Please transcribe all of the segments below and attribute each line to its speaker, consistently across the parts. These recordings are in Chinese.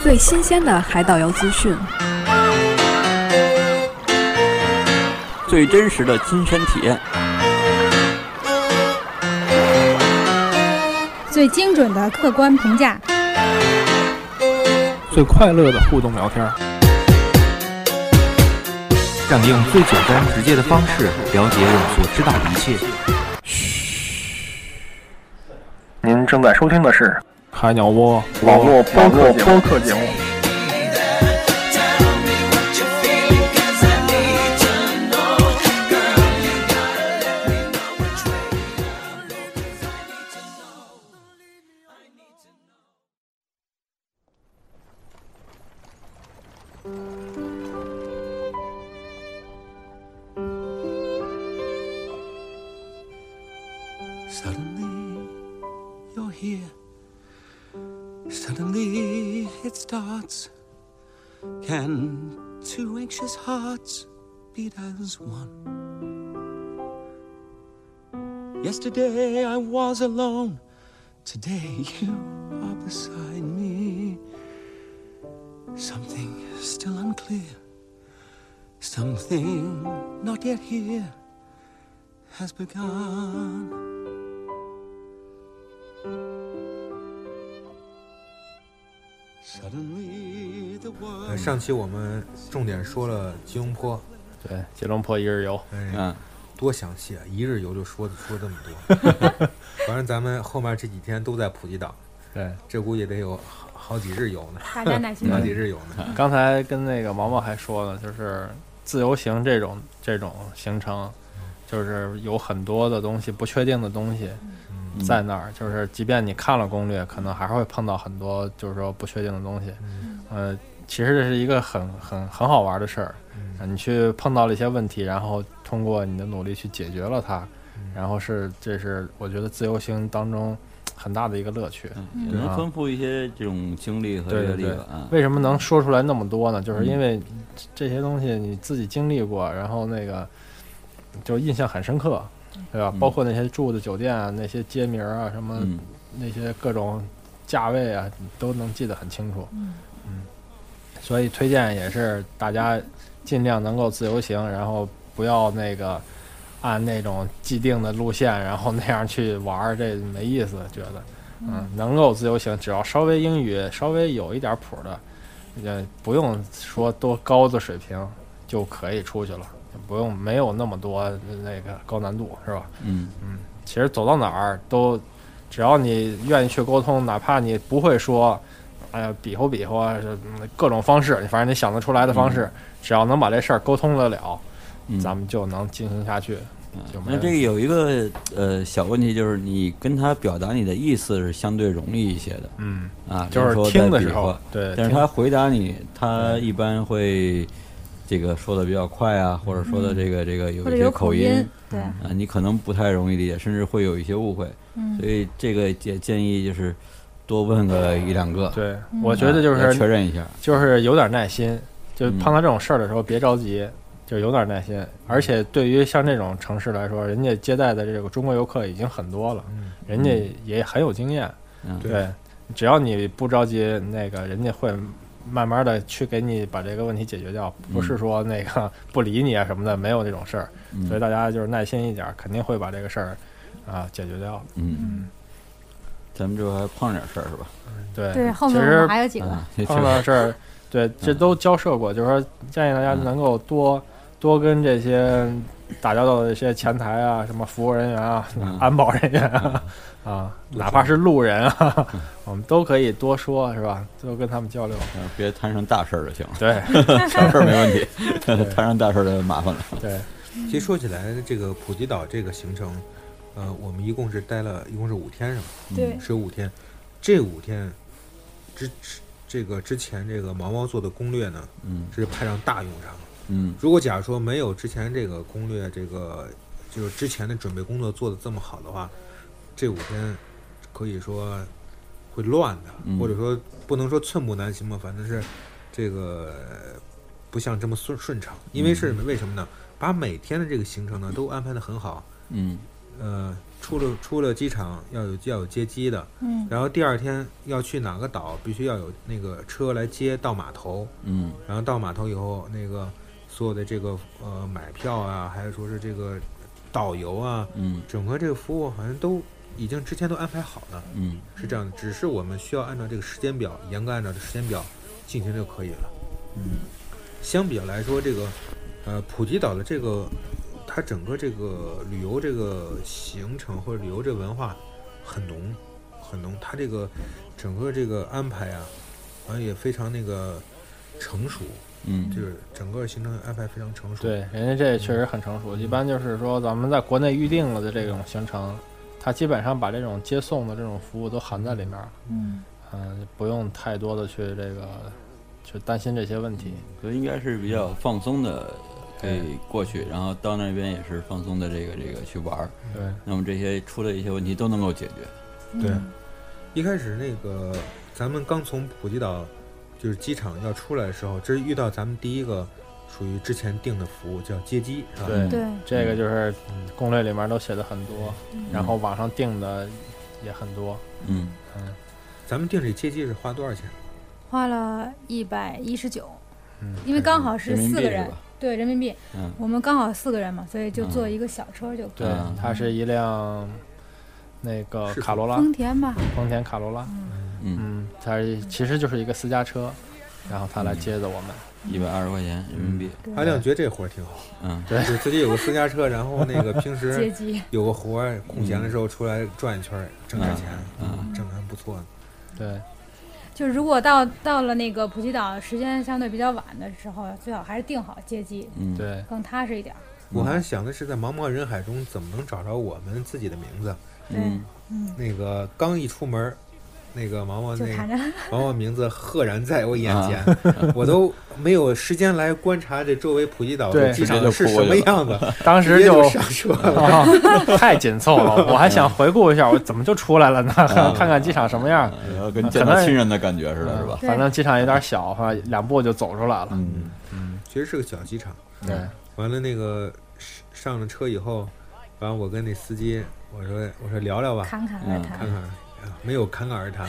Speaker 1: 最新鲜的海岛游资讯，
Speaker 2: 最真实的亲身体验，
Speaker 3: 最精准的客观评价，
Speaker 4: 最快乐的互动聊天。
Speaker 5: 让你用最简单直接的方式了解我们所知道的一切。
Speaker 6: 您正在收听的是
Speaker 4: 海鸟窝，
Speaker 6: 网络播客播客节目。
Speaker 7: Suddenly, you're here. Suddenly, it starts. Can two anxious hearts beat as one? Yesterday, I was alone. Today, you are beside me. Something still unclear. Something not yet here has begun. Suddenly the
Speaker 5: 呃，
Speaker 7: world
Speaker 5: 上期我们重点说了吉隆坡，
Speaker 4: 对，吉隆坡一日游，
Speaker 5: 哎，
Speaker 2: 嗯，
Speaker 5: 多详细啊！一日游就说说这么多， 反正咱们后面这几天都在普吉岛，
Speaker 4: 对，
Speaker 5: 这估计得有好好几日游呢，
Speaker 3: 大家耐心
Speaker 5: 好
Speaker 3: 等
Speaker 5: 几。日游呢。
Speaker 4: 刚才跟那个毛毛还说呢，就是自由行这种这种行程，就是有很多的东西不确定的东西
Speaker 5: 嗯
Speaker 4: 在那儿，就是即便你看了攻略，可能还是会碰到很多就是说不确定的东西。
Speaker 5: 嗯
Speaker 4: 呃，其实这是一个很很很好玩的事儿，
Speaker 5: 嗯
Speaker 4: 你去碰到了一些问题，然后通过你的努力去解决了它，
Speaker 5: 嗯
Speaker 4: 然后是这是我觉得自由行当中很大的一个乐趣。
Speaker 2: 也能丰富一些这种经历和
Speaker 4: 嗯啊对
Speaker 2: 阅
Speaker 4: 对
Speaker 2: 历
Speaker 4: 对
Speaker 2: 吧，啊，
Speaker 4: 为什么能说出来那么多呢？就是
Speaker 2: 嗯
Speaker 4: 因为这些东西你自己经历过，然后那个就印象很深刻，对吧？
Speaker 2: 嗯
Speaker 4: 包括那些住的酒店啊、那些街名啊、什么
Speaker 2: 嗯，
Speaker 4: 那些各种价位啊，都能记得很清楚。嗯所以推荐也是大家尽量能够自由行，然后不要那个按那种既定的路线，然后那样去玩儿，这没意思，觉得。嗯，能够自由行，只要稍微英语稍微有一点谱的，也不用说多高的水平就可以出去了，不用没有那么多那个高难度，是吧？
Speaker 2: 嗯，
Speaker 4: 其实走到哪儿都，只要你愿意去沟通，哪怕你不会说，哎呀，比划比划，是嗯各种方式，反正你想得出来的方式，只要能把这事儿沟通得了，
Speaker 2: 嗯
Speaker 4: 咱们就能进行下去。就没
Speaker 2: 那这个有一个呃小问题，就是你跟他表达你的意思是相对容易一些的
Speaker 4: 嗯，
Speaker 2: 啊，
Speaker 4: 就
Speaker 2: 比如
Speaker 4: 是
Speaker 2: 说在
Speaker 4: 听的
Speaker 2: 比
Speaker 4: 时候
Speaker 2: 划，
Speaker 4: 对，
Speaker 2: 但是
Speaker 4: 听
Speaker 2: 他回答你，他一般会这个说的比较快啊，或者说的这个这个有
Speaker 3: 或
Speaker 2: 一
Speaker 3: 者
Speaker 2: 些
Speaker 3: 有
Speaker 2: 口
Speaker 3: 口
Speaker 2: 音
Speaker 3: 音，对，
Speaker 2: 啊，你可能不太容易理解，甚至会有一些误会，
Speaker 3: 嗯
Speaker 2: 所以这个也建议就是多问个一两个，
Speaker 4: 对，
Speaker 3: 嗯
Speaker 4: 我觉得就
Speaker 2: 啊要
Speaker 4: 是
Speaker 2: 确认一下，
Speaker 4: 就是有点耐心，就
Speaker 2: 嗯
Speaker 4: 碰到这种事儿的时候别着急，就有点耐心。而且对于像这种城市来说，人家接待的这个中国游客已经很多了，
Speaker 5: 嗯
Speaker 4: 人家也很有经验。
Speaker 2: 嗯
Speaker 4: 对，只要你不着急，那个人家会。慢慢的去给你把这个问题解决掉，不是说那个 不理你啊什么的，没有这种事儿，
Speaker 2: 嗯
Speaker 4: 所以大家就是耐心一点儿，肯定会把这个事儿啊解决掉。
Speaker 2: 嗯，咱们这还碰点事儿是吧？
Speaker 4: 对，
Speaker 3: 对，后
Speaker 4: 其
Speaker 3: 面我
Speaker 4: 实
Speaker 3: 们还有几个，
Speaker 2: 啊，这
Speaker 4: 碰到这儿，对，这都交涉过，就是说建议大家
Speaker 2: 嗯
Speaker 4: 能够多、多跟这些打交道的这些前台啊、什么服务人员啊、
Speaker 2: 嗯
Speaker 4: 安保人员啊、啊，哪怕是路人啊，
Speaker 2: 嗯
Speaker 4: 我们都可以多说，是吧？多跟他们交流。
Speaker 2: 呃别摊上大事儿就 行了，
Speaker 4: 对
Speaker 2: 小事儿没问题， 摊上大事儿就麻烦了。
Speaker 4: 对，
Speaker 5: 其实说起来，这个普吉岛这个行程，呃，我们一共是待了，一共是五天是吧？
Speaker 3: 对，
Speaker 5: 是五天，这五天之之这个之前这个毛毛做的攻略呢，
Speaker 2: 嗯
Speaker 5: 是派上大用场。
Speaker 2: 嗯
Speaker 5: 如果假如说没有之前这个攻略，这个就是之前的准备工作做得这么好的话，这五天可以说会乱的，
Speaker 2: 嗯
Speaker 5: 或者说不能说寸步难行吧，反正是这个呃不像这么顺顺畅。因为是为什么呢？把每天的这个行程呢都安排得很好，
Speaker 2: 嗯
Speaker 5: 呃，出了出了机场要有要有接机的，
Speaker 3: 嗯
Speaker 5: 然后第二天要去哪个岛，必须要有那个车来接到码头，
Speaker 2: 嗯
Speaker 5: 然后到码头以后，那个所有的这个呃买票啊，还有说是这个导游啊，
Speaker 2: 嗯
Speaker 5: 整个这个服务好像都已经之前都安排好了，
Speaker 2: 嗯
Speaker 5: 是这样的，只是我们需要按照这个时间表，严格按照这时间表进行就可以了。
Speaker 2: 嗯，
Speaker 5: 相比较来说，这个呃普吉岛的这个它整个这个旅游这个行程或者旅游这文化很浓很浓，它这个整个这个安排啊，好像也非常那个成熟，
Speaker 2: 嗯
Speaker 5: 就是整个行程安排非常成熟。
Speaker 4: 对，人家这确实很成熟。一般就是说，咱们在国内预定了的这种行程，它基本上把这种接送的这种服务都含在里面儿，
Speaker 3: 嗯，
Speaker 4: 嗯、不用太多的去这个去担心这些问题。
Speaker 2: 所以应该是比较放松的可以过去，然后到那边也是放松的这个这个去玩儿，
Speaker 4: 对，
Speaker 2: 那么这些出的一些问题都能够解决。
Speaker 3: 嗯
Speaker 5: 对，一开始那个咱们刚从普吉岛就是机场要出来的时候，这是遇到咱们第一个属于之前定的服务叫接机，是吧？
Speaker 2: 嗯
Speaker 4: 对
Speaker 3: 对，
Speaker 4: 这个就是嗯攻略里面都写的很多，然后网上订的也很多。
Speaker 2: 嗯，
Speaker 4: 嗯
Speaker 5: 咱们定这接机是花多少钱？
Speaker 3: 花了一百一十九，
Speaker 4: 嗯，
Speaker 3: 因为刚好是
Speaker 2: 人民
Speaker 3: 四
Speaker 2: 币
Speaker 3: 个
Speaker 2: 是
Speaker 3: 人，
Speaker 2: 吧？
Speaker 3: 对人民币，
Speaker 2: 嗯
Speaker 3: 我们刚好四个人嘛，所以就
Speaker 2: 嗯
Speaker 3: 坐一个小车就可以。
Speaker 4: 对，
Speaker 2: 嗯
Speaker 4: 它是一辆那个
Speaker 5: 是
Speaker 4: 卡罗拉，
Speaker 3: 丰田吧，
Speaker 4: 丰田卡罗拉。
Speaker 2: 嗯，
Speaker 4: 嗯，它是其实就是一个私家车，然后他来接的我们。
Speaker 2: 一百二十块钱人民币。
Speaker 5: 阿亮觉得这活儿挺好，
Speaker 2: 嗯，
Speaker 5: 就自己有个私家车，然后那个平
Speaker 3: 接
Speaker 5: 时
Speaker 3: 机，
Speaker 5: 有个活儿，空闲的时候出来转一圈儿，挣点钱，
Speaker 2: 嗯
Speaker 5: 挣的还不错呢。
Speaker 4: 对，
Speaker 3: 就如果到到了那个普吉岛时间相对比较晚的时候，最好还是定好接机，
Speaker 2: 嗯，
Speaker 4: 对，
Speaker 3: 更踏实一点儿。
Speaker 5: 我还想的是，在茫茫人海中怎么能找着我们自己的名字？
Speaker 2: 嗯，
Speaker 5: 那个刚一出门儿，那个毛毛
Speaker 3: 就
Speaker 5: 那
Speaker 3: 看
Speaker 5: 个
Speaker 3: 着
Speaker 5: 毛毛名字赫然在我眼前， 我都没有时间来观察这周围普吉岛
Speaker 4: 对
Speaker 5: 的机场是什么 样子，
Speaker 4: 当
Speaker 5: 直
Speaker 4: 时
Speaker 5: 接
Speaker 4: 就
Speaker 5: 就上车 了。
Speaker 4: 啊，太紧凑了，我还想回顾一下，我怎么就出来了呢？ 看看机场什么样。
Speaker 2: 然后嗯跟见到亲人的感觉似的，是吧？
Speaker 3: 对
Speaker 4: 反正机场有点小哈，两步就走出来了。
Speaker 2: 嗯
Speaker 5: 其实是个小机场。
Speaker 4: 对，
Speaker 5: 完了那个上上了车以后，完了我跟那司机我说我说聊聊吧，
Speaker 3: 侃侃而
Speaker 2: 嗯
Speaker 3: 谈
Speaker 5: 看。看，啊没有侃侃而谈，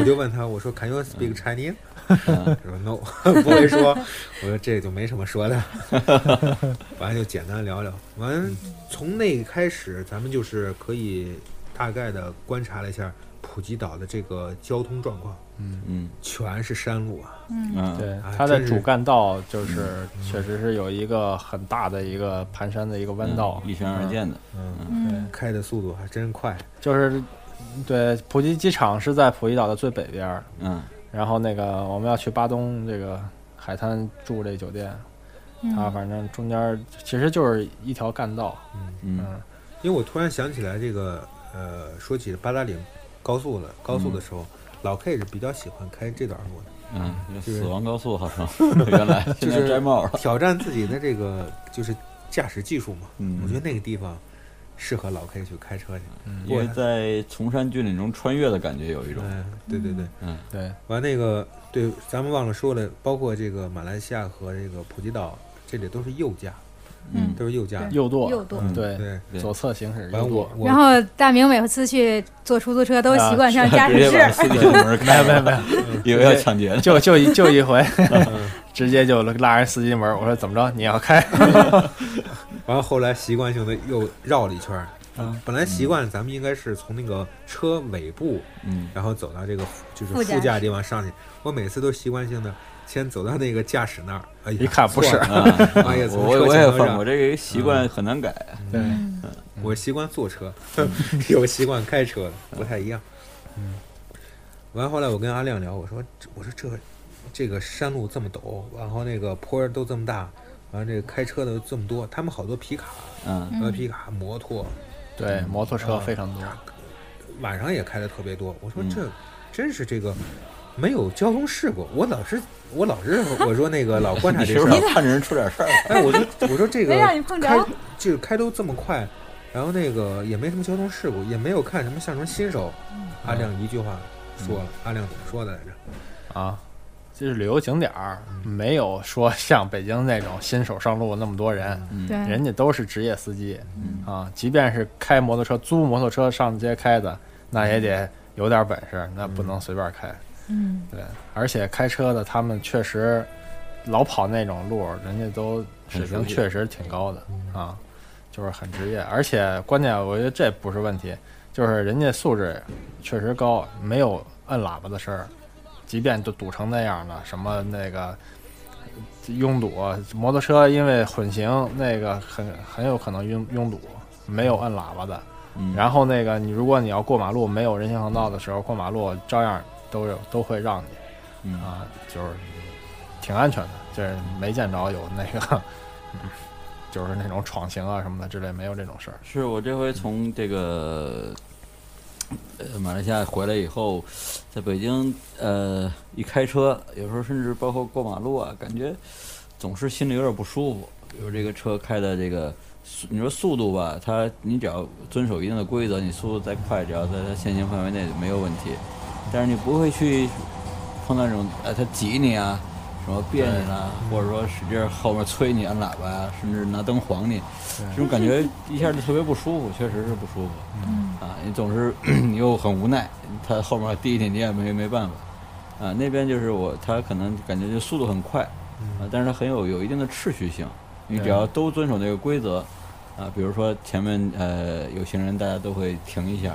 Speaker 5: 我就问他，我说 Can you speak Chinese？他说 No，不 会说。我说这就没什么说的，完了就简单聊聊。完，从那开始，咱们就是可以大概的观察了一下普吉岛的这个交通状况，
Speaker 2: 嗯
Speaker 5: 全是山路啊，
Speaker 2: 嗯，
Speaker 4: 对
Speaker 5: 哎，
Speaker 4: 它的
Speaker 5: 真是
Speaker 4: 主干道就是确实是有一个很大的一个盘山的一个弯道，
Speaker 2: 一闪而见的。
Speaker 5: 嗯，
Speaker 3: 嗯，
Speaker 5: 开的速度还真快，
Speaker 4: 就是对普吉机场是在普吉岛的最北边儿，
Speaker 2: 嗯
Speaker 4: 然后那个我们要去巴东这个海滩住这酒店，它
Speaker 3: 嗯
Speaker 4: 反正中间儿其实就是一条干道，
Speaker 5: 嗯。
Speaker 2: 嗯
Speaker 4: 嗯
Speaker 5: 因为我突然想起来这个，呃，说起八达岭高速了，高速的时候，老 K 是比较喜欢开这段路的，
Speaker 2: 嗯，死亡高速好像原来现在摘帽了。
Speaker 5: 挑战自己的这个就是驾驶技术嘛。
Speaker 2: 嗯
Speaker 5: 我觉得那个地方适合老 K 去开车去。
Speaker 2: 因为在崇山峻岭中穿越的感觉有一种，
Speaker 5: 嗯，对对对。
Speaker 4: 对，
Speaker 5: 完那个，对，咱们忘了说了，包括这个马来西亚和这个普吉岛，这里都是右驾，
Speaker 2: 嗯
Speaker 5: 都是右驾。
Speaker 4: 右舵
Speaker 3: 又多。
Speaker 5: 嗯
Speaker 4: 对
Speaker 5: 对。
Speaker 2: 对
Speaker 4: 左侧行驶
Speaker 5: 完
Speaker 4: 右
Speaker 5: 我
Speaker 4: 舵，
Speaker 5: 我
Speaker 3: 然后大明每次去坐出租车都习惯 上驾
Speaker 2: 啊直接
Speaker 3: 驶室，
Speaker 2: 把司机的门开了，
Speaker 4: 没有没
Speaker 2: 以为要抢劫呢。
Speaker 4: 有，就就一就一回， 直接就拉人司机门儿，我说怎么着你要开，
Speaker 5: 完了后来习惯性的又绕了一圈儿。
Speaker 4: 嗯
Speaker 5: 本来习惯咱们应该是从那个车尾部
Speaker 2: 嗯
Speaker 5: 然后走到这个就是
Speaker 3: 副驾
Speaker 5: 副驾地方上去。我每次都习惯性的先走到那个驾驶那儿，哎呀，
Speaker 4: 一看不是
Speaker 5: 错了
Speaker 2: 啊，
Speaker 5: 哎呀，从
Speaker 2: 我
Speaker 5: 车
Speaker 2: 我
Speaker 5: 前
Speaker 2: 也
Speaker 5: 头
Speaker 2: 犯
Speaker 5: 让
Speaker 2: 过这个习惯，很难改。
Speaker 4: 对。
Speaker 5: 我习惯坐车， 有习惯开车的，不太一样。嗯，完后来我跟阿亮聊，我说这我说这这个山路这么陡，然后那个坡儿都这么大，完了这个开车的这么多，他们好多皮卡，
Speaker 2: 嗯
Speaker 5: 呃，皮卡、摩托，
Speaker 4: 对，摩托车非常多。
Speaker 5: 晚上也开的特别多。我
Speaker 2: 嗯
Speaker 5: 说这真是这个没有交通事故，我老是我老是我说那个老观察
Speaker 2: 你
Speaker 5: 这
Speaker 2: 是
Speaker 5: 事
Speaker 2: 不是老
Speaker 5: 儿。
Speaker 2: 看着人出点事儿？
Speaker 5: 哎，我说我说这个
Speaker 3: 没让你碰着
Speaker 5: 开就是开都这么快，然后那个也没什么交通事故，也没有看什么
Speaker 4: 嗯
Speaker 5: 像什么新手。阿亮一句话说了，阿亮怎么说的来着？
Speaker 4: 啊，就是旅游景点儿，没有说像北京那种新手上路那么多人，
Speaker 2: 嗯
Speaker 3: 对，
Speaker 4: 人家都是职业司机啊，即便是开摩托车、租摩托车上街开的，那也得有点本事，那不能随便开。
Speaker 3: 嗯，
Speaker 4: 对，而且开车的他们确实老跑那种路，人家都水平
Speaker 2: 很熟悉嗯
Speaker 4: 确实挺高的啊，就是很职业。而且关键，我觉得这不是问题，就是人家素质确实高，没有摁喇叭的事儿。即便都堵成那样了，什么那个拥堵，摩托车因为混行，那个很很有可能拥拥堵，没有摁喇叭的。
Speaker 2: 嗯
Speaker 4: 然后那个你如果你要过马路没有人行横道的时候，过马路照样都有都会让你
Speaker 2: 嗯
Speaker 4: 啊，就是挺安全的，就是没见着有那个，嗯就是那种闯行啊什么的之类，没有这种事儿。
Speaker 2: 是我这回从这个呃马来西亚回来以后，在北京呃一开车，有时候甚至包括过马路啊，感觉总是心里有点不舒服。比如这个车开的这个速，你说速度吧，它你只要遵守一定的规则，你速度再快，只要在它限行范围内就没有问题。但是你不会去碰到这种呃，它挤你啊，什么别你啦、或者说使劲儿后面催你按喇叭啊，甚至拿灯晃你，这种感觉一下就特别不舒服，确实是不舒服。
Speaker 3: 嗯
Speaker 2: 啊，你总是 你又很无奈，他后面滴你，你也没没办法。啊，那边就是我，他可能感觉就速度很快，啊，但是他很有有一定的秩序性，你只
Speaker 4: 对
Speaker 2: 要都遵守这个规则，啊，比如说前面呃有行人，大家都会停一下，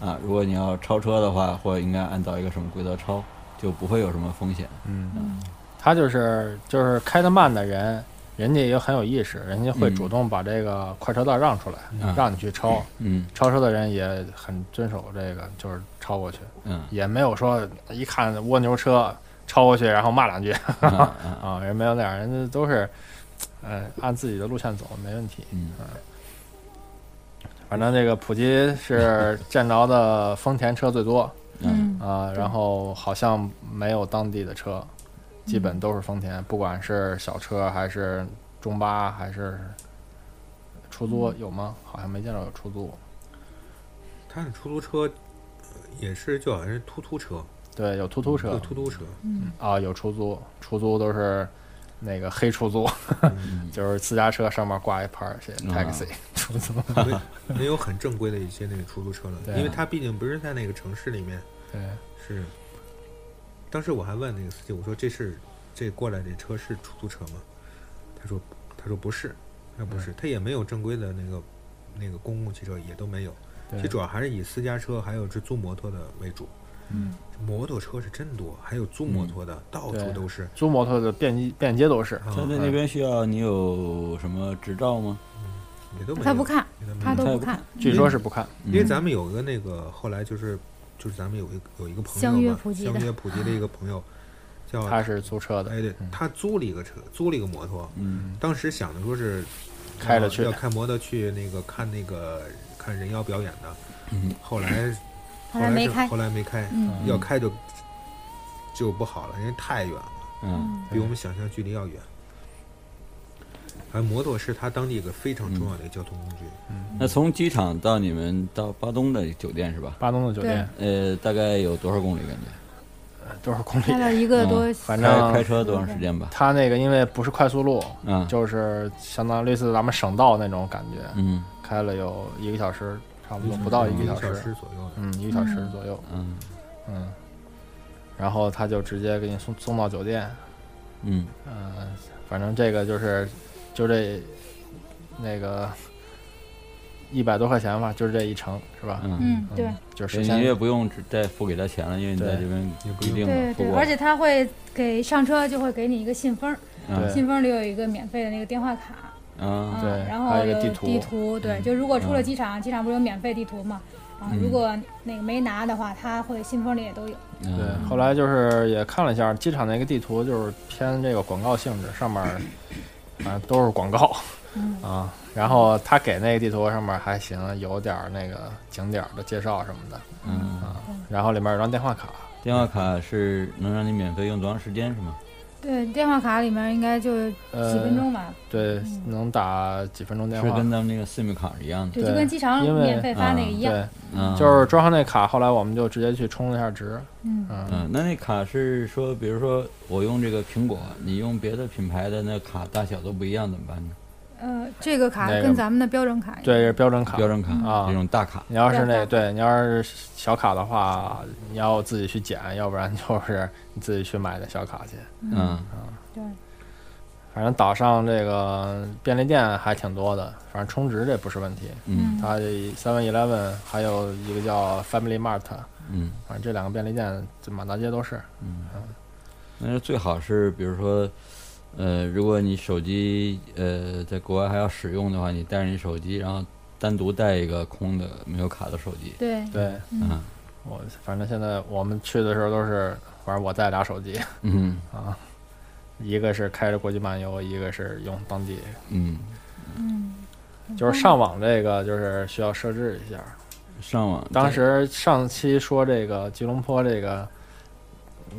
Speaker 2: 啊，如果你要超车的话，或者应该按照一个什么规则超，就不会有什么风险。
Speaker 4: 嗯，他就是就是开得慢的人，人家也很有意识，人家会
Speaker 2: 嗯
Speaker 4: 主动把这个快车道让出来，
Speaker 2: 嗯
Speaker 4: 让你去超。
Speaker 2: 嗯
Speaker 4: 超车的人也很遵守这个，就是超过去，
Speaker 2: 嗯，
Speaker 4: 也没有说一看蜗牛车超过去然后骂两句
Speaker 2: 啊啊
Speaker 4: 啊，人没有那样，人家都是，呃，按自己的路线走，没问题。
Speaker 2: 嗯
Speaker 4: 反正这个普及是见着的丰田车最多
Speaker 2: 嗯
Speaker 3: 嗯
Speaker 4: 啊、然后好像没有当地的车，基本都是丰田，不管是小车还是中巴还是出租有吗？好像没见着有出租。
Speaker 5: 他的出租车也是就好像是突突车，
Speaker 4: 对，有突突车
Speaker 5: 就，突突车，
Speaker 4: 啊，有出租，出租都是那个黑出租， 就是私家车上面挂一牌儿写 taxi、出租。
Speaker 5: 没没有很正规的一些那个出租车了，
Speaker 4: 对啊
Speaker 5: 因为他毕竟不是在那个城市里面，
Speaker 4: 对，
Speaker 5: 是。当时我还问那个司机，我说这是这过来这车是出租车吗？他说他说不是，他说不是，
Speaker 4: 嗯
Speaker 5: 他也没有正规的那个那个公共汽车也都没有，
Speaker 4: 对
Speaker 5: 其实主要还是以私家车还有是租摩托的为主。
Speaker 4: 嗯，
Speaker 5: 摩托车是真多，还有租摩托的、到处
Speaker 4: 对
Speaker 5: 都是。
Speaker 4: 租摩托的遍地遍街都是。
Speaker 5: 啊
Speaker 2: 他在那边需要你有什么执照吗？
Speaker 5: 也都没有，
Speaker 3: 嗯他不看，
Speaker 5: 也都没有，
Speaker 3: 他都不看，
Speaker 4: 据说是不看，
Speaker 5: 因
Speaker 2: 嗯
Speaker 5: 为咱们有一个那个后来就是就是咱们有一个有一个朋友
Speaker 3: 相约
Speaker 5: 嘛
Speaker 3: 普及的
Speaker 5: 相约普及的一个朋友
Speaker 2: 嗯
Speaker 5: 叫
Speaker 2: 哦
Speaker 4: 他嗯是租车的，
Speaker 5: 哎对，他租了一个车，租了一个摩托，
Speaker 2: 嗯
Speaker 5: 当时想的说是
Speaker 4: 开着去
Speaker 5: 要开摩托去那个看那个看人妖表演的，
Speaker 2: 嗯
Speaker 5: 后来
Speaker 3: 后来没
Speaker 5: 是
Speaker 3: 开
Speaker 5: 后，来没开，
Speaker 3: 嗯
Speaker 5: 要开就就不好了，因为太远了，
Speaker 2: 嗯
Speaker 5: 比我们想象距离要远。而摩托是他当地一个非常重要的交通工具，
Speaker 2: 那从机场到你们到巴东的酒店是吧？
Speaker 4: 巴东的酒店
Speaker 2: 呃，大概有多少公里？感觉
Speaker 4: 多少公
Speaker 3: 开了
Speaker 4: 里？
Speaker 3: 一个多，
Speaker 4: 反
Speaker 2: 开开
Speaker 4: 正
Speaker 2: 车多长时间吧？
Speaker 4: 他那个因为不是快速路，
Speaker 2: 嗯
Speaker 4: 就是相当于类似咱们省道那种感觉，
Speaker 2: 嗯
Speaker 4: 开了有一个小时，差不
Speaker 5: 一
Speaker 4: 多
Speaker 5: 个
Speaker 4: 嗯不到一个
Speaker 5: 小
Speaker 4: 小时，
Speaker 5: 时左右的。
Speaker 4: 嗯，一个小时左右，
Speaker 2: 嗯
Speaker 4: 嗯，然后他就直接给你送送到酒店，
Speaker 2: 嗯
Speaker 4: 嗯，反正这个就是，就这那个一百多块钱吧，就是这一程是吧？
Speaker 2: 嗯，
Speaker 3: 嗯，对
Speaker 4: 就是
Speaker 2: 你
Speaker 4: 先
Speaker 2: 也不用再付给他钱了，因为你在这边一定
Speaker 3: 对
Speaker 2: 付
Speaker 3: 对，
Speaker 2: 过
Speaker 3: 而。且他会给上车就会给你一个信封，
Speaker 2: 嗯
Speaker 3: 信封里有一个免费的那个电话卡，
Speaker 2: 啊
Speaker 3: 啊
Speaker 4: 对
Speaker 3: 然后
Speaker 4: 还有一个地
Speaker 3: 地
Speaker 4: 图
Speaker 3: 对，就如果出了机场，机场不是有免费地图嘛？啊，
Speaker 2: 嗯
Speaker 3: 如果那个没拿的话，他会信封里也都有。
Speaker 2: 嗯啊
Speaker 4: 对，后来就是也看了一下机场那个地图，就是偏这个广告性质，上面儿反正都是广告
Speaker 3: 嗯
Speaker 4: 啊。然后他给那个地图上面还行，有点儿那个景点儿的介绍什么的，啊
Speaker 2: 嗯，
Speaker 4: 然后里面有张电话卡，
Speaker 2: 电话卡是能让你免费用多长时间是吗？
Speaker 3: 对，电话卡里面应该就几分
Speaker 4: 呃，
Speaker 3: 钟嗯吧，
Speaker 4: 对，能打几分钟电
Speaker 2: 是
Speaker 4: 话
Speaker 2: 跟。咱们那个 SIM 卡一样的，
Speaker 3: 对，
Speaker 4: 对
Speaker 3: 就跟机场
Speaker 4: 因为
Speaker 3: 免费发那个一样。
Speaker 4: 对，
Speaker 2: 嗯，
Speaker 4: 就是装上那卡，后来我们就直接去充了一下值。
Speaker 3: 嗯，
Speaker 4: 嗯，
Speaker 2: 嗯，那那卡是说，比如说我用这个苹果，你用别的品牌的那卡大小都不一样，怎么办呢？
Speaker 3: 呃，这个卡
Speaker 4: 那个
Speaker 3: 跟咱们的标准卡一样。
Speaker 4: 对，这是标准卡。
Speaker 2: 标准卡
Speaker 4: 啊
Speaker 2: 这种大卡，
Speaker 4: 你要是那
Speaker 3: 对
Speaker 4: 对你要是小卡的话，你要自己去捡，要不然就是你自己去买的小卡去。
Speaker 2: 嗯，
Speaker 3: 对，
Speaker 4: 反正岛上这个便利店还挺多的，反正充值这不是问题。
Speaker 2: 嗯
Speaker 4: 它 Seven Eleven 还有一个叫 Family Mart，
Speaker 2: 嗯
Speaker 4: 反正这两个便利店就满大街都是。
Speaker 2: 嗯，那就最好是，比如说，呃，如果你手机呃在国外还要使用的话，你带着你手机，然后单独带一个空的没有卡的手机，
Speaker 3: 对，
Speaker 4: 对
Speaker 2: 嗯
Speaker 4: 我反正现在我们去的时候都是，反正我带俩手机，啊
Speaker 2: 嗯
Speaker 4: 一个是开着国际漫游，一个是用当地，
Speaker 2: 嗯，
Speaker 3: 嗯，
Speaker 4: 就是上网这个就是需要设置一下。
Speaker 2: 上网
Speaker 4: 当时上期说这个吉隆坡这个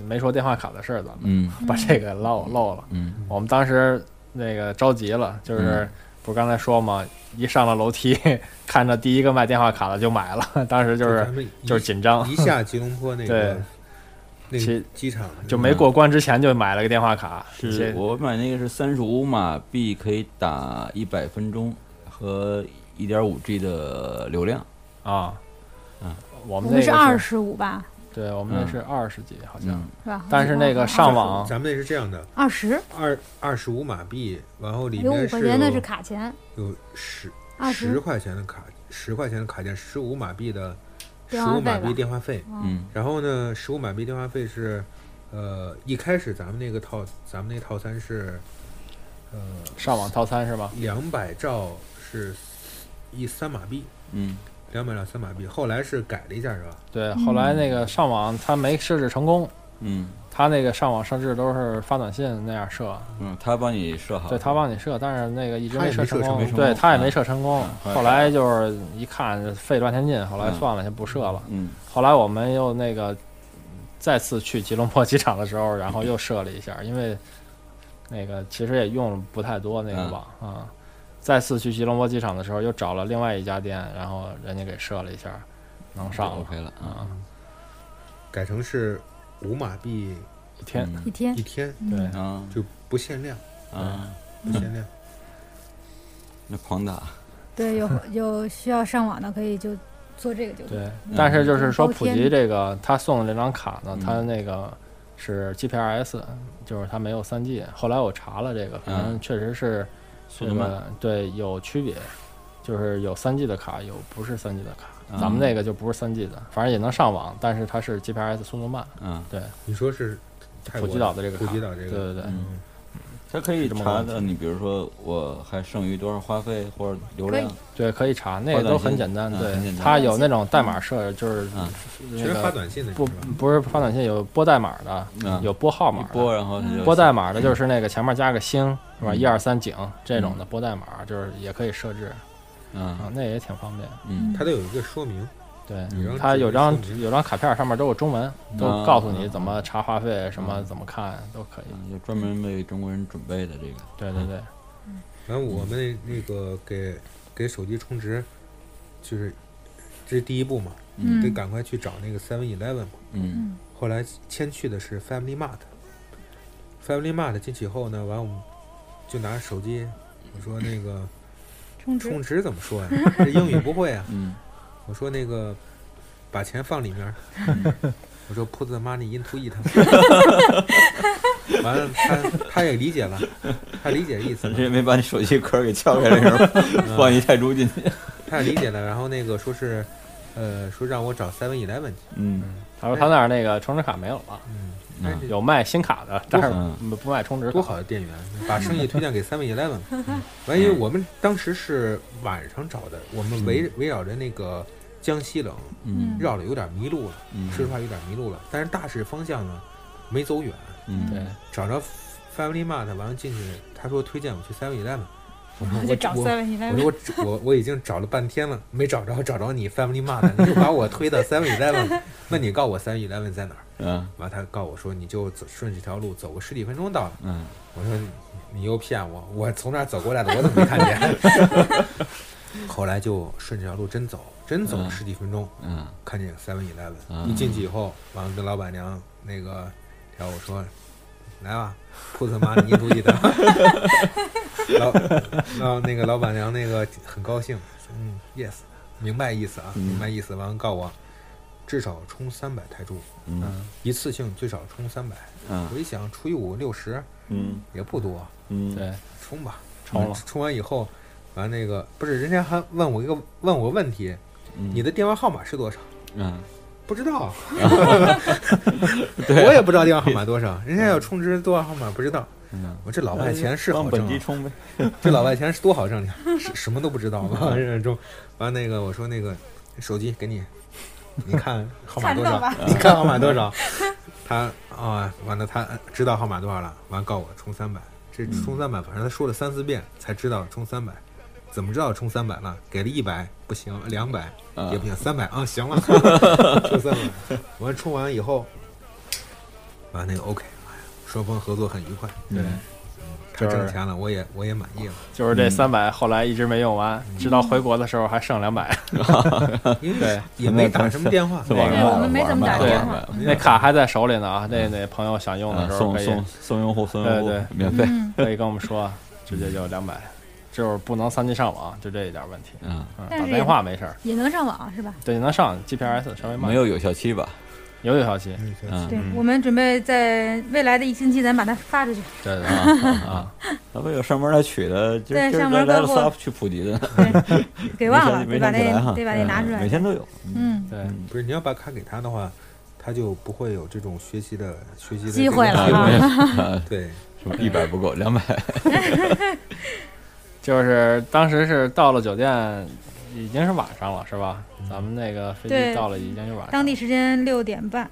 Speaker 4: 没说电话卡的事儿，咱们
Speaker 2: 嗯
Speaker 4: 把这个漏漏了。
Speaker 2: 嗯
Speaker 4: 我们当时那个着急了，就是
Speaker 2: 嗯
Speaker 4: 不是刚才说嘛，一上了楼梯， 看着第一个卖电话卡的就买了， 当时就是
Speaker 5: 咱们一
Speaker 4: 就是紧张，
Speaker 5: 一下吉隆坡那个
Speaker 4: 对
Speaker 5: 那个
Speaker 4: 其
Speaker 5: 机场
Speaker 4: 就没过关之前就买了个电话卡，
Speaker 2: 是
Speaker 4: 这
Speaker 2: 我买那个是三十五码币，可以打一百分钟和一点五 G 的流量。
Speaker 4: 啊
Speaker 2: 嗯，
Speaker 4: 我
Speaker 3: 我
Speaker 4: 们
Speaker 3: 们
Speaker 4: 那
Speaker 3: 是
Speaker 4: 个
Speaker 3: 二，十五吧，
Speaker 4: 对我们那是二十几好像
Speaker 2: 嗯，，
Speaker 3: 是吧？
Speaker 4: 但是那个上网
Speaker 5: 咱们那是这样的，
Speaker 3: 二十，
Speaker 5: 二二十五马币，然后里
Speaker 3: 有五
Speaker 5: 面
Speaker 3: 块
Speaker 5: 是
Speaker 3: 钱的是
Speaker 5: 有
Speaker 3: 卡钱，
Speaker 5: 有十
Speaker 3: 二
Speaker 5: 十
Speaker 3: 十
Speaker 5: 块钱的卡，十块钱的卡件，十五马币的十
Speaker 3: 电话
Speaker 5: 五
Speaker 3: 费吧
Speaker 5: 马币电话费。
Speaker 2: 嗯
Speaker 5: 然后呢，十五马币电话费是，呃，一开始咱们那个套，咱们那套餐是，呃，
Speaker 4: 上网套餐是吧？
Speaker 5: 两百兆是一三马币，
Speaker 2: 嗯
Speaker 5: 两百兆三马币。后来是改了一下，是吧？
Speaker 4: 对，
Speaker 3: 嗯
Speaker 4: 后来那个上网它没设置成功，
Speaker 2: 嗯
Speaker 4: 它那个上网设置都是发短信那样设，
Speaker 2: 嗯，他帮你设好。
Speaker 4: 对他帮你设，但是那个一直
Speaker 5: 他也
Speaker 4: 设
Speaker 5: 没
Speaker 4: 成
Speaker 5: 设成
Speaker 4: 功
Speaker 5: 没，成
Speaker 4: 对
Speaker 2: 功
Speaker 4: 他也没
Speaker 2: 嗯
Speaker 4: 设成功
Speaker 2: 嗯。
Speaker 4: 后来就是一看费半天劲，后来
Speaker 2: 嗯
Speaker 4: 算了，先不设了。
Speaker 2: 嗯
Speaker 4: 后来我们又那个再次去吉隆坡 机场的时候，然后又设了一下，因为那个其实也用了不太多那个
Speaker 2: 嗯
Speaker 4: 网啊。再次去吉隆坡机场的时候，又找了另外一家店，然后人家给设了一下，能上
Speaker 2: 就
Speaker 4: 了
Speaker 2: OK 了啊。
Speaker 4: 啊，
Speaker 5: 改成是五马币
Speaker 4: 一天。
Speaker 3: 一天
Speaker 5: 一，天，
Speaker 4: 对
Speaker 3: 嗯，
Speaker 2: 啊
Speaker 5: 就不限量，
Speaker 2: 啊，
Speaker 5: 不
Speaker 4: 嗯
Speaker 5: 限量。
Speaker 2: 那狂打。
Speaker 3: 对，有有需要上网的可以就做这个就可以
Speaker 4: 对，但是就是说
Speaker 3: 包
Speaker 4: 普
Speaker 3: 天
Speaker 4: 及这个，他送的这张卡呢
Speaker 2: 嗯，
Speaker 4: 他那个是 GPRS，就是他没有 3G。后来我查了这个，反
Speaker 2: 嗯
Speaker 4: 正确实是
Speaker 2: 速
Speaker 4: 这
Speaker 2: 度慢，
Speaker 4: 个对有区别，就是有 3G 的卡，有不是 3G 的卡。
Speaker 2: 嗯
Speaker 4: 咱们那个就不是 3G 的，反正也能上网，但是它是 GPRS 速度慢。
Speaker 2: 嗯，
Speaker 5: 你说是泰
Speaker 4: 普
Speaker 5: 国
Speaker 4: 吉岛的这个
Speaker 5: 普
Speaker 4: 卡，
Speaker 5: 吉岛这
Speaker 4: 对
Speaker 5: 个，
Speaker 4: 对对，
Speaker 2: 嗯，他可以查到你，比如说我还剩余多少话费或者流量，
Speaker 4: 对可以查，那个都很简单。
Speaker 2: 嗯
Speaker 4: 对
Speaker 2: 很简，单
Speaker 4: 它有那种代码设，就是
Speaker 2: 嗯
Speaker 5: 其
Speaker 4: 那
Speaker 5: 实发
Speaker 4: 个
Speaker 5: 短信的
Speaker 4: 不
Speaker 5: 是吧？
Speaker 4: 不是发短信，有拨代码的，
Speaker 2: 嗯
Speaker 4: 有拨号
Speaker 2: 一
Speaker 4: 码的。
Speaker 2: 拨然后他就
Speaker 4: 拨代码的就是那个前面加个星是吧？
Speaker 2: 嗯
Speaker 4: 一二三井这种的拨代码，就是也可以设置啊
Speaker 2: 嗯，
Speaker 4: 那也挺方便。
Speaker 2: 嗯
Speaker 5: 它得有一个说明，
Speaker 4: 对，
Speaker 5: 有张
Speaker 4: 它有
Speaker 5: 说
Speaker 4: 张
Speaker 5: 明
Speaker 4: 有张卡片，上面都有中文，都
Speaker 2: 啊
Speaker 4: 告诉你怎么查话费，什么怎么看都可以。
Speaker 2: 嗯嗯，就嗯专门为中国人准备的这个，
Speaker 4: 对对对，
Speaker 5: 然后我们那那个给给手机充值，就是这是第一步嘛，
Speaker 2: 嗯
Speaker 5: 得赶快去找那个 Seven Eleven 嘛。
Speaker 2: 嗯
Speaker 5: 后来先去的是 Family Mart。Family Mart 进去后呢，完我们就拿手机，我说那个
Speaker 3: 充值
Speaker 5: 充值怎么说呀？这英语不 会啊。
Speaker 2: 嗯
Speaker 5: 我说那个把钱放里面儿，我说 put the money into it。完了，他他也理解了，他理解意思
Speaker 2: 咱
Speaker 5: 了
Speaker 2: 这。没把你手机壳给撬开的时候，放一泰铢进去，
Speaker 5: 他也理解了，然后那个说是，呃，说让我找 Seven Eleven 去。
Speaker 2: 嗯
Speaker 4: 他说他那儿那个充值卡没有了，
Speaker 5: 嗯，
Speaker 2: 嗯
Speaker 5: 哎这
Speaker 4: 有卖新卡的，但
Speaker 2: 嗯
Speaker 4: 是不卖充值
Speaker 5: 多
Speaker 4: 卡。
Speaker 5: 好的店员，把生意推荐给 Seven Eleven。完，因为我们当时是晚上找的，我们围围绕着那个江西冷
Speaker 2: 嗯
Speaker 5: 绕的有点迷路了，
Speaker 2: 嗯，
Speaker 5: 说实话有点迷路了，但是大致方向呢没走远，
Speaker 2: 嗯
Speaker 4: 对，
Speaker 5: 找着 Family Mart，完了进去，他说推荐我去 Seven Eleven。我说
Speaker 3: 那就
Speaker 5: 我
Speaker 3: 找
Speaker 5: 我
Speaker 3: seven e l
Speaker 5: 我
Speaker 3: e
Speaker 5: 说我我我已经找了半天了， 没找着，找着你 Family Mart，了你就把我推到 Seven Eleven，那你告诉我 Seven Eleven 在哪儿？
Speaker 2: 嗯
Speaker 5: 完他告我说你就走顺着这条路走个十几分钟到了。
Speaker 2: 嗯，
Speaker 5: 我说你你又骗我，我从那儿走过来的，我怎么没看见？ 后来就顺这条路真走，真走了
Speaker 2: 嗯
Speaker 5: 十几分钟，
Speaker 2: 嗯
Speaker 5: 看见 Seven Eleven，、
Speaker 2: 啊
Speaker 5: 一进去以后，完了跟老板娘那个聊，我说来吧，库特玛尼主义的， 老老那个老板娘那个很高兴，说嗯，yes，明白意思啊，明白意思，完了告我至少充三百泰铢，
Speaker 2: 嗯
Speaker 5: 一次性最少充三百，我
Speaker 2: 嗯
Speaker 5: 一想除以五六十
Speaker 2: 嗯
Speaker 5: 也不多，
Speaker 2: 嗯，
Speaker 4: 对，
Speaker 5: 充吧，
Speaker 4: 充了
Speaker 5: 完哦充完以后，完那个不是人家还问我一个问我问题，你的电话号码是多少？
Speaker 2: 嗯
Speaker 5: 不知道，我也不知道电话号码多少，人家要充值多少号码不知道。
Speaker 2: 嗯，
Speaker 5: 我这老外钱是好
Speaker 2: 帮本
Speaker 5: 挣
Speaker 2: 地
Speaker 5: 啊，
Speaker 2: 充呗，
Speaker 5: 这老外钱是多好挣呀，什什么都不知道嘛。这种，完那个我说那个手机给你，你看号码多
Speaker 3: 看到
Speaker 5: 少
Speaker 3: 吧？
Speaker 5: 你看号码多少？他啊，完了他知道号码多少了，完告我充三百，这充三百，反正他说了三四遍才知道充三百。怎么知道充三百了？给了一百不行，两百
Speaker 2: 啊
Speaker 5: 也不行，三百啊行了， 充三百。完充完以后，完那个 OK，哎呀双方合作很愉快，
Speaker 4: 对，
Speaker 5: 他
Speaker 4: 就是
Speaker 5: 挣钱了，我也我也满意了。
Speaker 4: 就是
Speaker 2: 嗯
Speaker 4: 这三百后来一直没用完，直到回国的时候还剩两百，
Speaker 2: 嗯
Speaker 5: 因为
Speaker 2: 哎
Speaker 4: 对
Speaker 5: 也没打什么电话，
Speaker 2: 在网
Speaker 4: 对
Speaker 2: 上
Speaker 4: 我
Speaker 3: 们没怎么打电话
Speaker 5: 没有
Speaker 4: 那卡还在手里呢啊。那那朋友想用的
Speaker 2: 啊，
Speaker 4: 时
Speaker 2: 嗯
Speaker 4: 候
Speaker 2: 送
Speaker 4: 可以
Speaker 2: 送送用户，送用户
Speaker 4: 对对
Speaker 2: 免费
Speaker 3: 嗯
Speaker 4: 可以跟我们说，啊直接就两百，就是不能三 G 上网，就这一点问题。
Speaker 2: 啊，
Speaker 4: 嗯，
Speaker 3: 但
Speaker 4: 打
Speaker 3: 是
Speaker 4: 电话没事儿，
Speaker 3: 也能上网是吧？
Speaker 4: 对，能上 GPS 稍微慢，
Speaker 2: 没有有效期吧？
Speaker 4: 有有效期，
Speaker 5: 嗯对
Speaker 2: 嗯
Speaker 3: 对，我们准备在未来的一星期，咱把它发出去。
Speaker 4: 对 对对
Speaker 2: 啊，
Speaker 4: 啊，
Speaker 2: 那不有上门来取的，今儿
Speaker 3: 对
Speaker 2: 今儿
Speaker 3: 上门
Speaker 2: 来来了
Speaker 3: 客户
Speaker 2: 仨去普及的，
Speaker 3: 给忘了，
Speaker 2: 没想
Speaker 3: 得把
Speaker 2: 没想起来哈
Speaker 3: 那得把那拿出
Speaker 2: 嗯每
Speaker 3: 来。
Speaker 2: 天都有，
Speaker 3: 嗯，
Speaker 4: 对，
Speaker 2: 嗯
Speaker 5: 哎不是你要把卡给他的话，他就不会有这种学习的学习的
Speaker 3: 机会了
Speaker 5: 这种机
Speaker 3: 啊！
Speaker 5: 会
Speaker 2: 啊，
Speaker 5: 对，
Speaker 2: 什么一百不够，两百，
Speaker 4: 就是当时是到了酒店，已经是晚上了，是吧？
Speaker 2: 嗯
Speaker 4: 咱们那个飞
Speaker 3: 对
Speaker 4: 机到了已经是晚上，
Speaker 3: 当地时间六点半，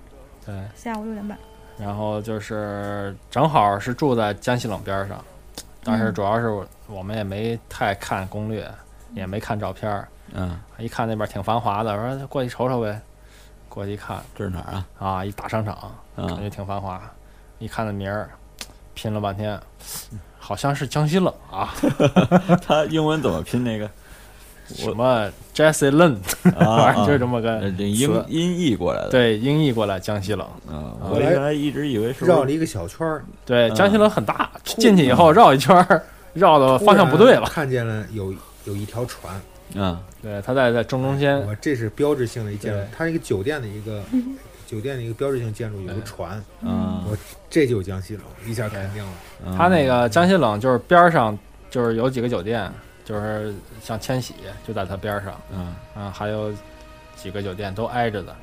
Speaker 4: 对，
Speaker 3: 下午六点半。
Speaker 4: 然后就是正好是住在江西冷边儿上，但是
Speaker 3: 嗯
Speaker 4: 主要是我我们也没太看攻略，也没看照片儿，
Speaker 2: 嗯，
Speaker 4: 一看那边挺繁华的，我说过去瞅瞅呗，过去一看
Speaker 2: 这是哪儿啊？
Speaker 4: 啊，一大商场，感
Speaker 2: 嗯
Speaker 4: 觉挺繁华，一看那名儿，拼了半天，好像是江西冷啊，
Speaker 2: 他英文怎么拼那个？
Speaker 4: 什么 Jesse Lin，
Speaker 2: 啊
Speaker 4: 反， 正就是这么
Speaker 2: 啊
Speaker 4: 个
Speaker 2: 呃这
Speaker 4: 词
Speaker 2: 音音译过来的。
Speaker 4: 对，音译过来江西冷。
Speaker 2: 啊，
Speaker 4: 啊
Speaker 2: 我原来一直以为是
Speaker 5: 绕了一个小圈儿，
Speaker 4: 对，
Speaker 2: 嗯
Speaker 4: 江西楼很大，进去以后绕一圈儿，绕的 方向不对
Speaker 5: 突然
Speaker 4: 了。
Speaker 5: 看见了有有一条船，
Speaker 2: 啊，
Speaker 4: 对，它在在正中间，
Speaker 5: 我这是标志性的一建
Speaker 4: 对
Speaker 5: 筑，它是一个酒店的一 个酒店的一个标志性建筑，有个船，
Speaker 2: 嗯，
Speaker 5: 我这就是江西楼，一下肯定了，
Speaker 2: 嗯
Speaker 4: 它那个江西冷就是边儿上就是有几个酒店，就是像千禧就在它边儿上，
Speaker 2: 嗯
Speaker 4: 啊，还有几个酒店都挨着的，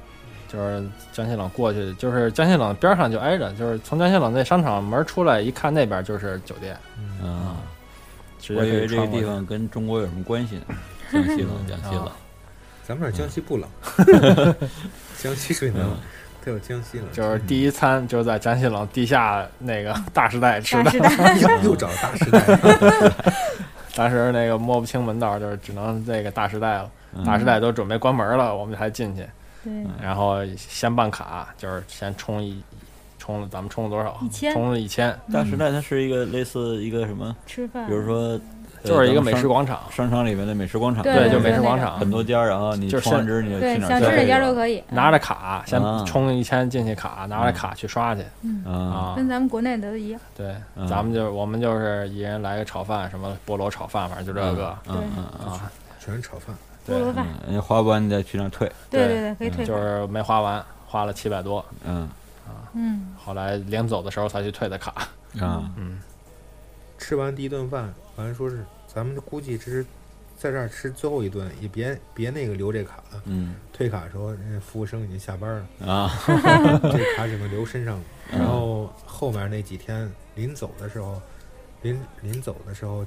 Speaker 4: 就是江西冷过去，就是江西冷边儿上就挨着，就是从江西冷那商场门儿出来一看，那边就是酒店，
Speaker 5: 嗯，
Speaker 2: 啊，
Speaker 4: 直
Speaker 2: 我
Speaker 4: 接可
Speaker 2: 以为
Speaker 4: 以
Speaker 2: 这个
Speaker 4: 穿过
Speaker 2: 地
Speaker 4: 去。
Speaker 2: 方跟中国有什么关系呢？江西冷，江西冷
Speaker 4: 啊，
Speaker 5: 咱们这儿江西 不冷，江西水冷，
Speaker 4: 嗯
Speaker 5: 它有江西冷，
Speaker 4: 就是第一餐就在江西冷地下那个大时代吃
Speaker 3: 但
Speaker 4: 的
Speaker 3: 是，呢，
Speaker 5: 哎又又找大时代 了，
Speaker 4: 当时那个摸不清门道，就是只能那个大时代了。
Speaker 2: 嗯
Speaker 4: 大时代都准备关门了，我们才进去，
Speaker 3: 对，
Speaker 4: 然后先办卡，就是先充一充了，咱们充了多少？
Speaker 3: 一千
Speaker 4: 充了一千，
Speaker 2: 大时代，它是一个类似一个什么？
Speaker 3: 吃饭。
Speaker 2: 比如说，呃
Speaker 4: 就是一个美食
Speaker 2: 咱们
Speaker 4: 广场，
Speaker 2: 商商场里面的美食广场，
Speaker 3: 对
Speaker 4: 对，
Speaker 3: 对
Speaker 4: 就美食
Speaker 3: 对
Speaker 4: 广
Speaker 3: 那个
Speaker 4: 场
Speaker 2: 很，多家，然后你
Speaker 4: 就是
Speaker 2: 充完值你就
Speaker 3: 对
Speaker 2: 去，哪
Speaker 3: 想
Speaker 2: 儿
Speaker 3: 吃哪
Speaker 4: 吃哪
Speaker 2: 去
Speaker 4: 儿
Speaker 3: 家
Speaker 4: 家
Speaker 3: 都可以。
Speaker 4: 拿着卡先
Speaker 2: 啊
Speaker 4: 充一千进去卡，拿着卡去刷
Speaker 2: 啊
Speaker 4: 去
Speaker 3: 嗯
Speaker 4: 啊
Speaker 3: 跟。咱们国内的都一样。
Speaker 4: 对
Speaker 2: 嗯，
Speaker 4: 咱们就我们就是一人来个炒饭，什么菠萝炒饭，反正就这个
Speaker 2: 嗯嗯嗯
Speaker 4: 啊，
Speaker 5: 全是炒饭，
Speaker 3: 菠萝
Speaker 4: 对，
Speaker 3: 饭，
Speaker 2: 嗯，人家花不完你再去那儿退，
Speaker 3: 对对，
Speaker 4: 对
Speaker 3: 可以退
Speaker 4: 就
Speaker 3: 款。
Speaker 4: 是没花完，花了七百多，
Speaker 2: 嗯
Speaker 3: 嗯，
Speaker 4: 后来临走的时候才去退的卡。嗯
Speaker 2: 啊
Speaker 5: 吃完第一顿饭，好像说是咱们估计这是在这儿吃最后一顿，也别别那个留这卡了。
Speaker 2: 嗯
Speaker 5: 退卡的时候，人家服务生已经下班 了，
Speaker 2: 啊
Speaker 5: 这卡只能留身上了。然后后面那几天临走的时候，临临走的时候，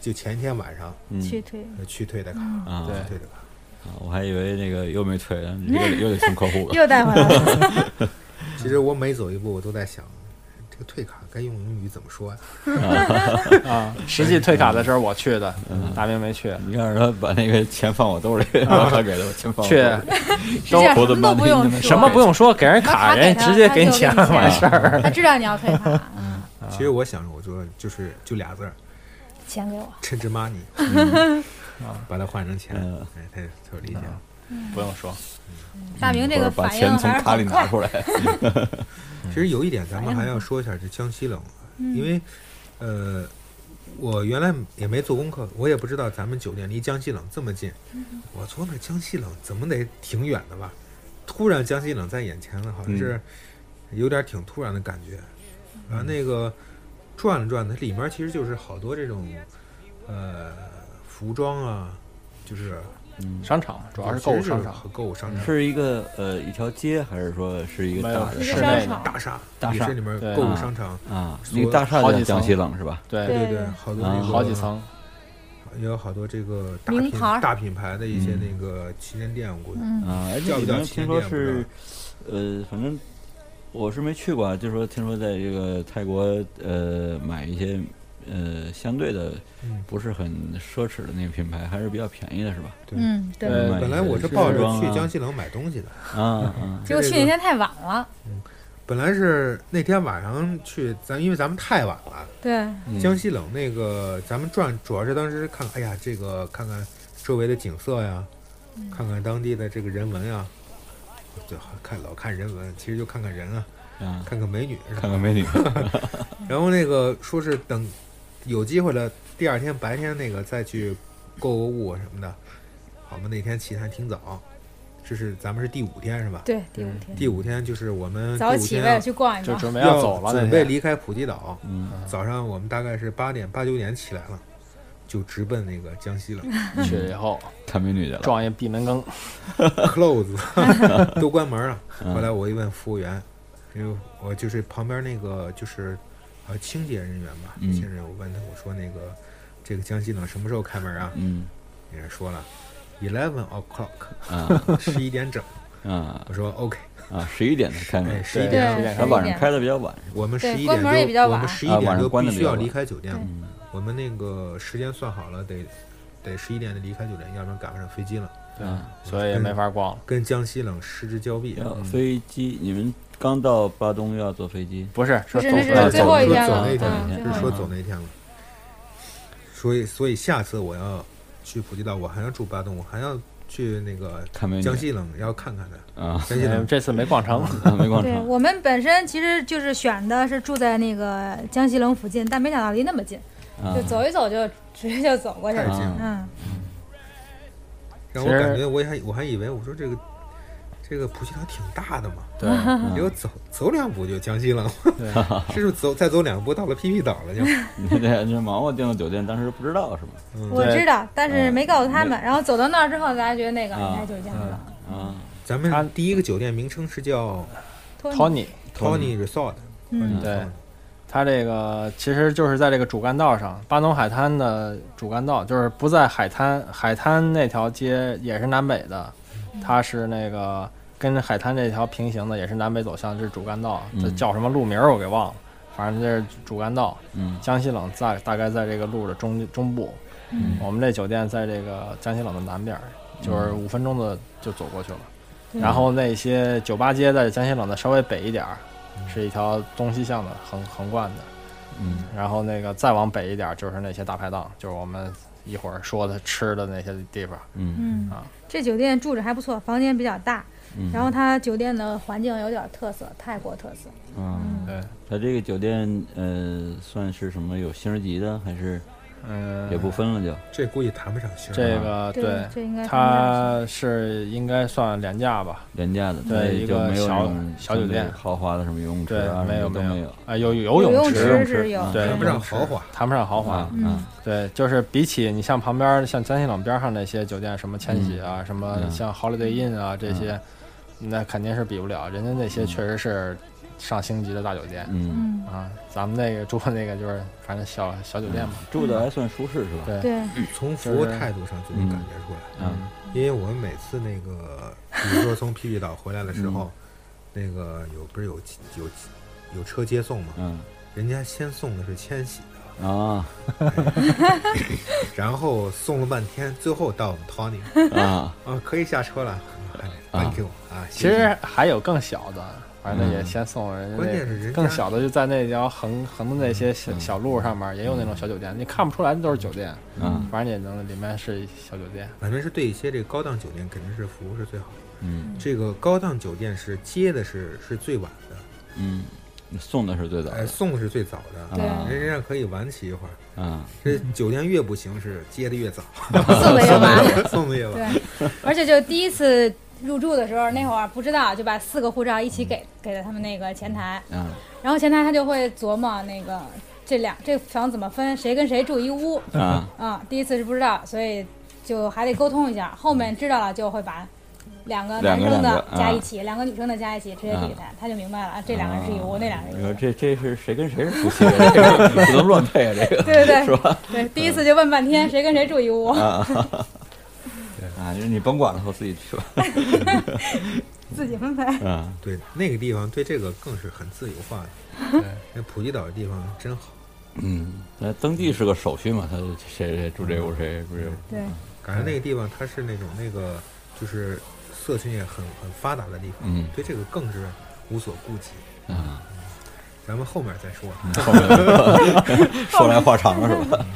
Speaker 5: 就前一天晚上
Speaker 2: 嗯
Speaker 3: 去退。
Speaker 5: 呃去退的卡，
Speaker 2: 啊
Speaker 4: 对
Speaker 5: 退的卡。
Speaker 2: 啊我还以为那个又没退，然后 你又得又得送客户了。
Speaker 3: 又带回来了，
Speaker 5: 其实我每走一步，我都在想，这这个退卡该用英语怎么说呀、
Speaker 4: 啊，实际退卡的时候我去的，大明没去，
Speaker 2: 你让他把那个钱放我
Speaker 5: 啊
Speaker 2: 兜里，我他给他把钱放我兜
Speaker 4: 去
Speaker 2: 里。
Speaker 3: 实际上
Speaker 2: 都
Speaker 3: 什么都不用说，
Speaker 4: 什么不用说，给人
Speaker 3: 把卡
Speaker 4: 卡，
Speaker 3: 给
Speaker 4: 人
Speaker 3: 他
Speaker 4: 直接
Speaker 3: 他
Speaker 4: 给你
Speaker 3: 就给
Speaker 4: 钱
Speaker 3: 你钱
Speaker 4: 完事儿。
Speaker 3: 他知道你要退卡，嗯，
Speaker 5: 其实我想着，我就就是就俩字儿，
Speaker 3: 钱给我。
Speaker 5: 趁之 money，、把它 换成钱，
Speaker 2: 嗯
Speaker 5: 哎，他他就理解了。
Speaker 4: 不用说，
Speaker 3: 大明这个
Speaker 2: 或者嗯把
Speaker 3: 反应
Speaker 2: 钱从
Speaker 3: 还是
Speaker 2: 卡里
Speaker 3: 很
Speaker 2: 拿
Speaker 3: 快，
Speaker 2: 出来。
Speaker 5: 其实有一点，咱们还要说一下这江西冷，啊因为呃，我原来也没做功课，我也不知道咱们酒店离江西冷这么近。我琢磨江西冷怎么得挺远的吧？突然江西冷在眼前了，好像
Speaker 4: 嗯
Speaker 5: 是有点挺突然的感觉。然后那个转了转，它里面其实就是好多这种呃服装啊，就是
Speaker 4: 商场主要是购物商场，
Speaker 5: 和购物商场。
Speaker 2: 嗯是一个呃一条街，还是说是一个
Speaker 4: 没有
Speaker 2: 大的
Speaker 3: 一
Speaker 4: 是
Speaker 3: 个
Speaker 2: 商
Speaker 4: 那
Speaker 3: 商
Speaker 4: 个
Speaker 3: 场，
Speaker 5: 大厦，
Speaker 2: 大
Speaker 5: 也
Speaker 2: 厦
Speaker 5: 是里面
Speaker 4: 对
Speaker 5: 购物
Speaker 2: 啊
Speaker 5: 商场，
Speaker 2: 啊？那个大厦
Speaker 4: 好
Speaker 2: 叫
Speaker 4: 几层
Speaker 2: 江西冷是吧？
Speaker 4: 对，
Speaker 5: 对
Speaker 3: 对
Speaker 5: 好多
Speaker 2: 啊
Speaker 5: 那个
Speaker 4: 嗯好几层，
Speaker 5: 也有好多这个大
Speaker 3: 名
Speaker 5: 品
Speaker 3: 牌儿
Speaker 5: 大品牌的一些
Speaker 2: 嗯
Speaker 5: 那个旗舰店，我估计。
Speaker 3: 嗯，
Speaker 2: 啊，而且
Speaker 5: 叫不
Speaker 2: 里
Speaker 5: 叫
Speaker 2: 面
Speaker 5: 旗
Speaker 2: 听
Speaker 5: 舰
Speaker 2: 说
Speaker 5: 店不知
Speaker 2: 是，呃，反正我是没去过，啊，就说听说在这个泰国呃买一些呃相对的
Speaker 5: 嗯
Speaker 2: 不是很奢侈的那个品牌，还是比较便宜的是吧？
Speaker 5: 对
Speaker 3: 嗯，对。
Speaker 4: 呃
Speaker 2: 买
Speaker 5: 本
Speaker 2: 一
Speaker 5: 来
Speaker 2: 些
Speaker 5: 我是
Speaker 2: 服
Speaker 5: 抱着
Speaker 2: 装
Speaker 5: 去
Speaker 2: 啊
Speaker 5: 江西冷买东西的，
Speaker 2: 啊啊，
Speaker 3: 结果去
Speaker 5: 这
Speaker 3: 那
Speaker 5: 个
Speaker 3: 天太晚了，
Speaker 5: 本来是那天晚上去，咱因为咱们太晚了，
Speaker 3: 对，
Speaker 2: 嗯
Speaker 5: 江西冷那个咱们转，主要是当时看，哎呀，这个看看周围的景色呀，
Speaker 3: 嗯
Speaker 5: 看看当地的这个人文呀，对，看老看人文，其实就看看人啊，
Speaker 2: 啊，
Speaker 5: 看看美女是吧
Speaker 2: 看看美女，
Speaker 5: 然后那个说是等有机会了，第二天白天那个再去购购物什么的。好嘛，那天起得还挺早，这是咱们是第五天是吧？
Speaker 3: 对，第五天
Speaker 5: 第五天就是我们
Speaker 3: 早
Speaker 5: 第五
Speaker 3: 起
Speaker 5: 天啊
Speaker 3: 为了
Speaker 5: 要
Speaker 3: 去逛一
Speaker 4: 就
Speaker 3: 逛，
Speaker 4: 准备
Speaker 5: 要
Speaker 4: 走了，
Speaker 5: 准
Speaker 4: 那
Speaker 5: 备
Speaker 4: 天
Speaker 5: 离开普吉岛。
Speaker 2: 嗯，
Speaker 5: 早上我们大概是八点八九点起来了，就直奔那个江西了
Speaker 4: 去了以后
Speaker 2: 看美女去了。
Speaker 4: 撞一闭门羹，
Speaker 5: ，close 都关门了。
Speaker 2: 嗯
Speaker 5: 后来我一问服务员，因为我就是旁边那个就是呃清洁人员吧，
Speaker 2: 嗯
Speaker 5: 清洁人员我问他我说那个这个江西冷什么时候开门啊？
Speaker 2: 嗯
Speaker 5: 人家说了 eleven o'clock，
Speaker 2: 啊
Speaker 5: 十一点整。
Speaker 2: 啊
Speaker 5: 我说 OK，
Speaker 2: 啊！十一点才开门
Speaker 5: 哎，，十一
Speaker 4: 对
Speaker 5: 点，
Speaker 3: 对，
Speaker 2: 他晚上
Speaker 3: 11
Speaker 2: 开的比较晚，
Speaker 5: 我们十
Speaker 3: 对
Speaker 5: 一
Speaker 3: 关
Speaker 5: 点
Speaker 3: 门也比较
Speaker 5: 就我
Speaker 3: 晚
Speaker 5: 们十一
Speaker 2: 啊
Speaker 5: 点
Speaker 2: 晚
Speaker 5: 就
Speaker 2: 上关
Speaker 5: 必
Speaker 2: 得
Speaker 5: 须
Speaker 2: 比较
Speaker 5: 要
Speaker 2: 晚
Speaker 5: 离开酒店
Speaker 3: 对
Speaker 5: 了。
Speaker 2: 嗯
Speaker 5: 我们那个时间算好了，得得十一点得离开酒店，要不然赶不上飞机了，
Speaker 4: 对
Speaker 2: 嗯，
Speaker 4: 所以也没法逛了。
Speaker 5: 跟江西冷失之交臂。
Speaker 2: 要飞机，你们刚到巴东又要坐飞机，
Speaker 4: 不是，
Speaker 3: 不
Speaker 4: 说
Speaker 3: 是，
Speaker 4: 走
Speaker 3: 那
Speaker 4: 出来
Speaker 3: 是最
Speaker 5: 啊走
Speaker 3: 后一
Speaker 5: 走
Speaker 3: 天
Speaker 5: 走
Speaker 3: 了，
Speaker 5: 那
Speaker 3: 对，
Speaker 5: 一
Speaker 3: 最
Speaker 5: 天是
Speaker 3: 后
Speaker 5: 说走那一天了。所以，所以下次我要去普吉岛，我还要住巴东，我还要去那个
Speaker 2: 看美女
Speaker 5: 江西冷，要看看它。
Speaker 2: 啊，
Speaker 5: 江西
Speaker 4: 哎
Speaker 5: 冷
Speaker 4: 这次没逛成，
Speaker 2: 啊没逛
Speaker 3: 对
Speaker 2: 成，
Speaker 3: 我们本身其实就是选的是住在那个江西冷附近，但没想到离那么近，
Speaker 2: 啊
Speaker 3: 就走一走就直接就走过去
Speaker 5: 太
Speaker 3: 了。
Speaker 5: 近了，
Speaker 3: 嗯，
Speaker 5: 让
Speaker 4: 其
Speaker 5: 我
Speaker 4: 实
Speaker 5: 感觉我还我还以为我说这个这个普吉岛挺大的嘛，
Speaker 4: 对，
Speaker 5: 结果走走两步就江西冷，
Speaker 4: 嗯对
Speaker 5: 这 是走再走两步到了 PP 岛 了就。
Speaker 2: 你这这忙活订的酒店，当时不知道是吗？
Speaker 3: 我
Speaker 4: 对
Speaker 3: 知道，但是
Speaker 2: 嗯
Speaker 3: 没告诉他们。然后走到那儿之后，大家觉得那个
Speaker 2: 啊
Speaker 3: 应该就是江西冷。
Speaker 2: 啊，
Speaker 5: 咱
Speaker 4: 它
Speaker 5: 们第一个酒店名称是叫
Speaker 4: 托尼，
Speaker 5: Tony Resort，
Speaker 3: 嗯，
Speaker 4: 对，它这个其实就是在这个主干道上，巴东海滩的主干道，就是不在海滩，海滩那条街也是南北的，
Speaker 3: 嗯
Speaker 4: 它是那个跟海滩这条平行的，也是南北走向，这是主干道，这
Speaker 2: 嗯
Speaker 4: 叫什么路名儿我给忘了，反正这是主干道。
Speaker 2: 嗯
Speaker 4: 江西冷在大概在这个路的中中部，
Speaker 2: 嗯
Speaker 4: 我们这酒店在这个江西冷的南边儿，就是五分钟的就走过去了。
Speaker 3: 对
Speaker 4: 然后那些酒吧街在江西冷的稍微北一点儿，是一条东西向的横横贯的。
Speaker 2: 嗯
Speaker 4: 然后那个再往北一点儿就是那些大排档，就是我们一会儿说的吃的那些地方。
Speaker 2: 嗯
Speaker 3: 嗯
Speaker 4: 啊，
Speaker 3: 这酒店住着还不错，房间比较大，
Speaker 2: 嗯，
Speaker 3: 然后它酒店的环境有点特色，泰国特色。
Speaker 2: 嗯，
Speaker 4: 对，
Speaker 2: 他这个酒店呃算是什么有星儿级的，还是
Speaker 4: 嗯，
Speaker 2: 也不分啊了就
Speaker 5: 这估计谈不上星儿。
Speaker 4: 这个对，
Speaker 3: 这应该是
Speaker 4: 它是应该算廉价吧？
Speaker 2: 廉价的，
Speaker 4: 对
Speaker 2: 它也
Speaker 4: 一
Speaker 2: 就
Speaker 4: 个
Speaker 2: 没有
Speaker 4: 小
Speaker 2: 那种
Speaker 4: 小酒
Speaker 2: 相对
Speaker 4: 店
Speaker 2: 豪华的什么游泳池
Speaker 4: 对
Speaker 2: 啊，，
Speaker 4: 没
Speaker 2: 什么都
Speaker 4: 没
Speaker 2: 没
Speaker 4: 有
Speaker 2: 有，
Speaker 4: 啊，有
Speaker 3: 游
Speaker 4: 游
Speaker 3: 泳
Speaker 4: 泳
Speaker 3: 池
Speaker 4: 池，
Speaker 3: 是有，
Speaker 4: 对
Speaker 5: 谈不上豪华，
Speaker 4: 谈不上豪华
Speaker 2: 啊，
Speaker 3: 嗯
Speaker 2: 啊
Speaker 4: 对，就是比起你像旁边儿像江西冷边儿上那些酒店，什么千禧啊，什么
Speaker 2: 嗯
Speaker 4: 像 Holiday Inn 啊这些，那肯定是比不了。人家那些确实是上星级的大酒店
Speaker 2: 嗯，
Speaker 3: 嗯，
Speaker 4: 啊，咱们那个住的那个就是反正小小酒店嘛。
Speaker 2: 住的还算舒适是吧？
Speaker 4: 对
Speaker 3: 对，
Speaker 5: 从服务态度上就能感觉出来。
Speaker 2: 嗯
Speaker 5: 因为我们每次 那
Speaker 2: 嗯
Speaker 5: 个，比如说从 PP 岛回来的时候，那个有不是有有有车接送嘛，
Speaker 2: 嗯
Speaker 5: 人家先送的是千玺的，
Speaker 2: 啊
Speaker 5: 然后送了半天，最后到我们 Tony
Speaker 2: 啊
Speaker 5: 啊，可以下车了哎，Thank you 啊，
Speaker 4: 其
Speaker 5: 谢谢
Speaker 4: 实还有更小的，反正也
Speaker 2: 嗯
Speaker 4: 先送人家那个。
Speaker 5: 关键是人家
Speaker 4: 更小的就在那条横横的那些小
Speaker 2: 嗯
Speaker 4: 小路上面，也有那种小酒店，你看不出来那都是酒店，
Speaker 2: 嗯
Speaker 4: 反正也能里面是小酒店。
Speaker 5: 反正是对一些这个高档酒店肯定是服务是最好的。
Speaker 2: 嗯
Speaker 5: 这个高档酒店是接的是是最晚的，
Speaker 2: 嗯，送的是最早
Speaker 5: 哎，
Speaker 2: 的，
Speaker 5: 送是最早的，
Speaker 3: 对
Speaker 2: 啊
Speaker 5: 人家可以晚起一会儿。
Speaker 2: 嗯
Speaker 5: 这酒店越不行是接的越早，
Speaker 3: 送的也晚。
Speaker 5: 送的越晚。
Speaker 3: 对，而且就第一次入住的时候，那会儿不知道，就把四个护照一起给给了他们那个前台，
Speaker 2: 嗯
Speaker 3: 然后前台他就会琢磨那个这两这房怎么分，谁跟谁住一屋
Speaker 2: 啊
Speaker 3: 啊、第一次是不知道，所以就还得沟通一下，后面知道了就会把。两个
Speaker 2: 两
Speaker 3: 男
Speaker 2: 个两
Speaker 3: 生的
Speaker 2: 个
Speaker 3: 加
Speaker 2: 啊
Speaker 3: 一起，两个女生的加一起，直接递给他，他就明白了，啊这两个人是一屋，那两个
Speaker 2: 你
Speaker 3: 人是
Speaker 2: 说
Speaker 3: 一屋。
Speaker 2: 啊这这是谁跟谁是夫妻？这个不能乱配啊，这个
Speaker 3: 对 对
Speaker 2: 是吧？
Speaker 3: 对，第一次就问半天谁跟谁住一屋。
Speaker 2: 啊。啊，就是你甭管了，我自己去吧。
Speaker 3: 自己分配。
Speaker 2: 嗯
Speaker 5: 对，那个地方对这个更是很自由化的。
Speaker 4: 对，
Speaker 5: 那普吉岛的地方真好，
Speaker 2: 嗯，那登记是个手续嘛，他谁谁住
Speaker 4: 嗯
Speaker 2: 这屋，谁住这屋。
Speaker 3: 对，
Speaker 5: 感觉那个地方它是那种那个就是社群也很很发达的地方，
Speaker 2: 嗯
Speaker 5: 对这个更是无所顾忌。
Speaker 2: 啊，
Speaker 5: 咱们后面再说。啊
Speaker 2: 后面 说来话长了是吧？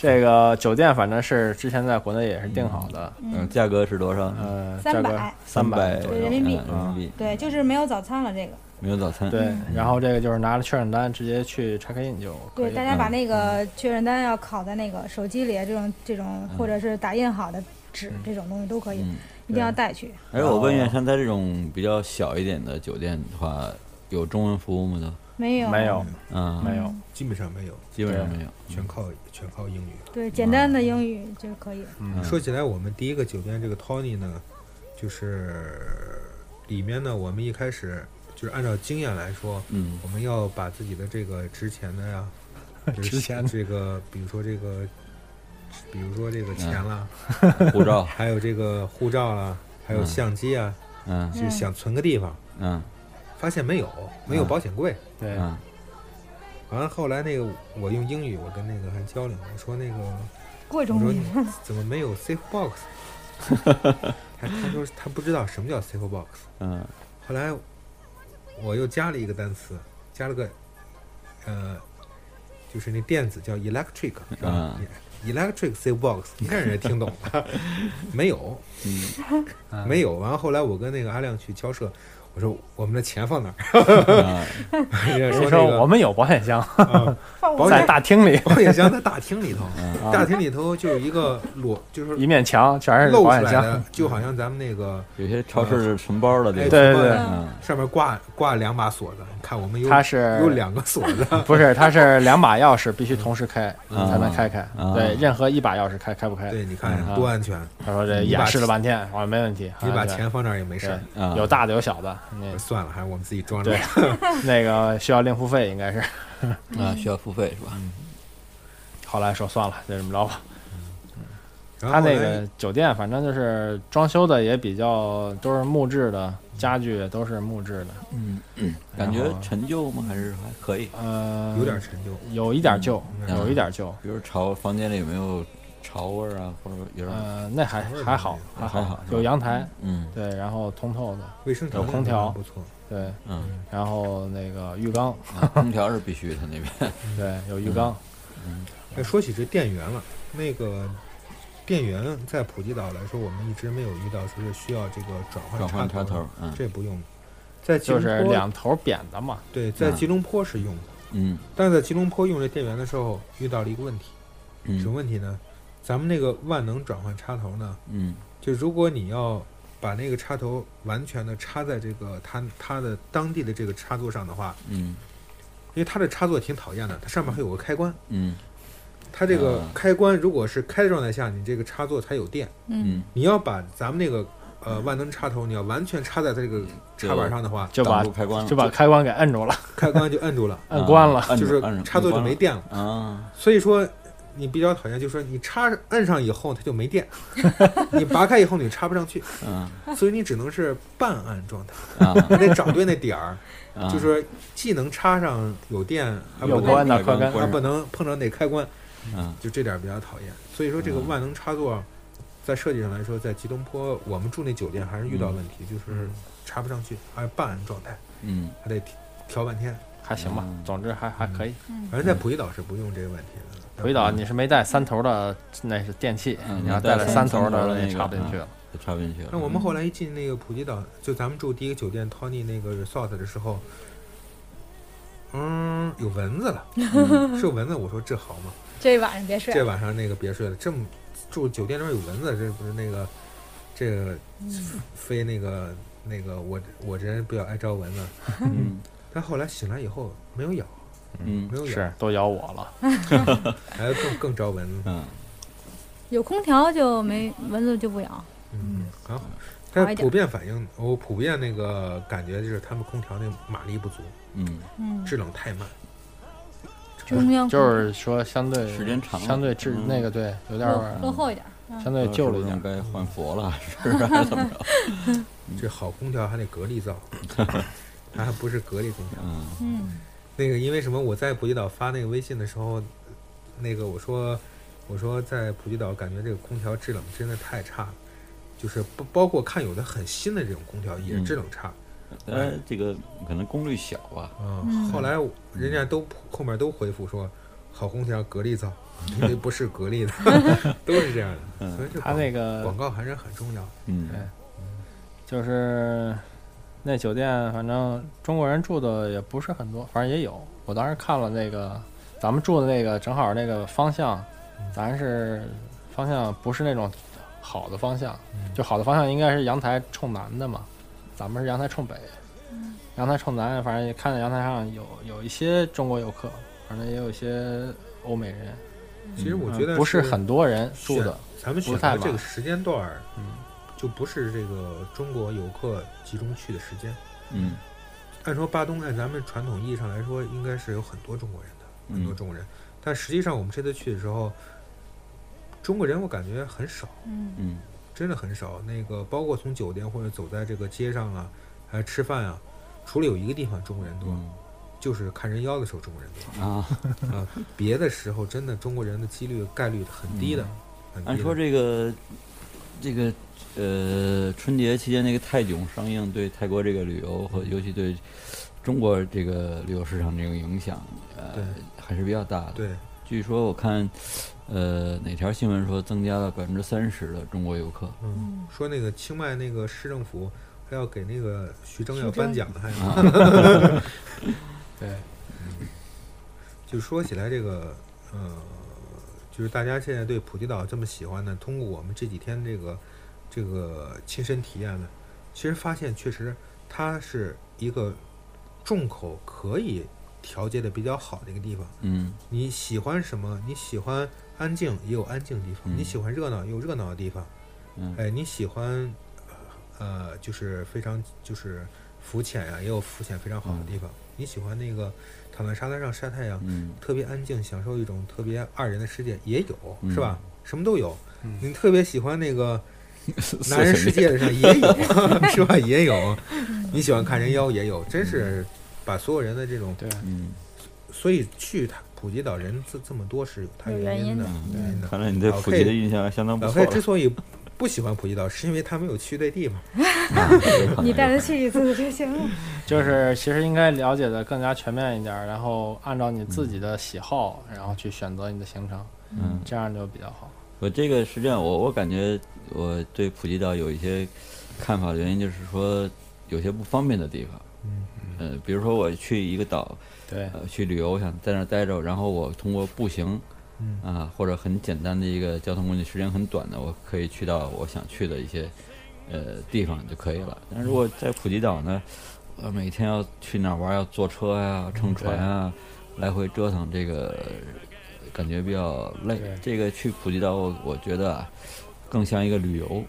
Speaker 4: 这个酒店反正是之前在国内也是订好的，
Speaker 2: 嗯，价格是多少？
Speaker 4: 呃，
Speaker 3: 三
Speaker 4: 价格
Speaker 3: 百
Speaker 4: 三
Speaker 2: 百
Speaker 4: 左右
Speaker 3: 人民币
Speaker 2: 嗯人民币
Speaker 3: 对，就是没有早餐了这个。
Speaker 2: 没有早餐。
Speaker 5: 嗯
Speaker 2: 嗯
Speaker 4: 对，然后这个就是拿着确认单直接去 check in 就可
Speaker 3: 对，
Speaker 4: 以
Speaker 3: 大
Speaker 4: 了。
Speaker 3: 家把那个确认单要拷在那个手机里，这种这种或者是打印好的纸这种东西都可以
Speaker 2: 嗯，
Speaker 3: 一定要带去。
Speaker 2: 哎，我问一下，像在这种比较小一点的酒店的话，有中文服务吗？都，
Speaker 3: 没有，
Speaker 4: 没有，
Speaker 2: 嗯，
Speaker 4: 没有，
Speaker 5: 基本上没有，
Speaker 2: 基本上没有。
Speaker 5: 全靠全靠英语。
Speaker 3: 对，简单的英语就可以。
Speaker 2: 嗯
Speaker 5: 说起来，我们第一个酒店这个 Tony 呢，就是里面呢，我们一开始就是按照经验来说，
Speaker 2: 嗯
Speaker 5: 我们要把自己的这个值钱 的呀，就是
Speaker 4: 值钱的
Speaker 5: 这个，比如说这个，比如说这个钱啦，
Speaker 2: 嗯护照，
Speaker 5: 还有这个护照啦，还有
Speaker 2: 嗯
Speaker 5: 相机啊，
Speaker 2: 嗯
Speaker 5: 就想存个地方，
Speaker 2: 嗯
Speaker 5: 发现没有，没有
Speaker 2: 嗯
Speaker 5: 保险柜。
Speaker 4: 对，
Speaker 2: 嗯
Speaker 5: 完了后来那个我用英语，我跟那个还交流，我说那个
Speaker 3: 各
Speaker 5: 我
Speaker 3: 种
Speaker 5: 说
Speaker 3: 语
Speaker 5: 你怎么没有 safe box？他他说他不知道什么叫 safe box。
Speaker 2: 嗯
Speaker 5: 后来我又加了一个单词，加了个呃，就是那电子叫 electric，是吧、
Speaker 2: 嗯
Speaker 5: e l e c t r i c safe box，你看人家听懂 了，没有，
Speaker 4: 嗯
Speaker 5: 没有。完了后来我跟那个阿亮去交涉，我说我们的钱放哪
Speaker 2: 嗯
Speaker 5: 儿？人家
Speaker 4: 所以说
Speaker 5: 说那
Speaker 4: 我
Speaker 5: 个
Speaker 4: 们有保险箱，
Speaker 5: 啊保
Speaker 4: 在
Speaker 5: 险
Speaker 4: 大厅里
Speaker 5: 保险箱在大厅里头，
Speaker 2: 嗯
Speaker 5: 大厅里头就是一个裸，就是
Speaker 4: 一面墙全是
Speaker 5: 露
Speaker 4: 保险
Speaker 5: 出来
Speaker 4: 箱
Speaker 5: 的，，就好像咱们那个
Speaker 2: 有些超市是存包的，这
Speaker 5: 哎
Speaker 2: 个，
Speaker 4: 对
Speaker 5: 书包
Speaker 4: 对
Speaker 5: 里
Speaker 2: 嗯
Speaker 5: 上面挂挂两把锁子，你看我们有
Speaker 4: 它是
Speaker 5: 有两个锁子，
Speaker 4: 不是，它是两把钥匙必须同时开才能开开
Speaker 2: 嗯，
Speaker 4: 对，任何一把钥匙开开不开。
Speaker 5: 对，你看
Speaker 4: 嗯
Speaker 5: 多安全！
Speaker 4: 他说这
Speaker 5: 你把
Speaker 4: 演示了半天，我说没问题，
Speaker 5: 你把
Speaker 4: 安全
Speaker 5: 钱放那儿也没事儿。
Speaker 4: 对
Speaker 2: 嗯
Speaker 4: 有大的有小的， 那
Speaker 5: 算了，还是我们自己装着
Speaker 4: 对。 那个需要另付费应该是。
Speaker 2: 啊，需要付费是吧？
Speaker 4: 嗯后来说算了，就这么着吧。他
Speaker 5: 然后后
Speaker 4: 那
Speaker 5: 来
Speaker 4: 个酒店反正就是装修的也比较都是木质的，家具也都是木质的，
Speaker 2: 嗯，感觉陈旧吗？还是还可以？
Speaker 4: 呃，
Speaker 5: 有点陈旧，
Speaker 4: 有一点旧，
Speaker 5: 嗯
Speaker 4: 有一点旧，
Speaker 2: 比如潮，房间里有没有潮味儿啊，或者有点
Speaker 4: 呃，那还还好
Speaker 5: 还
Speaker 2: 好
Speaker 4: 好，
Speaker 2: 是吧
Speaker 4: 有阳台，
Speaker 2: 嗯
Speaker 4: 对，然后通透的，
Speaker 5: 卫生条
Speaker 4: 有
Speaker 5: 件
Speaker 4: 空调
Speaker 5: 不错。
Speaker 4: 对，
Speaker 2: 嗯，
Speaker 4: 然后那个浴缸，
Speaker 2: 啊空调是必须的那边。
Speaker 4: 对，有浴缸，
Speaker 5: 哎，说起这店员了，那个店员在普吉岛来说，我们一直没有遇到说是需要这个转换
Speaker 2: 转换
Speaker 5: 插
Speaker 2: 插头
Speaker 5: 的，
Speaker 2: 嗯
Speaker 5: 这不用。在吉
Speaker 4: 就
Speaker 5: 隆
Speaker 4: 是
Speaker 5: 坡
Speaker 4: 两头扁的嘛，
Speaker 5: 对，在
Speaker 2: 嗯
Speaker 5: 吉隆坡是用的，
Speaker 2: 嗯
Speaker 5: 但是在吉隆坡用这店员的时候遇到了一个问题，什么
Speaker 2: 嗯
Speaker 5: 问题呢？咱们那个万能转换插头呢，
Speaker 2: 嗯
Speaker 5: 就如果你要把那个插头完全的插在这个它它的当地的这个插座上的话，
Speaker 2: 嗯
Speaker 5: 因为它的插座挺讨厌的，它上面还有个开关，
Speaker 2: 嗯
Speaker 5: 它这个
Speaker 2: 啊
Speaker 5: 开关如果是开的状态下，你这个插座才有电。
Speaker 2: 嗯，
Speaker 5: 你要把咱们那个呃万能插头，你要完全插在它这个插板上的话，
Speaker 4: 就
Speaker 2: 挡
Speaker 4: 把
Speaker 2: 住嗯开关了啊
Speaker 4: 就把开关给摁住了，
Speaker 5: 呃开关就摁住了，
Speaker 4: 摁关了，
Speaker 2: 按
Speaker 5: 就是
Speaker 2: 按
Speaker 5: 插座就没电了。
Speaker 2: 啊
Speaker 5: 所以说你比较讨厌，就是说你插摁上以后它就没电，你拔开以后你插不上去，
Speaker 2: 嗯
Speaker 5: 所以你只能是半按状态，
Speaker 2: 啊
Speaker 5: 你得找对那点儿，
Speaker 2: 啊，
Speaker 5: 就是说既能插上有电，还
Speaker 4: 有
Speaker 5: 不
Speaker 4: 关
Speaker 5: 能
Speaker 4: 的快
Speaker 2: 关
Speaker 4: 干
Speaker 2: 关
Speaker 5: 还不
Speaker 2: 上，
Speaker 5: 能碰着哪开关，
Speaker 2: 嗯
Speaker 5: 就这点儿比较讨厌。所以说这个
Speaker 2: 嗯
Speaker 5: 万能插座，在设计上来说，在吉隆坡我们住那酒店还是遇到问题，就是
Speaker 4: 嗯
Speaker 5: 插不上去，还是半按状态，
Speaker 2: 嗯
Speaker 5: 还得调调半天。
Speaker 4: 还行吧，
Speaker 2: 嗯
Speaker 4: 总之还还可以。
Speaker 3: 嗯
Speaker 5: 反正在普吉岛是不用这个问题的。
Speaker 4: 回岛你是没带三头的，那是电器，
Speaker 2: 嗯
Speaker 4: 你要
Speaker 2: 没
Speaker 4: 带
Speaker 2: 带
Speaker 4: 了
Speaker 2: 三
Speaker 4: 三头
Speaker 2: 头
Speaker 4: 的
Speaker 2: 的
Speaker 4: 也
Speaker 2: 那个
Speaker 4: 插不进去了。
Speaker 2: 就插不进去了。
Speaker 5: 那我们后来一进那个普吉岛，就咱们住第一个酒店 Tony 那个 resort 的时候，嗯，有蚊子了，
Speaker 2: 嗯
Speaker 5: 是有蚊子。我说这好吗？
Speaker 3: 这晚上别睡
Speaker 5: 这
Speaker 3: 了，
Speaker 5: 晚上那个别睡了，这么住酒店里面有蚊子，这不是那个这个非那个那个我我这人比较爱招蚊子，
Speaker 2: 嗯
Speaker 5: 但后来醒来以后没有咬，
Speaker 2: 嗯
Speaker 5: 没有咬，
Speaker 4: 是，都咬我了。
Speaker 5: 还有更更招蚊子。
Speaker 2: 嗯
Speaker 3: 有空调就没蚊子就不咬。
Speaker 5: 嗯，很好。
Speaker 3: 好一
Speaker 5: 但
Speaker 3: 点
Speaker 5: 是普遍反应，我普遍那个感觉就是他们空调那马力不足，
Speaker 2: 嗯，
Speaker 3: 嗯，
Speaker 5: 制冷太慢。
Speaker 3: 中央空
Speaker 4: 就是说，相对
Speaker 2: 时间长了
Speaker 4: 相对质
Speaker 2: 嗯
Speaker 4: 那个对，有点
Speaker 3: 落
Speaker 4: 儿
Speaker 3: 落后一点。嗯
Speaker 4: 相对旧了一点
Speaker 2: 呃是不是该换佛了，是还是怎么着？
Speaker 5: 这好空调还得格力造，它还不是格力空调。
Speaker 2: 嗯
Speaker 3: 嗯，
Speaker 5: 那个因为什么？我在普吉岛发那个微信的时候，那个我说我说在普吉岛感觉这个空调制冷真的太差了，就是不包括看有的很新的这种空调
Speaker 4: 嗯
Speaker 5: 也制冷差。
Speaker 2: 当然哎这个可能功率小啊吧，
Speaker 4: 啊
Speaker 5: 嗯，
Speaker 3: 嗯
Speaker 5: 后来我人家都后面都回复说好空调格力造，因为不是格力的， 都是这样的。所以这
Speaker 4: 他
Speaker 5: 广
Speaker 4: 那个
Speaker 5: 广告还是很重要。
Speaker 2: 嗯
Speaker 4: 就是那酒店，反正中国人住的也不是很多，反正也有。我当时看了那个咱们住的那个，正好那个方向，咱是方向不是那种好的方向，
Speaker 5: 嗯
Speaker 4: 就好的方向应该是阳台冲南的嘛，咱们是阳台冲北，阳台冲南，反正也看见阳台上有有一些中国游客，反正也有一些欧美人，
Speaker 5: 其实我
Speaker 4: 嗯
Speaker 5: 觉得
Speaker 4: 不是很多人住的，
Speaker 5: 咱们选
Speaker 4: 不太晚
Speaker 5: 择这个时间段儿
Speaker 4: 嗯，
Speaker 5: 就不是这个中国游客集中去的时间。
Speaker 2: 嗯
Speaker 5: 按说巴东按咱们传统意义上来说，应该是有很多中国人的，很多
Speaker 2: 嗯
Speaker 5: 中国人。但实际上我们这次去的时候，中国人我感觉很少，
Speaker 3: 嗯
Speaker 2: 嗯
Speaker 5: 真的很少。那个包括从酒店或者走在这个街上啊，还有吃饭啊，除了有一个地方中国人多，
Speaker 2: 嗯
Speaker 5: 就是看人妖的时候中国人
Speaker 2: 啊。
Speaker 5: 多啊，别的时候真的中国人的几率概率很低的，很
Speaker 2: 嗯
Speaker 5: 低
Speaker 2: 按
Speaker 5: 的
Speaker 2: 说这个这个呃，春节期间那个泰囧上映对泰国这个旅游和尤其对中国这个旅游市场这个影响，呃
Speaker 5: 对，
Speaker 2: 还是比较大的。
Speaker 5: 对，
Speaker 2: 据说我看呃哪条新闻说增加了百分之三十的中国游客
Speaker 5: 嗯，说那个清迈那个市政府还要给那个徐峥要颁奖的，还
Speaker 2: 啊，
Speaker 4: 对，
Speaker 5: 就说起来这个，呃，就是大家现在对普吉岛这么喜欢呢，通过我们这几天这个这个亲身体验呢，其实发现确实它是一个众口可以调节的比较好的一个地方。
Speaker 2: 嗯
Speaker 5: 你喜欢什么？你喜欢安静也有安静的地方，
Speaker 2: 嗯
Speaker 5: 你喜欢热闹也有热闹的地方，
Speaker 2: 嗯
Speaker 5: 哎，你喜欢呃就是非常就是浮潜啊呀、也有浮潜非常好的地方，你喜欢那个躺在沙滩上晒太阳。
Speaker 2: 嗯
Speaker 5: 特别安静，享受一种特别二人的世界也有，
Speaker 2: 嗯
Speaker 5: 是吧？什么都有。
Speaker 4: 嗯
Speaker 5: 你特别喜欢那个
Speaker 2: 色
Speaker 5: 男人
Speaker 2: 情
Speaker 5: 世界上也有， 是吧？也有。
Speaker 3: 嗯
Speaker 5: 你喜欢看人妖也有，真是把所有人的这种，
Speaker 4: 对，
Speaker 2: 嗯
Speaker 5: 所以去它普吉岛人这这么多是有它
Speaker 3: 有
Speaker 5: 原
Speaker 3: 原因
Speaker 5: 的
Speaker 3: 的。
Speaker 2: 嗯
Speaker 5: 原因的
Speaker 2: 看来你对
Speaker 5: 老
Speaker 2: 普
Speaker 5: 佩
Speaker 2: 吉的印象还相当不
Speaker 5: 老
Speaker 2: 错
Speaker 5: 黑
Speaker 2: 了。
Speaker 5: 之所以不喜欢普吉岛，是因为他没有去对地方。
Speaker 3: 你带他去一次就行了。
Speaker 4: 就是其实应该了解的更加全面一点儿，然后按照你自己的喜好，然后去选择你的行程，
Speaker 2: 嗯，
Speaker 4: 这样就比较好。
Speaker 2: 我这个是这样，我我感觉我对普吉岛有一些看法，原因就是说有些不方便的地方。
Speaker 5: 嗯
Speaker 2: 呃，比如说我去一个岛，
Speaker 4: 对，
Speaker 2: 呃，去旅游，我想在那儿待着，然后我通过步行
Speaker 5: 嗯
Speaker 2: 啊，或者很简单的一个交通工具，时间很短的，我可以去到我想去的一些呃地方就可以了。但如果在普吉岛呢，呃，每天要去哪儿玩，要坐车呀、
Speaker 4: 嗯
Speaker 2: 乘船啊，来回折腾，这个呃感觉比较累
Speaker 4: 对。
Speaker 2: 这个去普吉岛我，我觉得啊，更像一个旅游，
Speaker 4: 嗯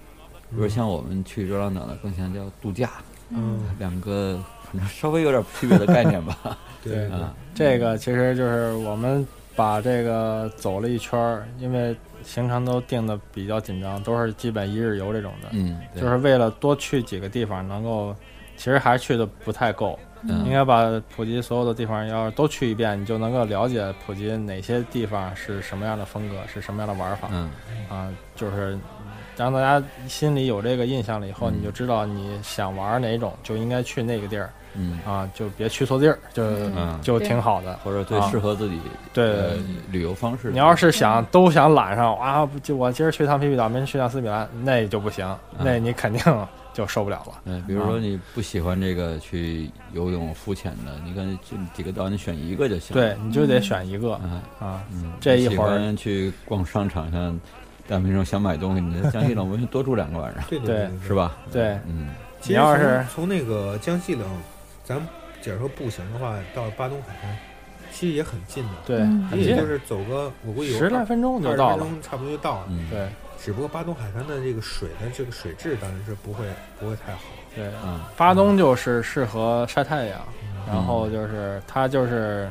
Speaker 2: 比如像我们去热浪岛呢，更像叫度假，
Speaker 5: 嗯，
Speaker 2: 两个 反正稍微有点区别的概念吧。
Speaker 5: 对
Speaker 4: 对
Speaker 2: 啊，
Speaker 4: 这个其实就是我们把这个走了一圈儿，因为行程都定的比较紧张，都是基本一日游这种的，
Speaker 2: 嗯，对
Speaker 4: 就是为了多去几个地方，能够其实还去的不太够，
Speaker 2: 嗯
Speaker 4: 应该把普吉所有的地方要是都去一遍，你就能够了解普吉哪些地方是什么样的风格，是什么样的玩法
Speaker 2: 嗯
Speaker 4: 啊，就是让大家心里有这个印象了以后，
Speaker 2: 嗯
Speaker 4: 你就知道你想玩哪种，就应该去那个地儿
Speaker 2: 嗯
Speaker 4: 啊，就别去错地儿，就、
Speaker 2: 嗯
Speaker 4: 就
Speaker 3: 对
Speaker 4: 挺好的。
Speaker 2: 或者最
Speaker 4: 啊
Speaker 2: 适合自己
Speaker 4: 对
Speaker 2: 呃旅游方式。
Speaker 4: 你要是想都想揽上啊，不就我今儿去趟皮皮岛，明儿去趟斯米兰，那就不行，那你肯定 就受不了了。
Speaker 2: 嗯，比如说你不喜欢这个去游泳浮潜的，你看这几个岛你选一个就行。
Speaker 4: 对，，你就得选一个
Speaker 2: 嗯
Speaker 4: 啊。
Speaker 2: 嗯，
Speaker 4: 这一
Speaker 2: 喜
Speaker 4: 会儿
Speaker 2: 欢去逛商场，像大明说想买东西，你在江西冷，我们多住两个晚 上，
Speaker 5: 对
Speaker 4: 对
Speaker 2: 是？吧？
Speaker 4: 对，
Speaker 2: 嗯
Speaker 5: 其
Speaker 4: 你
Speaker 5: 实
Speaker 4: 要
Speaker 5: 从
Speaker 4: 是
Speaker 5: 从那个江西省，咱们假如说步行的话，到巴东海滩，其实也很近的，
Speaker 4: 对，
Speaker 3: 嗯
Speaker 4: 很
Speaker 5: 也
Speaker 4: 近
Speaker 5: 就，是走个我估计有
Speaker 4: 十来
Speaker 5: 二
Speaker 4: 分钟
Speaker 5: 啊二
Speaker 4: 就
Speaker 5: 十
Speaker 4: 到
Speaker 5: 分
Speaker 4: 了。
Speaker 5: 钟差不多就到了。
Speaker 2: 嗯，
Speaker 4: 对
Speaker 5: 只不过巴东海滩的这个水的这个水质当然是不会不会太好，
Speaker 4: 对，
Speaker 2: 嗯，
Speaker 4: 巴东就是适合晒太阳，
Speaker 5: 嗯
Speaker 4: 然后就是它就是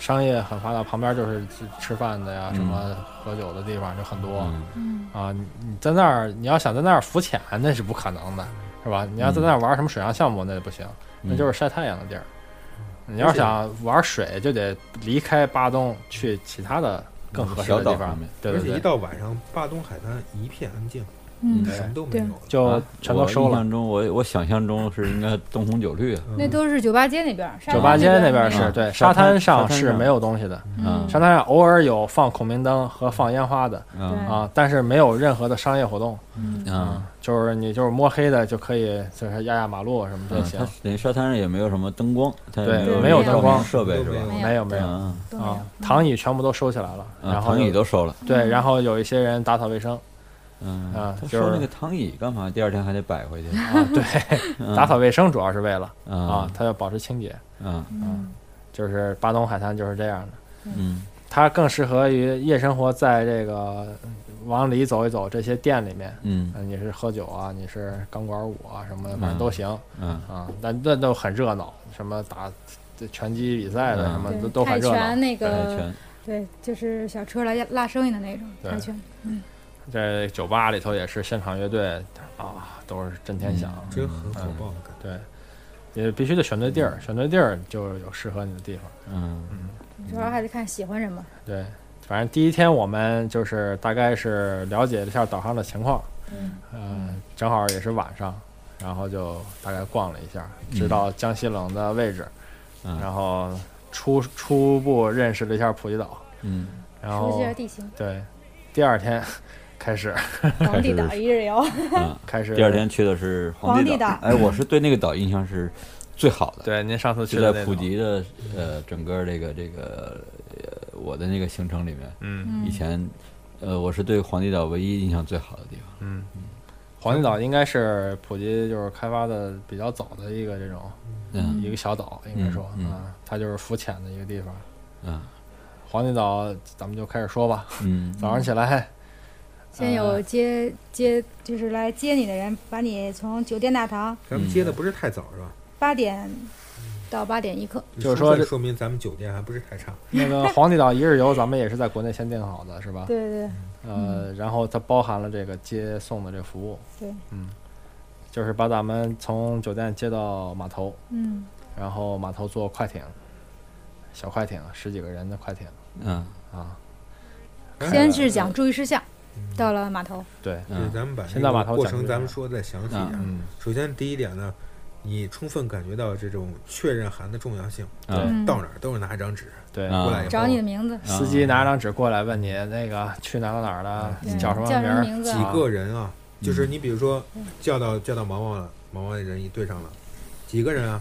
Speaker 4: 商业很发达，旁边就是吃吃饭的呀，
Speaker 2: 嗯
Speaker 4: 什么喝酒的地方就很多
Speaker 2: 嗯
Speaker 3: 嗯
Speaker 4: 啊。你你在那儿，你要想在那儿浮潜，那是不可能的，是
Speaker 2: 嗯
Speaker 4: 吧？你要在那儿玩什么水上项目，那就不行。那就是晒太阳的地儿。你要是想玩水，就得离开巴东，去其他的更合适的
Speaker 2: 小
Speaker 4: 地
Speaker 2: 岛上
Speaker 4: 方
Speaker 2: 面。
Speaker 4: 对
Speaker 5: 而且
Speaker 4: 对
Speaker 5: 一
Speaker 4: 对，
Speaker 5: 到晚上，巴东海滩一片安静，
Speaker 3: 嗯
Speaker 5: 什么都没
Speaker 3: 对
Speaker 5: 有了。
Speaker 4: 就全都收
Speaker 2: 啊我印
Speaker 4: 了。
Speaker 2: 象中，我我想象中是应该灯红酒绿啊，
Speaker 5: 嗯
Speaker 3: 那都是酒吧街那边儿，沙
Speaker 4: 酒
Speaker 3: 滩
Speaker 4: 吧街那
Speaker 3: 边
Speaker 4: 边
Speaker 3: 儿
Speaker 4: 是
Speaker 2: 嗯
Speaker 4: 对，
Speaker 2: 沙
Speaker 4: 沙
Speaker 2: 滩
Speaker 4: 滩
Speaker 2: 沙
Speaker 4: 上
Speaker 2: 滩
Speaker 4: 是
Speaker 2: 上
Speaker 4: 没有东西的。
Speaker 2: 嗯
Speaker 4: 沙滩上偶尔有放孔明灯和放烟花的
Speaker 2: 嗯
Speaker 4: 啊，但是没有任何的商业活动啊
Speaker 2: 嗯。，
Speaker 4: 就是你就是摸黑的就可以，就是压压马路什么
Speaker 2: 嗯
Speaker 4: 都行
Speaker 2: 它。等于沙滩上也没有什么灯光，它也
Speaker 4: 对
Speaker 2: 有
Speaker 3: 没有灯光
Speaker 2: 照明设备是
Speaker 5: 都
Speaker 2: 吧？
Speaker 5: 没
Speaker 4: 没有没有
Speaker 2: 嗯，
Speaker 3: 都没有
Speaker 4: 啊，躺椅全部都收起来了，
Speaker 2: 嗯
Speaker 4: 然后
Speaker 2: 躺椅
Speaker 4: 有
Speaker 2: 都嗯收了，
Speaker 4: 对，然后有一些人打扫卫生
Speaker 2: 嗯，
Speaker 4: 啊
Speaker 2: 他
Speaker 4: 就
Speaker 2: 收
Speaker 4: 是
Speaker 2: 那个躺椅干嘛？第二天还得摆 回去 嗯
Speaker 4: 啊，对， 打扫卫生主要是为了啊
Speaker 2: 啊，
Speaker 4: 它要保持清洁。
Speaker 2: 嗯
Speaker 3: 嗯
Speaker 4: 就是巴东海滩就是这样的，
Speaker 2: 嗯
Speaker 4: 它更适合于夜生活，在这个嗯往里走一走，这些店里面，
Speaker 2: 嗯
Speaker 4: 呃你是喝酒啊，你是钢管舞啊什么的，反正都行
Speaker 2: 嗯
Speaker 4: 啊。但那都很热闹，什么打拳击比赛的
Speaker 2: 嗯
Speaker 4: 什么
Speaker 3: 对呃
Speaker 4: 都都
Speaker 3: 泰
Speaker 4: 很热闹
Speaker 3: 拳。那
Speaker 2: 泰
Speaker 3: 个
Speaker 2: 拳，
Speaker 3: 对，就是小车来拉生意的那种
Speaker 4: 对
Speaker 3: 泰拳，
Speaker 4: 这酒吧里头也是现场乐队啊，都是震
Speaker 2: 嗯
Speaker 4: 天响。
Speaker 5: 真很火爆的感觉。
Speaker 4: 对，也必须得选对地儿，选对地儿就是有适合你的地方。
Speaker 2: 嗯
Speaker 3: 主要还得看喜欢什么。
Speaker 4: 对，反正第一天我们就是大概是了解了一下岛上的情况，
Speaker 3: 嗯，
Speaker 4: 呃，正好也是晚上，然后就大概逛了一下，知道江西冷的位置，
Speaker 2: 嗯
Speaker 4: 然后初初步认识了一下普吉岛，
Speaker 2: 嗯，
Speaker 4: 然
Speaker 3: 熟悉
Speaker 4: 后
Speaker 3: 点地形，
Speaker 4: 对，第二天开始
Speaker 3: 皇帝岛一日游，
Speaker 2: 嗯
Speaker 4: 开始
Speaker 2: 第二，天去的是皇
Speaker 3: 皇帝岛
Speaker 2: 岛，哎，我是对那个岛印象是最好的，
Speaker 4: 对，您上次去
Speaker 2: 就
Speaker 4: 的
Speaker 2: 在
Speaker 4: 那
Speaker 2: 普
Speaker 4: 种，
Speaker 2: 吉的呃整个这个这个呃我的那个行程里面，
Speaker 4: 嗯
Speaker 2: 以前呃我是对皇帝岛唯一印象最好的地方，
Speaker 4: 嗯。黄金岛应该是普吉就是开发的比较早的一个这种
Speaker 2: 嗯
Speaker 4: 一个小岛，应该说啊、
Speaker 2: 嗯嗯
Speaker 4: 它就是浮潜的一个地方。
Speaker 2: 嗯
Speaker 4: 黄金岛，咱们就开始说吧。
Speaker 2: 嗯
Speaker 4: 早上 起来，
Speaker 3: 先
Speaker 4: 啊
Speaker 3: 有接接就是来接你的人，把你从酒店大堂
Speaker 5: 咱
Speaker 4: 嗯
Speaker 5: 们接的不是太早是吧？
Speaker 3: 八点到八点一刻，
Speaker 4: 就是
Speaker 5: 说
Speaker 4: 说
Speaker 5: 这
Speaker 4: 这
Speaker 5: 说明咱们酒店还不是太差。
Speaker 4: 那个黄帝岛一日游，咱们也是在国内先定好的，是吧？
Speaker 3: 对对
Speaker 4: 呃，然后它包含了这个接送的这个服务，
Speaker 3: 对，
Speaker 4: 嗯，就是把咱们从酒店接到码头，
Speaker 3: 嗯，
Speaker 4: 然后码头坐快艇，小快艇，十几个人的快艇
Speaker 2: 嗯
Speaker 4: 啊，
Speaker 3: 先是讲注意事项，
Speaker 4: 嗯
Speaker 3: 到了码头，
Speaker 4: 对，
Speaker 5: 对，
Speaker 2: 嗯
Speaker 5: 咱们把这
Speaker 4: 先到码
Speaker 5: 个
Speaker 4: 头
Speaker 5: 过
Speaker 4: 讲
Speaker 5: 程
Speaker 4: 一
Speaker 5: 咱
Speaker 4: 遍
Speaker 5: 们说的再详细一点。
Speaker 4: 嗯，
Speaker 5: 首先第一点呢，你充分感觉到这种确认函的重要性，
Speaker 4: 对
Speaker 3: 嗯，
Speaker 5: 到哪儿都是拿一张纸
Speaker 4: 对，
Speaker 2: 啊
Speaker 5: 过来以后，
Speaker 3: 找你的名字，
Speaker 4: 司机拿张纸过来问你那个去哪儿哪儿
Speaker 2: 啊
Speaker 4: 了，
Speaker 3: 对
Speaker 4: 叫什么
Speaker 3: 叫
Speaker 4: 名
Speaker 3: 什么
Speaker 4: 儿？
Speaker 3: 名字
Speaker 5: 几
Speaker 3: 啊？
Speaker 5: 个人啊，就是
Speaker 2: 嗯
Speaker 5: 你比如说叫到叫到毛毛了，毛毛的人一对上了，几个人啊？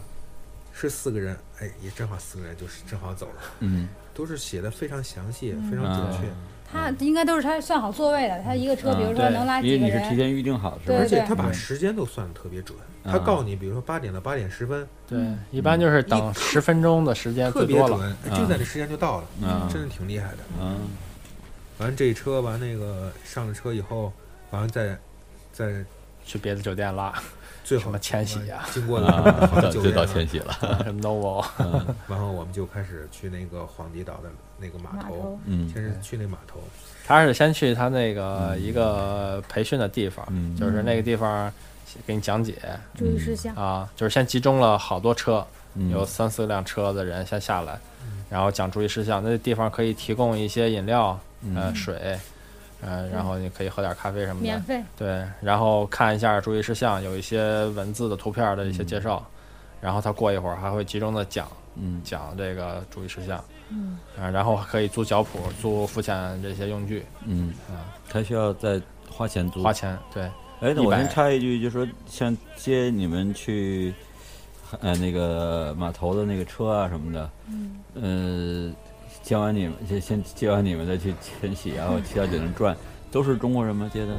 Speaker 5: 是四个人，哎，也正好四个人就是正好走了，
Speaker 2: 嗯
Speaker 5: 都是写的非常详细，非常
Speaker 2: 嗯
Speaker 5: 准确。
Speaker 4: 啊
Speaker 3: 他应该都是他算好座位的，他一个车，
Speaker 2: 嗯
Speaker 3: 比如说
Speaker 4: 对
Speaker 3: 能拉
Speaker 2: 因为
Speaker 3: 几个
Speaker 2: 你是提
Speaker 3: 人，
Speaker 2: 前预定好的是
Speaker 3: 对
Speaker 5: 而
Speaker 2: 吧？嗯
Speaker 5: 且他把时间都算的特别准，
Speaker 4: 啊
Speaker 5: 他告诉你，比如说八点到八点十分，
Speaker 4: 对，一般就是等十分钟的时间
Speaker 5: 特
Speaker 4: 最
Speaker 5: 别
Speaker 4: 多了。啊
Speaker 5: 准，哎就在这时间就到了，
Speaker 2: 嗯
Speaker 5: 真的挺厉害的。
Speaker 2: 嗯
Speaker 5: 完这车，完那个上了车以后，完了再再
Speaker 4: 去别的酒店拉，
Speaker 5: 最
Speaker 4: 什
Speaker 5: 好
Speaker 4: 么千禧啊，
Speaker 5: 经过了
Speaker 2: 啊，
Speaker 5: 好
Speaker 2: 到
Speaker 5: 久
Speaker 2: 就到千
Speaker 5: 禧，
Speaker 2: 禧了，
Speaker 4: 什么 Novo，
Speaker 5: 然后我们就开始去那个皇帝岛的那个码
Speaker 3: 码
Speaker 5: 头
Speaker 3: 头，
Speaker 2: 嗯
Speaker 5: 先是去那码头，
Speaker 4: 他是先去他那个一个培训的地方，
Speaker 2: 嗯
Speaker 4: 就是那个地方给你讲解
Speaker 3: 注意事项，
Speaker 4: 啊，就是先集中了好多车，
Speaker 2: 嗯
Speaker 4: 有三四辆车的人先下来，然后讲注意事项。那地方可以提供一些饮料，
Speaker 2: 嗯
Speaker 3: 嗯
Speaker 4: 呃，水，呃，然后你可以喝点咖啡什么
Speaker 3: 免
Speaker 4: 的，
Speaker 3: 费，
Speaker 4: 对，然后看一下注意事项，有一些文字的、图片的一些
Speaker 3: 嗯
Speaker 4: 介绍，然后他过一会儿还会集中的讲
Speaker 2: 嗯
Speaker 4: 讲这个注意事项，
Speaker 3: 嗯，
Speaker 4: 啊，然后可以租脚蹼、租浮潜这些用具，
Speaker 2: 嗯，他需要再花钱租
Speaker 4: 花。钱，对，
Speaker 2: 哎，那我
Speaker 4: 100
Speaker 2: 先插一句，就说像接你们去，呃，那个码头的那个车啊什么的，嗯，呃，接完你们先先接完你们再去千禧，然后去到酒店转，都是中国人吗接的？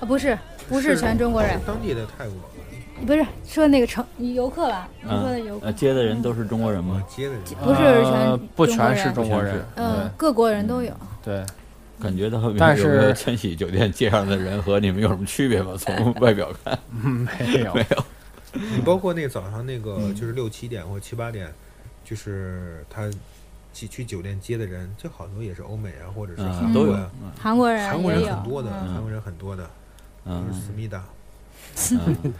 Speaker 3: 啊，不是，不是全中国人，
Speaker 5: 哦当地的泰国吧，
Speaker 3: 不是说那个城游客吧？你说的游
Speaker 2: 嗯，
Speaker 3: 客
Speaker 2: 呃，，接的人都是中国
Speaker 4: 嗯
Speaker 2: 人
Speaker 5: 我
Speaker 2: 吗？
Speaker 5: 哦接的人啊
Speaker 3: 不是
Speaker 4: 呃
Speaker 3: 全中国
Speaker 4: 不全
Speaker 3: 人
Speaker 4: 是中国
Speaker 2: 不全
Speaker 4: 人
Speaker 2: 是，
Speaker 3: 嗯，各国人都有，
Speaker 4: 对，
Speaker 2: 感觉到有
Speaker 4: 但
Speaker 2: 有没有
Speaker 4: 是
Speaker 2: 千禧酒店街上的人和你们有什么区别吗？从外表看，
Speaker 4: 没有，
Speaker 5: 你包括那早上那个
Speaker 3: 嗯
Speaker 5: 就是六七点或七八点，就是他去去酒店接的人，就好多也是欧美啊，或者是
Speaker 2: 嗯，
Speaker 5: 韩
Speaker 2: 都
Speaker 5: 国
Speaker 2: 有
Speaker 5: 呀，，
Speaker 3: 韩国人
Speaker 5: 韩国
Speaker 3: 也
Speaker 5: 人
Speaker 3: 有，
Speaker 5: 很多的，
Speaker 3: 嗯
Speaker 5: 韩国人很多的，就
Speaker 2: 嗯
Speaker 5: 是思密达，
Speaker 2: 嗯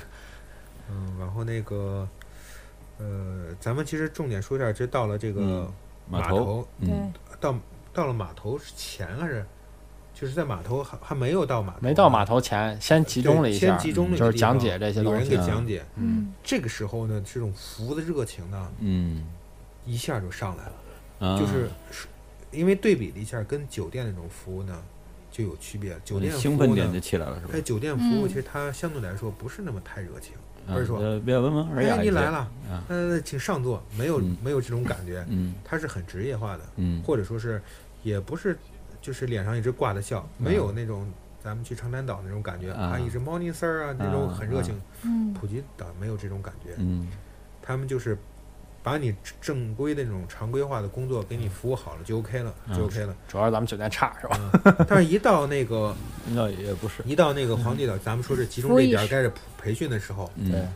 Speaker 5: 嗯，然后那个，呃，咱们其实重点说一下，这到了这个
Speaker 2: 嗯
Speaker 5: 码
Speaker 2: 码头，嗯，
Speaker 3: 对，
Speaker 5: 到到了码头之前还是，就是在码头还还没有到码头，啊
Speaker 4: 没到码头前先集中了一
Speaker 5: 对
Speaker 4: 下
Speaker 5: 先，集中了一
Speaker 4: 就
Speaker 5: 个
Speaker 4: 是
Speaker 5: 地
Speaker 4: 讲
Speaker 5: 方
Speaker 4: 解这些
Speaker 5: 有
Speaker 4: 东
Speaker 5: 人
Speaker 4: 西
Speaker 5: 给
Speaker 2: 啊
Speaker 5: 讲解。
Speaker 3: 嗯，
Speaker 5: 这个时候呢，这种服务的热情呢，
Speaker 2: 嗯，
Speaker 5: 一下就上来了，
Speaker 2: 啊
Speaker 5: 就是是因为对比了一下，跟酒店那种服务呢就有区别。酒店
Speaker 2: 嗯兴
Speaker 5: 服
Speaker 2: 奋
Speaker 5: 务
Speaker 2: 点就
Speaker 5: 呢，
Speaker 2: 起来了，是吧
Speaker 5: 哎，？酒店服务
Speaker 3: 嗯
Speaker 5: 其实它相对来说不是那么太热情，
Speaker 2: 啊
Speaker 5: 不是说
Speaker 2: 呃比较温文尔雅
Speaker 5: 哎，
Speaker 2: 一
Speaker 5: 你
Speaker 2: 些
Speaker 5: 来，了
Speaker 2: 啊，
Speaker 5: 嗯，请上座，没有
Speaker 2: 嗯
Speaker 5: 没有这种感觉，
Speaker 2: 嗯
Speaker 5: 它是很职业化的，
Speaker 2: 嗯，
Speaker 5: 或者说是也不是就是脸上一直挂着笑，
Speaker 2: 嗯
Speaker 5: 没有那种咱们去长滩岛那种感觉，
Speaker 2: 啊
Speaker 5: 啊，一直 morning sir 啊那种很热情，
Speaker 3: 嗯，
Speaker 5: 普吉岛没有这种感觉，
Speaker 2: 嗯
Speaker 5: 他们就是把你正规的那种常规化的工作给你服务好了就 OK 了，
Speaker 2: 嗯
Speaker 5: 就 OK 了。
Speaker 4: 主要是咱们酒店差是吧？
Speaker 5: 但是，一到那个
Speaker 2: 那也不是，
Speaker 5: 一到那个皇帝岛，咱们说是集中
Speaker 3: 服务
Speaker 5: 这
Speaker 3: 意
Speaker 5: 点儿
Speaker 3: 识
Speaker 5: 开始培训的时候，
Speaker 2: 嗯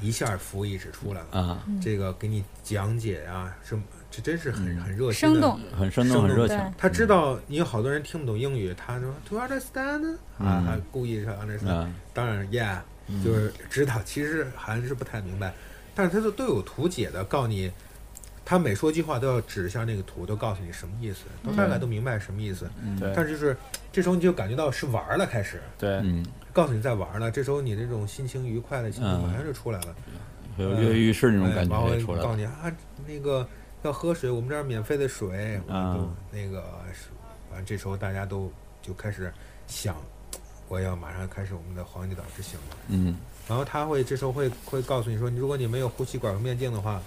Speaker 5: 一下服务意识出来了。
Speaker 2: 啊，
Speaker 3: 嗯
Speaker 5: 这个给你讲解啊，什么，这真是很
Speaker 2: 嗯
Speaker 5: 很热心
Speaker 3: 生
Speaker 5: 的。
Speaker 3: 动，
Speaker 2: 很生动，
Speaker 5: 生动
Speaker 2: 很热
Speaker 3: 对
Speaker 2: 情，
Speaker 5: 他知道你有好多人听不懂英语，他说 to understand
Speaker 2: 嗯
Speaker 5: 啊，还故意是 understand，
Speaker 2: 啊，
Speaker 5: 当然 yeah，就是
Speaker 2: 嗯
Speaker 5: 知道，其实还是不太明白，但是他都都有图解的，告你，他每说句话都要指一下那个图，都告诉你什么意思，都大概都明白什么意思。
Speaker 2: 嗯
Speaker 4: 对
Speaker 5: 但是就是这时候你就感觉到是玩儿了，开始
Speaker 4: 对，
Speaker 2: 嗯，
Speaker 5: 告诉你在玩儿了，这时候你那种心情愉快的心情
Speaker 2: 嗯
Speaker 5: 马上就出来了。
Speaker 2: 会有跃跃欲试那种感
Speaker 5: 嗯哎然后
Speaker 2: 觉也出来
Speaker 5: 告诉
Speaker 2: 了，
Speaker 5: 你啊，那个要喝水，我们这儿免费的水，我们
Speaker 2: 啊
Speaker 5: 就那个，完这时候大家都就开始想，我要马上开始我们的黄金岛之行了。
Speaker 2: 嗯
Speaker 5: 然后他会这时候会会告诉你说，你如果你没有呼吸管和面镜的话，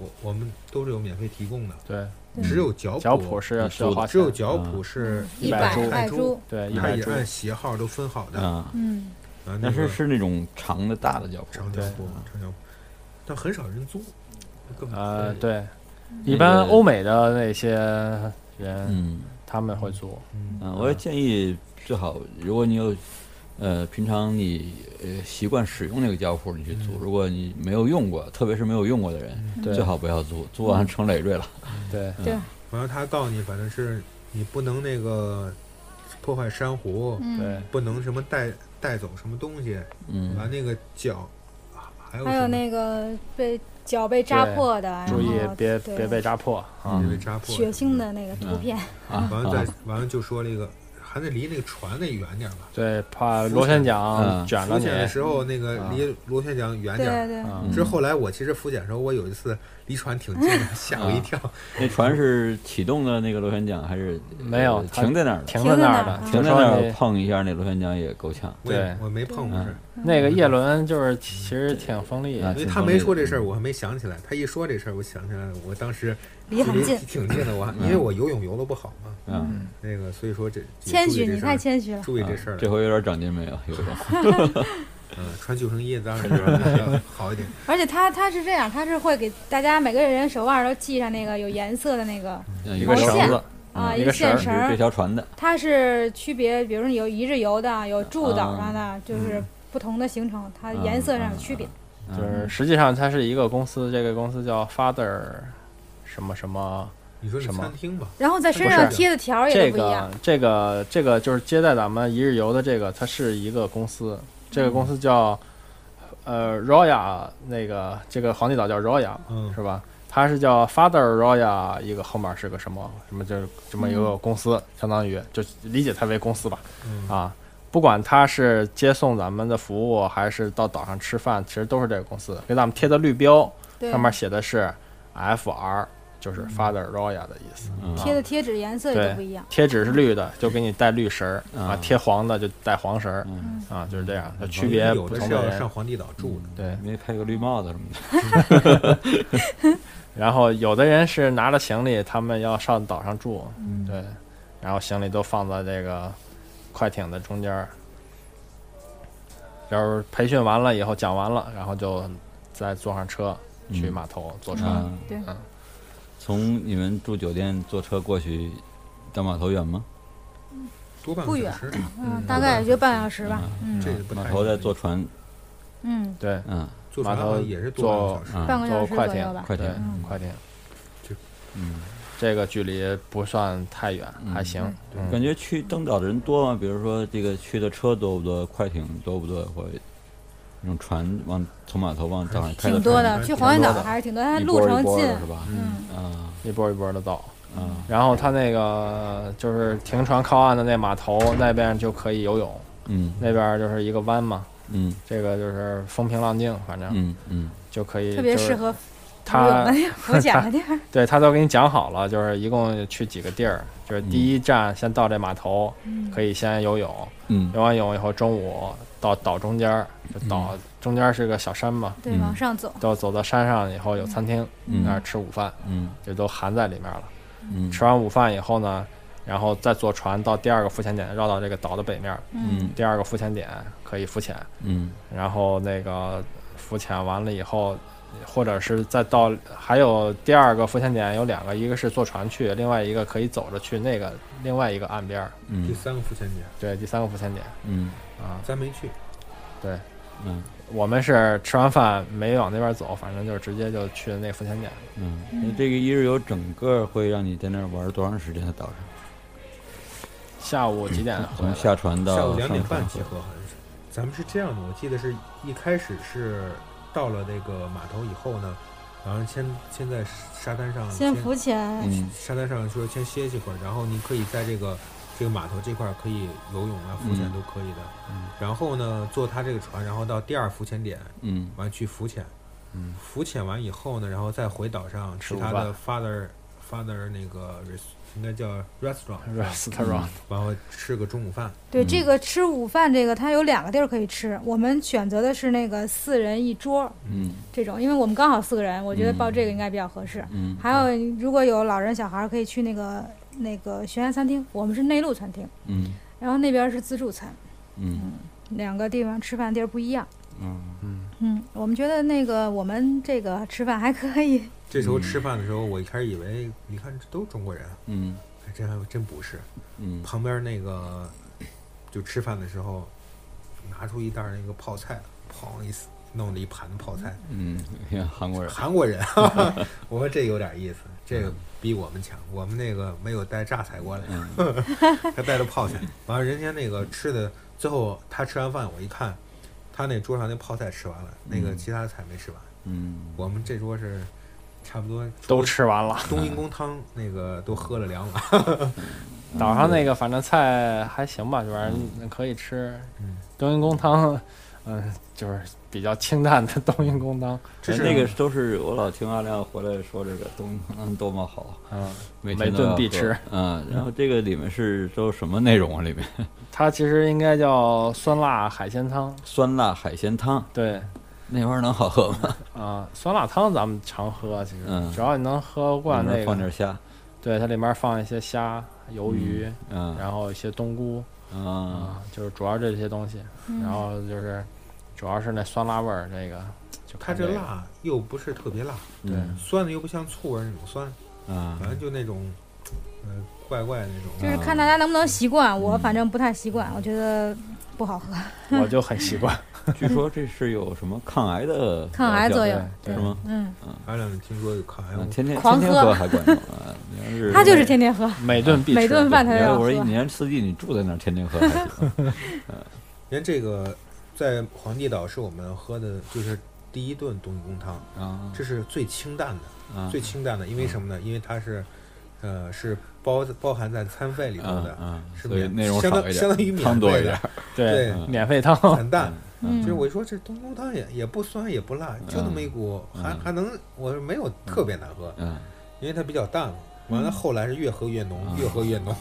Speaker 5: 我我们都是有免费提供的，
Speaker 4: 对，
Speaker 3: 对
Speaker 5: 只有脚
Speaker 4: 脚蹼是要
Speaker 2: 嗯
Speaker 4: 是要花
Speaker 5: 只
Speaker 4: 钱
Speaker 5: 有，脚
Speaker 2: 啊
Speaker 5: 蹼是
Speaker 3: 嗯
Speaker 4: 一
Speaker 5: 百
Speaker 4: 百
Speaker 3: 百
Speaker 4: 株
Speaker 5: 泰
Speaker 3: 株，
Speaker 4: 对，一
Speaker 5: 它
Speaker 4: 百
Speaker 5: 也
Speaker 4: 株，
Speaker 5: 按鞋号都分好的。
Speaker 2: 啊，
Speaker 3: 嗯，
Speaker 5: 啊，那
Speaker 2: 但是
Speaker 5: 个
Speaker 2: 是那种长的大的脚
Speaker 5: 长
Speaker 2: 蹼，
Speaker 5: 脚蹼
Speaker 4: 对，
Speaker 5: 长脚蹼，但很少人租，根本
Speaker 4: 呃，对，
Speaker 2: 那
Speaker 4: 一般
Speaker 2: 个
Speaker 4: 欧美的那些人
Speaker 2: 嗯。
Speaker 4: 他们会租，
Speaker 5: 嗯
Speaker 2: 嗯，我也建议最好，如果你有，呃，平常你呃习惯使用那个胶铺，你去租；如果你没有用过，特别是没有用过的人，
Speaker 4: 对
Speaker 2: 最好不要租，租完成累赘了。
Speaker 4: 对，
Speaker 3: 对，
Speaker 5: 然后他告诉你，反正是你不能那个破坏珊瑚，
Speaker 4: 对
Speaker 3: 嗯，，不
Speaker 5: 不能什么带带走什么东西，
Speaker 2: 嗯
Speaker 5: 完那个脚啊还有
Speaker 3: 还
Speaker 5: 什
Speaker 3: 有
Speaker 5: 么
Speaker 3: 那个被脚被扎破的，然后
Speaker 4: 注意别
Speaker 3: 对
Speaker 4: 别被扎破啊
Speaker 2: 嗯
Speaker 5: 被，扎破
Speaker 3: 血腥
Speaker 5: 什
Speaker 3: 的那个图片，
Speaker 2: 啊
Speaker 5: 么的，完了
Speaker 2: 啊
Speaker 5: 再完了就说那个还得离那个船得远点儿吧，
Speaker 4: 对，怕
Speaker 5: 浮
Speaker 4: 螺旋
Speaker 5: 潜
Speaker 4: 桨
Speaker 2: 嗯
Speaker 4: 卷了
Speaker 5: 浮
Speaker 4: 你
Speaker 5: 潜，的时候那个
Speaker 4: 啊
Speaker 5: 离螺旋桨远
Speaker 3: 对
Speaker 5: 点儿。
Speaker 3: 对，
Speaker 4: 啊
Speaker 2: 嗯
Speaker 5: 这后来我其实浮潜的时候，我有一次离船挺近的， 吓我一跳。
Speaker 4: 啊
Speaker 2: 那船是启动的那个螺旋桨还是
Speaker 4: 没有
Speaker 2: 呃
Speaker 4: 它
Speaker 2: 停在那儿的？
Speaker 4: 停在那儿
Speaker 2: 停
Speaker 3: 停在那儿
Speaker 4: 的，
Speaker 2: 在
Speaker 4: 就说
Speaker 2: 那儿
Speaker 4: 你
Speaker 2: 碰一下那螺旋桨也够呛。啊
Speaker 5: 我也
Speaker 4: 对啊
Speaker 5: 我没碰过，是
Speaker 4: 那
Speaker 2: 嗯
Speaker 4: 个叶轮就是其实挺嗯锋利
Speaker 2: 啊
Speaker 4: 的，
Speaker 5: 因为
Speaker 2: 挺
Speaker 5: 他
Speaker 2: 锋
Speaker 5: 没
Speaker 2: 利
Speaker 5: 说
Speaker 2: 的
Speaker 5: 这事儿，我还没想起来。他一说这事儿，我想起来了，我当时
Speaker 3: 离很近
Speaker 5: 挺近的。我还
Speaker 4: 嗯
Speaker 5: 因为我游泳游的不好嘛，
Speaker 2: 嗯，
Speaker 5: 那个，所以说这
Speaker 3: 谦
Speaker 5: 注意
Speaker 3: 虚，
Speaker 5: 这
Speaker 3: 你
Speaker 5: 事儿
Speaker 3: 太谦虚了，
Speaker 5: 注意
Speaker 2: 啊
Speaker 5: 这事儿了。
Speaker 2: 这回有点长进没有？有一种
Speaker 5: 嗯，穿救生衣当然是 要好一点。
Speaker 3: 而且他他是这样，他是会给大家每个人手腕儿都系上那个有颜色的那个
Speaker 2: 嗯
Speaker 4: 一
Speaker 2: 一
Speaker 4: 个
Speaker 2: 个
Speaker 4: 绳
Speaker 2: 绳
Speaker 3: 线
Speaker 4: 子，
Speaker 3: 啊，
Speaker 4: 嗯
Speaker 3: 一
Speaker 4: 一个
Speaker 3: 个
Speaker 4: 绳儿
Speaker 3: 线
Speaker 2: 是
Speaker 3: 绳儿
Speaker 2: 这，条船的
Speaker 3: 它是区别，比如你有一日游的，有住的，
Speaker 2: 啊
Speaker 3: 然后呢就是不同的行程，它颜色上有区别。
Speaker 2: 嗯
Speaker 4: 就是实际上它是一个公司，这个公司叫 Father 什么什么，
Speaker 5: 你说是
Speaker 4: 什么
Speaker 5: 餐厅吧？
Speaker 3: 然后在身
Speaker 4: 不
Speaker 3: 上
Speaker 4: 是
Speaker 3: 贴的条儿也
Speaker 4: 这
Speaker 3: 都不一样
Speaker 4: 个。这个这个就是接待咱们一日游的这个，它是一个公司，这个公司叫呃 Roya 那个这个皇帝岛叫 Roya
Speaker 5: 嗯
Speaker 4: 是吧？它是叫 Father Roya 一个后面是个什么什么就是这么一个公
Speaker 3: 嗯
Speaker 4: 司，相当于就理解它为公司吧。
Speaker 5: 嗯
Speaker 4: 啊，不管他是接送咱们的服务，还是到岛上吃饭，其实都是这个公司给咱们贴的绿标，
Speaker 3: 对，
Speaker 4: 上面写的是 FR，就是 Father Roya 的意思。啊
Speaker 2: 嗯
Speaker 3: 贴的贴纸颜色也都不一样。
Speaker 4: 贴纸是绿的，就给你带绿绳儿
Speaker 2: 嗯
Speaker 4: 啊；贴黄的就带黄绳儿
Speaker 2: 嗯，
Speaker 4: 啊，就是这样。它区别
Speaker 5: 有
Speaker 4: 不
Speaker 5: 的
Speaker 4: 同
Speaker 5: 是要
Speaker 4: 人
Speaker 5: 上，皇帝岛住
Speaker 3: 嗯
Speaker 5: 的，
Speaker 4: 对。
Speaker 2: 没配个绿帽子什么的。
Speaker 4: 然后有的人是拿着行李，他们要上岛上住，
Speaker 2: 嗯
Speaker 4: 对，然后行李都放在这个快艇的中间儿。就是培训完了以后讲完了，然后就再坐上车去
Speaker 2: 嗯
Speaker 4: 码头坐船。
Speaker 2: 嗯，
Speaker 3: 对
Speaker 4: 嗯
Speaker 2: 从你们住酒店坐车过去到码头远吗？
Speaker 5: 多半
Speaker 3: 不
Speaker 5: 个小
Speaker 3: 远
Speaker 5: 时，
Speaker 3: 嗯，大概也就半小时吧。嗯
Speaker 5: 这个不太
Speaker 2: 啊码头再坐船，
Speaker 3: 嗯，
Speaker 4: 对，
Speaker 2: 嗯
Speaker 5: 坐船好像也是多半个小时，
Speaker 2: 嗯，
Speaker 3: 半个小时
Speaker 4: 坐快
Speaker 3: 左右
Speaker 4: 艇
Speaker 3: 吧。
Speaker 2: 快艇
Speaker 4: 对，
Speaker 3: 嗯
Speaker 4: 快艇
Speaker 2: 嗯，
Speaker 4: 这个距离不算太远，
Speaker 2: 嗯
Speaker 4: 还行。嗯
Speaker 2: 感觉去登岛的人多吗？比如说这个去的车多不多，快艇多不多，或者那种船往从码头往岛上开
Speaker 3: 挺多
Speaker 5: 还
Speaker 3: 的，去
Speaker 5: 是挺
Speaker 3: 黄岩
Speaker 5: 多
Speaker 3: 岛
Speaker 5: 的
Speaker 3: 还是挺多，它
Speaker 2: 一
Speaker 3: 路
Speaker 2: 波一
Speaker 3: 程
Speaker 2: 波
Speaker 3: 近
Speaker 2: 的。是吧？
Speaker 3: 嗯，
Speaker 2: 啊
Speaker 4: 一波一波的到。
Speaker 2: 啊，
Speaker 4: 然后它那个就是停船靠岸的那码头那边就可以游泳，
Speaker 2: 嗯
Speaker 4: 那边就是一个湾嘛，
Speaker 2: 嗯
Speaker 4: 这个就是风平浪静，反正
Speaker 2: 嗯嗯
Speaker 4: 就可以。
Speaker 3: 特别
Speaker 4: 就是
Speaker 3: 适合游泳
Speaker 4: 它
Speaker 3: 的地儿、浮潜的地儿。
Speaker 4: 对他都给你讲好了，就是一共去几个地儿，就是第一站先到这码头，
Speaker 3: 嗯
Speaker 4: 可以先游泳，
Speaker 2: 嗯
Speaker 4: 游完泳以后中午到岛中间儿，就岛、
Speaker 3: 嗯
Speaker 4: 中间儿是个小山嘛，
Speaker 3: 对，
Speaker 2: 嗯
Speaker 3: 往上走。
Speaker 4: 到走到山上以后有餐厅，
Speaker 2: 嗯
Speaker 4: 那儿吃午饭，
Speaker 2: 嗯
Speaker 4: 这都含在里面了。
Speaker 2: 嗯，
Speaker 4: 吃完午饭以后呢，然后再坐船到第二个浮潜点，绕到这个岛的北面，
Speaker 2: 嗯
Speaker 4: 第二个浮潜点可以浮潜，
Speaker 2: 嗯
Speaker 4: 然后那个浮潜完了以后，或者是再到还有第二个浮潜点有两个，一个是坐船去，另外一个可以走着去那个另外一个岸边儿。
Speaker 5: 第
Speaker 2: 嗯
Speaker 5: 三个浮潜点，
Speaker 4: 对，第三个浮潜点
Speaker 2: 嗯
Speaker 4: 啊，
Speaker 5: 咱没去，
Speaker 2: 嗯
Speaker 4: 我们是吃完饭没往那边走，反正就直接就去那浮潜点。
Speaker 2: 嗯，那这个一日游整个会让你在那儿玩多长时间？在岛上，
Speaker 4: 下午几点回
Speaker 2: 从
Speaker 4: 来？
Speaker 2: 下船到
Speaker 5: 下午两点半
Speaker 2: 上
Speaker 5: 集
Speaker 2: 船
Speaker 5: 合好像是。咱们是这样的，我记得是一开始是到了那个码头以后呢，然后先先在沙滩上
Speaker 3: 先浮潜，
Speaker 2: 嗯
Speaker 5: 沙滩上说先歇息会儿，然后你可以在这个这个码头这块儿可以游泳啊、浮潜
Speaker 2: 嗯
Speaker 5: 都可以的。
Speaker 4: 嗯
Speaker 5: 然后呢，坐他这个船，然后到第二浮潜点，
Speaker 2: 嗯
Speaker 5: 完去浮潜。
Speaker 4: 嗯
Speaker 5: 浮潜完以后呢，然后再回岛上
Speaker 4: 吃
Speaker 5: 吃他
Speaker 4: 午饭
Speaker 5: 的 father father 那个 res, 应该 叫 restaurant，是吧
Speaker 4: restaurant
Speaker 5: 然后吃个中午饭。
Speaker 3: 对
Speaker 2: 嗯
Speaker 3: 这个吃午饭，这个它有两个地儿可以吃。我们选择的是那个四人一桌
Speaker 2: 嗯
Speaker 3: 这种，因为我们刚好四个人，我觉得报这个应该比较合适。
Speaker 2: 嗯
Speaker 3: 还有如果有老人小孩儿，可以去那个那个悬崖餐厅，我们是内陆餐厅，
Speaker 2: 嗯
Speaker 3: 然后那边是自助餐，
Speaker 2: 嗯
Speaker 3: 两个地方吃饭地儿不一样。
Speaker 2: 嗯
Speaker 3: 嗯，我们觉得那个我们这个吃饭还可以，
Speaker 5: 这时候吃饭的时候，我一开始以为，你看这都中国人，
Speaker 2: 嗯
Speaker 5: 还真还真不是。
Speaker 2: 嗯
Speaker 5: 旁边那个就吃饭的时候，拿出一袋儿那个泡菜，砰一撕弄了一盘子泡菜。
Speaker 2: 嗯，韩国人，
Speaker 5: 韩国人，哈哈 我说这有点意思，这个比我们强。我们那个没有带榨菜过来，他带了泡菜。完了，人家那个吃的，最后他吃完饭，我一看，他那桌上那泡菜吃完了，那个其他的菜没吃完。
Speaker 2: 嗯
Speaker 5: 我们这桌是差不多
Speaker 4: 都吃完了，
Speaker 5: 冬阴功汤，那个都喝了两碗。
Speaker 4: 岛上那个反正菜还行
Speaker 2: 嗯
Speaker 4: 吧，这玩意儿可以吃。
Speaker 5: 嗯
Speaker 4: 冬阴功汤， 嗯，就是比较清淡的 冬阴功汤。
Speaker 5: 这
Speaker 2: 哎
Speaker 5: 是
Speaker 2: 那个都是我老听阿亮回来说这个东嗯多么好，
Speaker 4: 嗯，
Speaker 2: 每
Speaker 4: 每
Speaker 2: 天都
Speaker 4: 顿
Speaker 2: 要
Speaker 4: 必
Speaker 2: 喝
Speaker 4: 吃。
Speaker 2: 嗯，然后这个里面是都什么内容啊？里面
Speaker 4: 它其实应该叫酸辣海鲜汤。
Speaker 2: 酸辣海鲜汤
Speaker 4: 对，
Speaker 2: 那玩意儿能好喝吗？
Speaker 4: 啊、酸辣汤咱们常喝，其实、
Speaker 2: 嗯
Speaker 4: 只要你能喝惯
Speaker 2: 里面
Speaker 4: 那
Speaker 2: 放点
Speaker 4: 个，
Speaker 2: 虾，
Speaker 4: 对，它里面放一些虾、鱿鱼，
Speaker 2: 嗯
Speaker 4: 然后一些冬菇
Speaker 2: 嗯
Speaker 4: 啊、就是主要这些东西。然
Speaker 3: 嗯
Speaker 4: 后就是主要是那酸辣味儿，这个就
Speaker 5: 它
Speaker 4: 看
Speaker 5: 这
Speaker 4: 这个。
Speaker 5: 辣又不是特别辣，
Speaker 4: 对
Speaker 2: 嗯
Speaker 5: 酸的又不像醋味儿那种酸，
Speaker 2: 啊
Speaker 5: 反正就那种，呃，怪怪的那种。
Speaker 3: 就是看大家能不能习惯。我反正不太习惯，我觉得不好喝。
Speaker 4: 我就很习惯。
Speaker 2: 据说这是有什么抗癌的
Speaker 3: 嗯抗癌作
Speaker 2: 疗
Speaker 3: 用
Speaker 2: 效
Speaker 4: 对
Speaker 2: 是吗？
Speaker 3: 嗯，
Speaker 5: 俺俩听说有抗癌
Speaker 2: 嗯
Speaker 5: 物，
Speaker 2: 天天
Speaker 3: 狂
Speaker 2: 天天
Speaker 3: 喝
Speaker 2: 喝还管用啊？你要是
Speaker 3: 他就是天天喝，
Speaker 4: 每顿必吃，
Speaker 3: 每顿饭他
Speaker 2: 你
Speaker 3: 都
Speaker 2: 要
Speaker 3: 要
Speaker 2: 是我
Speaker 3: 喝
Speaker 2: 说一。年四季你住在那儿天天喝还行，
Speaker 5: 因为这个在皇帝岛是我们喝的，就是第一顿冬阴功汤，
Speaker 2: 啊
Speaker 5: 这是最清淡的，
Speaker 2: 啊
Speaker 5: 最清淡的，因为什么
Speaker 2: 嗯
Speaker 5: 呢？因为它是，呃，是包包含在餐费里头
Speaker 2: 啊
Speaker 5: 的，
Speaker 2: 啊，
Speaker 5: 是
Speaker 2: 所以
Speaker 5: 免
Speaker 2: 内容
Speaker 5: 相
Speaker 2: 少
Speaker 5: 当
Speaker 2: 一点，
Speaker 5: 相当于免
Speaker 2: 汤多
Speaker 5: 费
Speaker 2: 一
Speaker 5: 的
Speaker 2: 点，
Speaker 4: 对，
Speaker 2: 嗯
Speaker 4: 免费汤，
Speaker 5: 很淡。
Speaker 2: 嗯
Speaker 5: 就是
Speaker 3: 嗯，
Speaker 5: 我一说这冬菇汤也也不酸也不辣，就那么一股，还
Speaker 2: 嗯
Speaker 5: 还能，我说没有特别难喝，
Speaker 2: 嗯，
Speaker 5: 因为它比较淡嘛。完了后来是越喝越浓，
Speaker 2: 嗯
Speaker 5: 越喝越浓，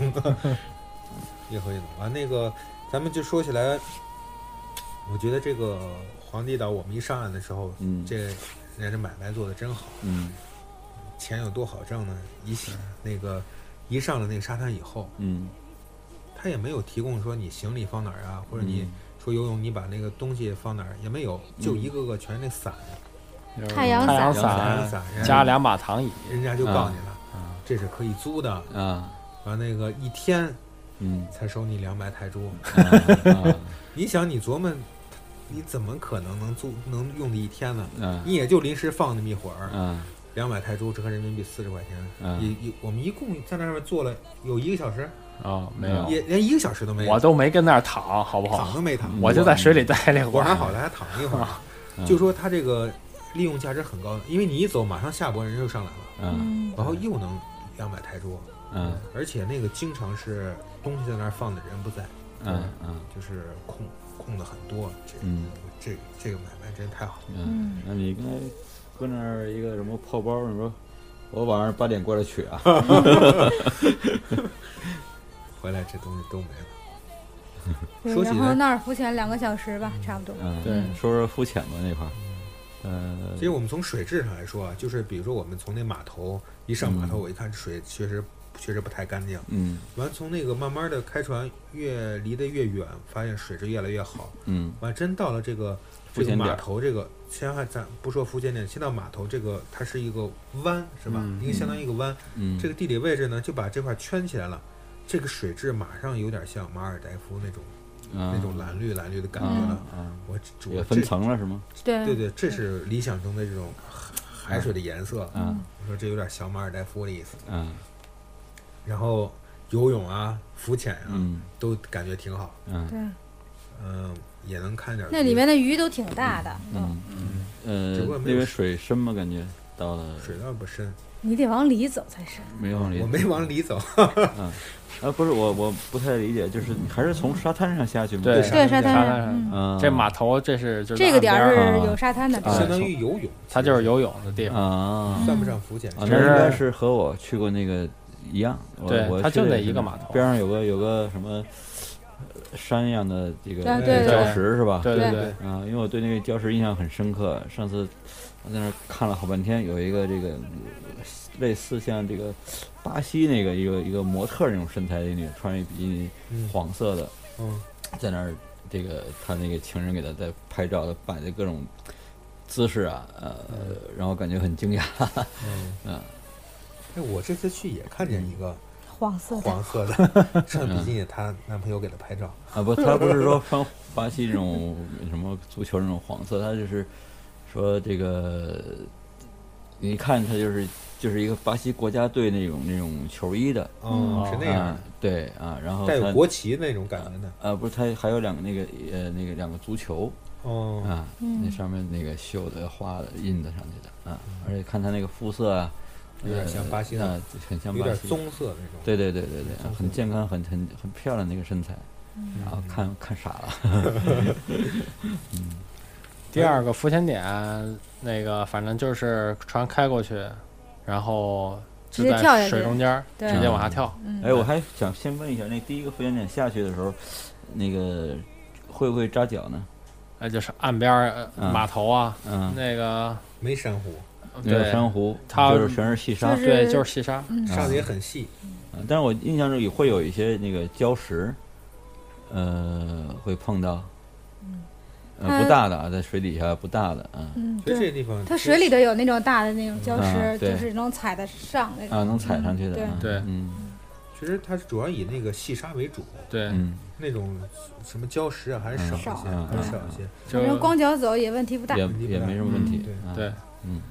Speaker 5: 越喝越浓。完那个，咱们就说起来，我觉得这个皇帝岛，我们一上岸的时候，
Speaker 2: 嗯
Speaker 5: 这人家买卖做的真好，
Speaker 2: 嗯
Speaker 5: 钱有多好挣呢？一下那个一上了那个沙滩以后，
Speaker 2: 嗯，
Speaker 5: 他也没有提供说你行李放哪儿啊，或者你。
Speaker 2: 嗯
Speaker 5: 说游泳，你把那个东西放哪儿也没有，就一个个全是那伞，
Speaker 4: 就是
Speaker 3: 太阳
Speaker 4: 太
Speaker 3: 伞
Speaker 4: 阳
Speaker 5: 太阳
Speaker 4: 伞
Speaker 5: 伞，人家
Speaker 4: 加两把躺椅，
Speaker 5: 人家就告诉你了，这是可以租的。
Speaker 2: 啊
Speaker 5: 完那个一天
Speaker 2: 嗯
Speaker 5: 才收你两百泰铢，
Speaker 2: 啊啊
Speaker 5: 你想你琢磨，你怎么可能能租能用的一天呢？
Speaker 2: 啊
Speaker 5: 你也就临时放那么一会
Speaker 4: 嗯
Speaker 5: 儿，
Speaker 2: 啊
Speaker 5: 两百泰铢折合人民币四十块钱，
Speaker 2: 嗯
Speaker 5: 一一我们一共在那上面坐了有一个小时，
Speaker 4: 啊，没有，
Speaker 5: 也连一个小时都没有，
Speaker 4: 嗯我都没跟那儿躺，好不
Speaker 5: 躺
Speaker 4: 好？嗯
Speaker 5: 都没躺，
Speaker 4: 我就 在水里待了一会
Speaker 5: 我还
Speaker 4: 儿。
Speaker 5: 好了，还躺了一会儿。
Speaker 2: 嗯
Speaker 5: 就说它这个利用价值很高，因为你一走，马上下波人就上来了，
Speaker 2: 嗯
Speaker 3: 嗯，
Speaker 5: 然后又能两百泰铢，
Speaker 2: 嗯
Speaker 5: 而且那个经常是东西在那儿放的人不在，
Speaker 2: 嗯嗯
Speaker 5: 就是空空的很多。这
Speaker 2: 嗯
Speaker 5: 这这个买卖真太好了，
Speaker 2: 嗯，那你刚才搁那儿一个什么泡包，你说我晚上八点过来取啊？
Speaker 5: 回来这东西都没了。
Speaker 3: 对
Speaker 5: 说起
Speaker 3: 然
Speaker 5: 来
Speaker 3: 后那儿浮潜两个小时吧，差不多。
Speaker 2: 嗯，
Speaker 4: 对
Speaker 2: 说说浮潜吧那块儿，呃
Speaker 5: 其，实我们从水质上来说啊，就是比如说我们从那码头一上码头，
Speaker 2: 嗯
Speaker 5: 我一看水确实确实不太干净。
Speaker 2: 嗯
Speaker 5: 完从那个慢慢的开船越离得越远，发现水质越来越好。
Speaker 2: 嗯
Speaker 5: 完真到了这个
Speaker 2: 浮
Speaker 5: 这个
Speaker 2: 潜点
Speaker 5: 码
Speaker 2: 儿
Speaker 5: 头这个，先还咱不说浮潜点，先到码头这个，它是一个湾是吧？
Speaker 4: 嗯
Speaker 5: 一个相当于一个湾，
Speaker 2: 嗯，
Speaker 5: 这个地理位置呢就把这块圈起来了。这个水质马上有点像马尔代夫那种、
Speaker 2: 那
Speaker 5: 那种蓝绿蓝绿的感觉
Speaker 2: 啊
Speaker 5: 了。
Speaker 2: 啊，
Speaker 5: 我
Speaker 2: 嗯
Speaker 5: 这
Speaker 2: 也
Speaker 5: 我
Speaker 2: 分
Speaker 5: 这
Speaker 2: 层了是吗？
Speaker 3: 对
Speaker 5: 对对，这是理想中的这种海海水的颜色。
Speaker 2: 嗯
Speaker 5: 我说这有点像马尔代夫的意思。
Speaker 2: 嗯
Speaker 5: 然后游泳啊、浮潜啊，
Speaker 2: 嗯
Speaker 5: 都感觉挺好。
Speaker 2: 嗯
Speaker 3: 对，
Speaker 5: 嗯、也能看点
Speaker 3: 那里面的鱼都挺大的，
Speaker 2: 嗯，呃
Speaker 5: 只不过，没
Speaker 2: 那
Speaker 5: 有
Speaker 2: 边水深吗？感觉到了
Speaker 5: 水倒不深，
Speaker 3: 你得往里走才是。
Speaker 2: 没往里？
Speaker 5: 我没往里走。
Speaker 2: 啊，不是我，我不太理解，就是你还是从沙滩上下去吗？
Speaker 4: 对
Speaker 3: 对，沙
Speaker 5: 沙滩
Speaker 3: 滩
Speaker 4: 沙
Speaker 3: 上
Speaker 4: 滩，上，
Speaker 3: 嗯，
Speaker 2: 嗯，
Speaker 4: 这码头这是就是
Speaker 3: 这个点儿
Speaker 2: 边儿
Speaker 3: 是
Speaker 2: 啊
Speaker 3: 有沙滩的，
Speaker 2: 啊
Speaker 5: 相当于游泳，
Speaker 4: 它就是游泳的地方，
Speaker 2: 啊，
Speaker 5: 算不上浮潜，
Speaker 2: 啊，那
Speaker 4: 其实
Speaker 2: 应该是和我去过那个一样。我
Speaker 4: 对
Speaker 2: 我
Speaker 4: 它
Speaker 2: 去
Speaker 4: 就
Speaker 2: 的
Speaker 4: 那
Speaker 2: 也
Speaker 4: 一
Speaker 2: 是
Speaker 4: 个码头
Speaker 2: 边上有个有个什么呃山一样的这个
Speaker 3: 对
Speaker 5: 对
Speaker 2: 礁
Speaker 4: 啊对
Speaker 2: 石是吧？
Speaker 4: 对对
Speaker 3: 对
Speaker 4: 对，
Speaker 2: 啊，因为我对那个礁石印象很深刻。上次我在那儿看了好半天，有一个这个呃类似像这个巴西那个一个一个模特那种身材的女，穿一比基尼
Speaker 5: 嗯
Speaker 2: 黄色的，
Speaker 5: 嗯，
Speaker 2: 在那儿这个他那个情人给他在拍照，摆的各种姿势啊，呃，让我感觉很惊讶。
Speaker 5: 嗯，哎，我这次去也看见一个
Speaker 3: 黄色的，
Speaker 5: 黄色的 穿比基尼，她男朋友给她拍照，
Speaker 2: 啊，不，他不是说穿巴西这种什么足球那种黄色，他就是说这个，你一看他就是就是一个巴西国家队那种那种球衣的，
Speaker 5: 嗯，是那样
Speaker 2: 啊，对啊，然后
Speaker 5: 带有
Speaker 2: 他
Speaker 5: 国旗那种感觉的，
Speaker 2: 啊，不是他还有两个那个呃那个两个足球
Speaker 5: 哦，
Speaker 2: 啊，那上面那个绣的花的印的上去的啊，而且看他那个肤色啊，
Speaker 5: 有点
Speaker 2: 呃
Speaker 5: 像巴西的
Speaker 2: 啊，很像
Speaker 5: 有
Speaker 2: 巴
Speaker 5: 点
Speaker 2: 西的，
Speaker 5: 棕色那种，
Speaker 2: 对对对对对，很健康，很很很漂亮那个身材，啊，
Speaker 5: 嗯
Speaker 2: 看看傻了。
Speaker 4: 第二个浮潜点，那个反正就是船开过去，然后就
Speaker 3: 直接跳下
Speaker 4: 在
Speaker 3: 去
Speaker 4: 水中间儿，
Speaker 3: 对
Speaker 4: 直接往下跳。
Speaker 3: 嗯
Speaker 5: 嗯
Speaker 2: 哎，我还想先问一下，那第一个浮潜点下去的时候，那个会不会扎脚呢？
Speaker 4: 哎，就是岸边儿呃
Speaker 2: 嗯
Speaker 4: 码头啊，
Speaker 2: 嗯，
Speaker 4: 那个
Speaker 5: 没珊瑚，
Speaker 2: 没有
Speaker 4: 对
Speaker 2: 珊瑚，
Speaker 4: 它
Speaker 2: 就是全是细沙。
Speaker 3: 就是
Speaker 4: 对，就是细沙，
Speaker 5: 沙子也很细，
Speaker 2: 啊但是我印象中也会有一些那个礁石，呃，会碰到。
Speaker 5: 嗯
Speaker 2: 呃，不
Speaker 3: 它
Speaker 2: 大的啊，在水底下不大的，嗯，
Speaker 3: 嗯，
Speaker 5: 所以这
Speaker 3: 对，
Speaker 5: 个地方
Speaker 3: 它水里头有那种大的那种礁
Speaker 2: 啊
Speaker 3: 石，
Speaker 2: 对
Speaker 5: 嗯
Speaker 3: 就是能踩得上那种。
Speaker 2: 啊啊，能踩上去的，
Speaker 3: 对
Speaker 2: 啊
Speaker 4: 对
Speaker 2: 嗯，
Speaker 5: 其实它主要以那个细沙为主，
Speaker 4: 对，
Speaker 2: 嗯，
Speaker 5: 那种什么礁石啊还是少一些，
Speaker 2: 嗯
Speaker 5: 还是少一些。
Speaker 4: 就
Speaker 3: 反正光脚走也问题不大。
Speaker 2: 也
Speaker 5: 问题不
Speaker 2: 也
Speaker 5: 大
Speaker 2: 没什么
Speaker 4: 嗯
Speaker 2: 问题，
Speaker 5: 对
Speaker 2: 啊
Speaker 4: 对，
Speaker 2: 嗯，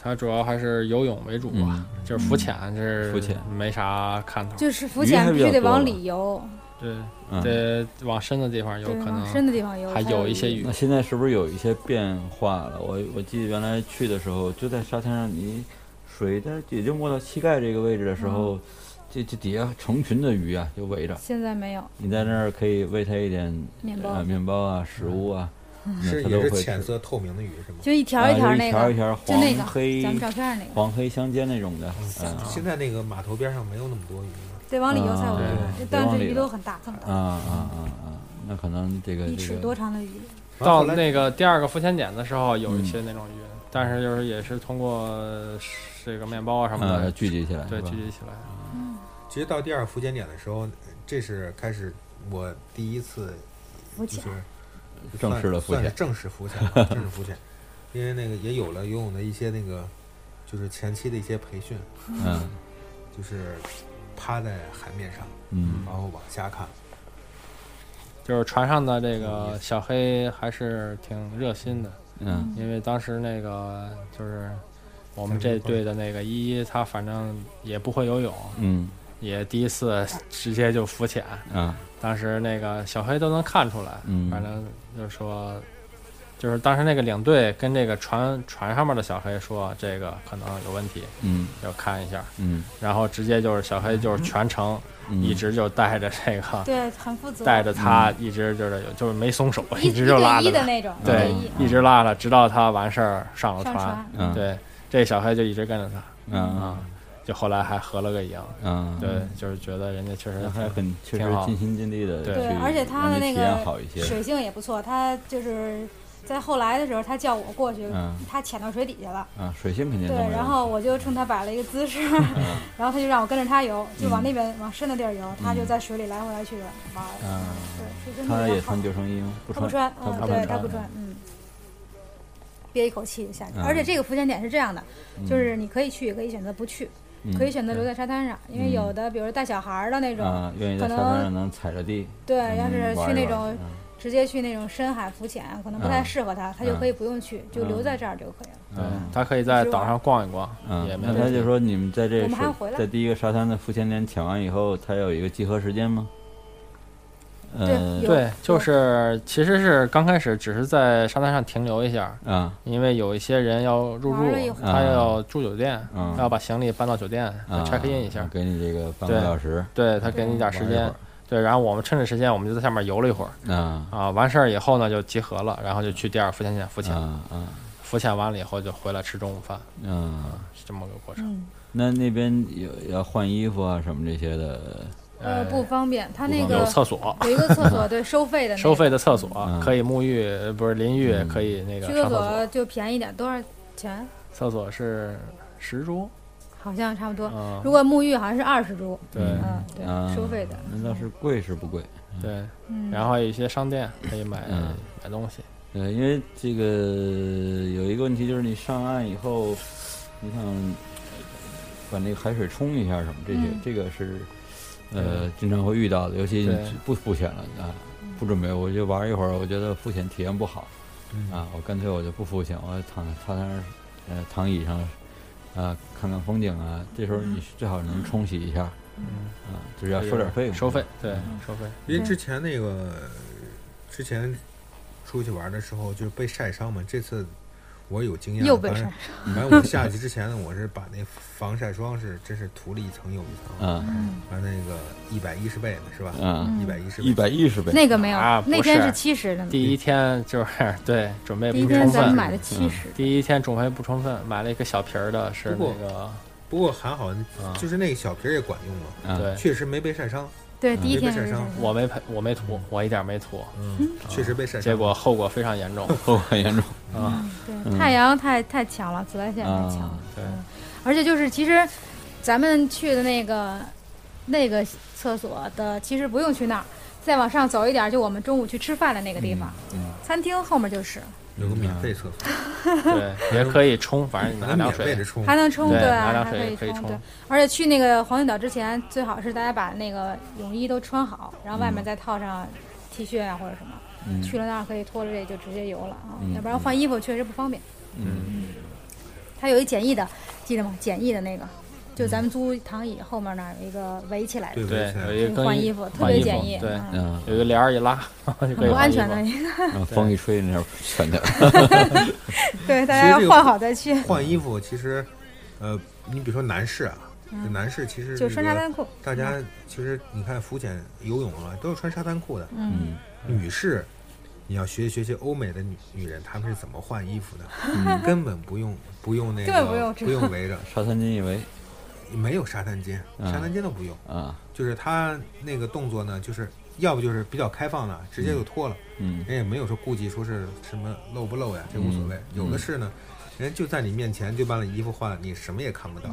Speaker 4: 它主要还是游泳为主吧，
Speaker 2: 嗯
Speaker 4: 就是浮潜，这
Speaker 2: 浮潜
Speaker 4: 没啥看头，
Speaker 3: 就是浮潜必须得往里游，
Speaker 4: 对，
Speaker 2: 嗯
Speaker 4: 得往深的地方游，
Speaker 3: 对，
Speaker 4: 可
Speaker 3: 往
Speaker 4: 能
Speaker 3: 深的地方游。
Speaker 4: 还有一些
Speaker 3: 鱼，
Speaker 4: 鱼
Speaker 2: 那，现在是不是有一些变化了？我我记得原来去的时候，就在沙滩上，你水在也就没到膝盖这个位置的时候，这这底下成群的鱼啊，就围着
Speaker 3: 现在没有
Speaker 2: 你，在那儿可以喂它一点
Speaker 3: 面包
Speaker 2: 呃面包啊、食物啊，嗯
Speaker 5: 是
Speaker 2: 它都
Speaker 5: 也是
Speaker 2: 会
Speaker 5: 浅
Speaker 2: 吃
Speaker 5: 色透明的鱼是吗？
Speaker 3: 就一条一条
Speaker 2: 啊就
Speaker 3: 那
Speaker 2: 一
Speaker 3: 个，
Speaker 2: 条一条
Speaker 3: 就那
Speaker 2: 黄
Speaker 3: 个，
Speaker 2: 黑
Speaker 3: 咱们照片上那个，
Speaker 2: 黄黑相间那种的，嗯
Speaker 5: 现在那个码头边上没有那么多鱼了，
Speaker 3: 得往里游才有
Speaker 2: 啊对
Speaker 3: 鱼，但
Speaker 2: 得往
Speaker 3: 是
Speaker 2: 里
Speaker 3: 鱼
Speaker 2: 游
Speaker 3: 都很大很
Speaker 2: 啊啊
Speaker 3: 大，
Speaker 2: 啊啊，那可能这个
Speaker 3: 一
Speaker 2: 这
Speaker 3: 尺
Speaker 2: 个
Speaker 3: 多长的鱼，
Speaker 4: 到
Speaker 5: 完后来
Speaker 4: 那个第二个浮潜点的时候，有一
Speaker 2: 嗯
Speaker 4: 些那种鱼，但是就是也是通过呃这个面包啊什么
Speaker 2: 呃
Speaker 4: 的，
Speaker 2: 聚集起来，
Speaker 4: 对
Speaker 2: 是吧
Speaker 4: 聚集起来。
Speaker 3: 嗯
Speaker 5: 其实到第二浮潜点的时候，这是开始我第一次
Speaker 3: 浮
Speaker 5: 就
Speaker 3: 潜
Speaker 5: 是
Speaker 2: 正
Speaker 5: 算
Speaker 2: 式的浮
Speaker 5: 算是
Speaker 2: 潜
Speaker 5: 正式浮潜 吧，正式浮潜，因为那个也有了游泳的一些那个就是前期的一些培训，
Speaker 2: 嗯
Speaker 5: 就是趴在海面上，
Speaker 2: 嗯
Speaker 5: 然后往下看，
Speaker 4: 就是船上的这个小黑还是挺热心的，
Speaker 2: 嗯
Speaker 4: 因为当时那个就是我们这队的那个依依，她反正也不会游泳，
Speaker 2: 嗯
Speaker 4: 也第一次直接就浮潜，
Speaker 2: 啊
Speaker 4: 当时那个小黑都能看出来，
Speaker 2: 嗯
Speaker 4: 反正就是说，就是当时那个领队跟这个船船上面的小黑说，这个可能有问题，
Speaker 2: 嗯
Speaker 4: 要看一下。
Speaker 2: 嗯，
Speaker 4: 然后直接就是小黑就是全程
Speaker 2: 嗯
Speaker 4: 一直就带着这个，
Speaker 3: 对，很负责，
Speaker 4: 带着他一直就是有就是没松手，
Speaker 3: 一
Speaker 4: 直就拉
Speaker 3: 一对
Speaker 4: 着
Speaker 3: 一的
Speaker 4: 他，
Speaker 3: 那种，一
Speaker 4: 对
Speaker 3: 一，
Speaker 4: 一直拉着，直到他完事儿上了
Speaker 3: 上
Speaker 4: 船。
Speaker 3: 船，
Speaker 2: 嗯
Speaker 4: 对，这小黑就一直跟着
Speaker 2: 嗯
Speaker 4: 他
Speaker 2: 啊
Speaker 4: 啊，就后来还合了个影。
Speaker 2: 啊
Speaker 4: 嗯对，就是觉得人家确实
Speaker 2: 那还很确实
Speaker 4: 挺好
Speaker 2: 尽心尽力的，
Speaker 4: 对
Speaker 3: 对，而且他的那
Speaker 2: 体验好
Speaker 3: 个
Speaker 2: 一些，
Speaker 3: 水性也不错，他就是在后来的时候，他叫我过去
Speaker 2: 嗯，
Speaker 3: 他潜到水底下了。
Speaker 2: 啊，水性肯定都
Speaker 3: 对
Speaker 2: 没问，题
Speaker 3: 然后我就冲他摆了一个姿势，然后他就让我跟着他游，就往那边往深的
Speaker 2: 嗯
Speaker 3: 地儿游，他就在水里来回来去的玩儿。
Speaker 2: 啊
Speaker 3: 对，是真
Speaker 2: 他
Speaker 3: 的
Speaker 2: 也
Speaker 3: 好
Speaker 2: 穿救生衣吗？不
Speaker 3: 他不
Speaker 2: 穿
Speaker 3: 穿，，
Speaker 2: 他
Speaker 3: 嗯，对他
Speaker 2: 不
Speaker 3: 不穿，嗯，憋一口气就下去。
Speaker 2: 嗯
Speaker 3: 而且这个浮潜点是这样的，
Speaker 2: 嗯
Speaker 3: 就是你可以去，也可以选择不去，可以选择留在沙滩上，因为有的比如带小孩儿的那种，
Speaker 2: 嗯啊，愿意在沙滩上能踩着地，
Speaker 3: 对，
Speaker 2: 嗯
Speaker 3: 要是去
Speaker 2: 玩一
Speaker 3: 那
Speaker 2: 玩
Speaker 3: 种直接去那种深海浮潜，啊可能不太
Speaker 2: 嗯
Speaker 3: 适合他，他就
Speaker 2: 嗯
Speaker 3: 可以不用去，就留在这儿就可以了。
Speaker 4: 对
Speaker 2: 嗯，
Speaker 4: 他可以在岛上逛一逛，也
Speaker 2: 嗯，
Speaker 4: 没
Speaker 2: 那
Speaker 4: 问
Speaker 2: 他
Speaker 4: 题。
Speaker 2: 就说你们在这
Speaker 3: 我们
Speaker 2: 水
Speaker 3: 还要回来
Speaker 2: 在第一个沙滩的浮潜点潜完以后，它有一个集合时间吗？呃
Speaker 3: 对有
Speaker 4: 对，就是其实是刚开始只是在沙滩上停留一下，
Speaker 2: 啊
Speaker 4: 因为有一些人要入
Speaker 3: 玩了一
Speaker 4: 住，
Speaker 3: 会
Speaker 2: 儿
Speaker 4: 他要住酒店，
Speaker 2: 嗯
Speaker 4: 他要把行李搬到酒店
Speaker 2: 啊
Speaker 4: check in 一下。
Speaker 2: 给你这个半个
Speaker 4: 对
Speaker 2: 小时
Speaker 4: 对他给你点时
Speaker 2: 玩一会
Speaker 4: 间
Speaker 2: 儿，
Speaker 4: 对，然后我们趁着时间，我们就在下面游了一会儿
Speaker 2: 啊
Speaker 4: 啊。完事儿以后呢，就集合了，然后就去第二浮潜点
Speaker 2: 啊
Speaker 4: 浮潜，
Speaker 2: 啊
Speaker 4: 浮潜完了以后就回来吃中午饭，
Speaker 2: 啊！
Speaker 4: 是这么个过程。
Speaker 1: 嗯，
Speaker 2: 那那边有要换衣服啊什么这些的，
Speaker 4: 哎
Speaker 3: 呃，不方便，他
Speaker 2: 不
Speaker 3: 那
Speaker 2: 方
Speaker 4: 有
Speaker 3: 个
Speaker 4: 厕所，
Speaker 3: 有一个厕所，对，收费的那个，
Speaker 4: 收费的厕所
Speaker 2: 嗯
Speaker 4: 可以沐浴，呃不是淋浴，可以那个
Speaker 3: 去
Speaker 4: 上
Speaker 3: 厕
Speaker 4: 厕所
Speaker 3: 所。就便宜点，多少钱？
Speaker 4: 厕所是十株，
Speaker 3: 好像差不多。
Speaker 4: 嗯，
Speaker 3: 如果沐浴好像是二十铢，
Speaker 4: 对
Speaker 3: 嗯，
Speaker 2: 啊
Speaker 3: 对，收费的。
Speaker 2: 那倒是贵是不贵？
Speaker 4: 对，
Speaker 3: 嗯，
Speaker 4: 然后还有一些商店可以买
Speaker 2: 嗯
Speaker 4: 买东西。
Speaker 2: 对，因为这个有一个问题就是你上岸以后，你想把那个海水冲一下什么这些，
Speaker 3: 嗯
Speaker 2: 这个是呃经常会遇到的，尤其你
Speaker 4: 对
Speaker 2: 不浮潜了啊，不准备，我就玩一会儿，我觉得浮潜体验不好
Speaker 5: 嗯
Speaker 2: 啊，我干脆我就不浮潜，我躺沙滩上呃躺椅上啊看看风景啊，这时候
Speaker 3: 嗯
Speaker 2: 你最好能冲洗一下
Speaker 4: 嗯，
Speaker 2: 啊，就是要收点费用，
Speaker 4: 收费，对，
Speaker 3: 嗯
Speaker 4: 收费。
Speaker 5: 因为之前那个之前出去玩的时候就是被晒伤嘛，这次我有经验，
Speaker 3: 又被
Speaker 5: 反正
Speaker 3: 晒
Speaker 5: 反正我下去之前呢，我是把那防晒霜是真是涂了一层又一层，
Speaker 4: 嗯
Speaker 2: 啊
Speaker 5: 完那个一百一十倍的是吧？
Speaker 2: 啊，
Speaker 5: 一百一十
Speaker 2: 一百一十倍，
Speaker 3: 嗯那个没有
Speaker 4: 啊，
Speaker 3: 那
Speaker 4: 不
Speaker 3: 天
Speaker 4: 是
Speaker 3: 是七十的，
Speaker 4: 第一天就是 对准备
Speaker 3: 第一
Speaker 4: 不
Speaker 3: 天
Speaker 4: 充
Speaker 3: 咱们
Speaker 4: 分，
Speaker 3: 买的七十，
Speaker 4: 第一天准备不充分，买了一个小瓶儿的，是
Speaker 5: 不过
Speaker 4: 那个嗯
Speaker 5: 不过还好，就是那个小瓶儿也管用了，
Speaker 2: 啊
Speaker 4: 对，
Speaker 5: 确实没被晒伤，
Speaker 3: 对，第一天
Speaker 5: 没被晒
Speaker 3: 是
Speaker 5: 伤
Speaker 4: 我没喷，我没涂，我一点没涂，
Speaker 5: 嗯，确实被晒伤。
Speaker 4: 结果后果非常严重
Speaker 2: 后果很严重
Speaker 4: 啊。
Speaker 3: 嗯对，太阳太太强了，紫外线太强
Speaker 2: 啊
Speaker 3: 了，。
Speaker 4: 对，
Speaker 3: 而且就是其实咱们去的那个那个厕所的，其实不
Speaker 2: 嗯
Speaker 4: 嗯
Speaker 3: 用去那儿。再往上走一点，就我们中午去吃饭的那个地方，餐厅后面就是，
Speaker 5: 有个免费车费，
Speaker 4: 对，也可以冲，反正你嗯拿
Speaker 5: 咱
Speaker 4: 凉
Speaker 5: 免费
Speaker 4: 水
Speaker 5: 的，充
Speaker 3: 还能冲，啊
Speaker 4: 对
Speaker 3: 还
Speaker 4: 拿凉
Speaker 3: 可
Speaker 4: 水
Speaker 3: 以
Speaker 4: 可以
Speaker 3: 冲，
Speaker 4: 冲
Speaker 3: 对。而且去那个黄金岛之前，最好是大家把那个泳衣都穿好，然后外
Speaker 4: 嗯
Speaker 3: 面再套上 T 恤啊或者什么。
Speaker 2: 嗯
Speaker 3: 去了那儿可以脱了这就直接游了啊，
Speaker 2: 嗯
Speaker 3: 要不然换衣服确实不方便。
Speaker 2: 嗯
Speaker 3: 它有一简易的，记得吗？简易的那个，就咱们租躺椅后面那儿有一个围起来的，
Speaker 5: 对不
Speaker 4: 对，有
Speaker 5: 对？
Speaker 4: 一个
Speaker 3: 嗯换
Speaker 4: 更
Speaker 3: 衣
Speaker 4: 衣
Speaker 3: 服特
Speaker 4: 换
Speaker 3: 别
Speaker 4: 衣
Speaker 3: 简
Speaker 4: 服
Speaker 3: 易，
Speaker 4: 对，
Speaker 3: 嗯
Speaker 2: 嗯，
Speaker 4: 有一个帘儿一拉， 就可
Speaker 3: 很
Speaker 4: 以
Speaker 3: 不
Speaker 4: 换
Speaker 3: 安
Speaker 4: 衣
Speaker 3: 全
Speaker 4: 服
Speaker 3: 的。
Speaker 2: 然后风一吹那边全点儿，
Speaker 3: 对，大家
Speaker 5: 其实这
Speaker 3: 要
Speaker 5: 个
Speaker 3: 换好再去，
Speaker 5: 换衣服其实，呃，你比如说男士啊，就男士其实
Speaker 3: 嗯就
Speaker 5: 这
Speaker 3: 穿沙
Speaker 5: 个
Speaker 3: 滩裤。
Speaker 5: 大家其实你看浮潜、游泳啊，都是穿沙滩裤的。
Speaker 3: 嗯，
Speaker 5: 女士，你要学习学习欧美的女女人，她们是怎么换衣服的？
Speaker 2: 嗯
Speaker 5: 根本不用不用那个
Speaker 3: 根本不用知道
Speaker 5: 围着，
Speaker 2: 沙滩巾一围
Speaker 5: 没有沙滩巾，
Speaker 2: 嗯
Speaker 5: 沙滩巾都不用。
Speaker 2: 啊，
Speaker 5: 就是她那个动作呢，就是要不就是比较开放的，直接就脱了，
Speaker 2: 嗯
Speaker 5: 人也没有说顾忌说是什么露不露呀，这无所谓。
Speaker 2: 嗯
Speaker 5: 有的是呢，人就在你面前就把你衣服换了，你什么也看不到。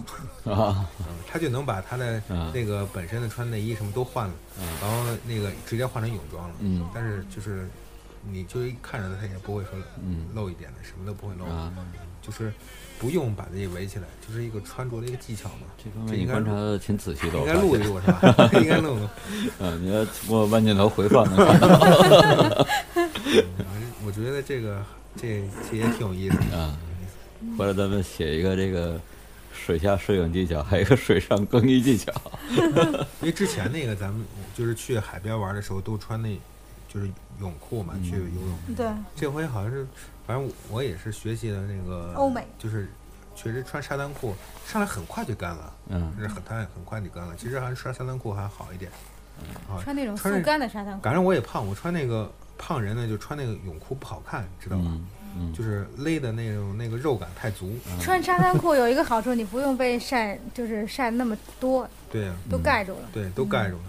Speaker 2: 啊，
Speaker 5: 嗯，他就能把他的
Speaker 2: 嗯
Speaker 5: 那个本身的穿内衣什么都换了，然后那个直接换成泳装了。
Speaker 2: 嗯
Speaker 5: 但是就是你就一看着他，他也不会说
Speaker 2: 嗯
Speaker 5: 露一点的，什么都不会露，
Speaker 2: 啊，
Speaker 5: 就是不用把自己围起来，就是一个穿着的一个技巧嘛。
Speaker 2: 这方面你观察的挺仔细的，
Speaker 5: 应
Speaker 2: 我
Speaker 5: 该
Speaker 2: 发
Speaker 5: 录一
Speaker 2: 现
Speaker 5: 录是 吧？应该录一录。
Speaker 2: 嗯，你要通过慢镜头回放能看到
Speaker 5: 嗯我觉得这个这这也挺有意思的。
Speaker 2: 啊。回来咱们写一个这个水下摄影技巧，还有一个水上更衣技巧。
Speaker 5: 因为之前那个咱们就是去海边玩的时候都穿那，就是泳裤
Speaker 2: 嗯
Speaker 5: 嘛，去游泳。
Speaker 3: 对，
Speaker 5: 这回好像是，反正我也是学习的那个
Speaker 3: 欧美，
Speaker 5: 就是确实穿沙滩裤上来很快就干了，
Speaker 2: 嗯
Speaker 5: 就是很快很快就干了。其实还是穿沙滩裤还好一点。
Speaker 2: 嗯
Speaker 5: 啊，
Speaker 3: 穿那种
Speaker 5: 穿
Speaker 3: 速
Speaker 5: 着
Speaker 3: 干的沙滩裤，
Speaker 5: 赶上我也胖，我穿那个胖人呢就穿那个泳裤不好看，知道吧？
Speaker 2: 嗯嗯
Speaker 5: 就是勒的那种那个肉感太足。
Speaker 3: 穿沙滩裤有一个好处，你不用被晒，就是晒那么多，
Speaker 5: 对呀、啊
Speaker 3: 都盖住了。
Speaker 5: 对，都盖住了。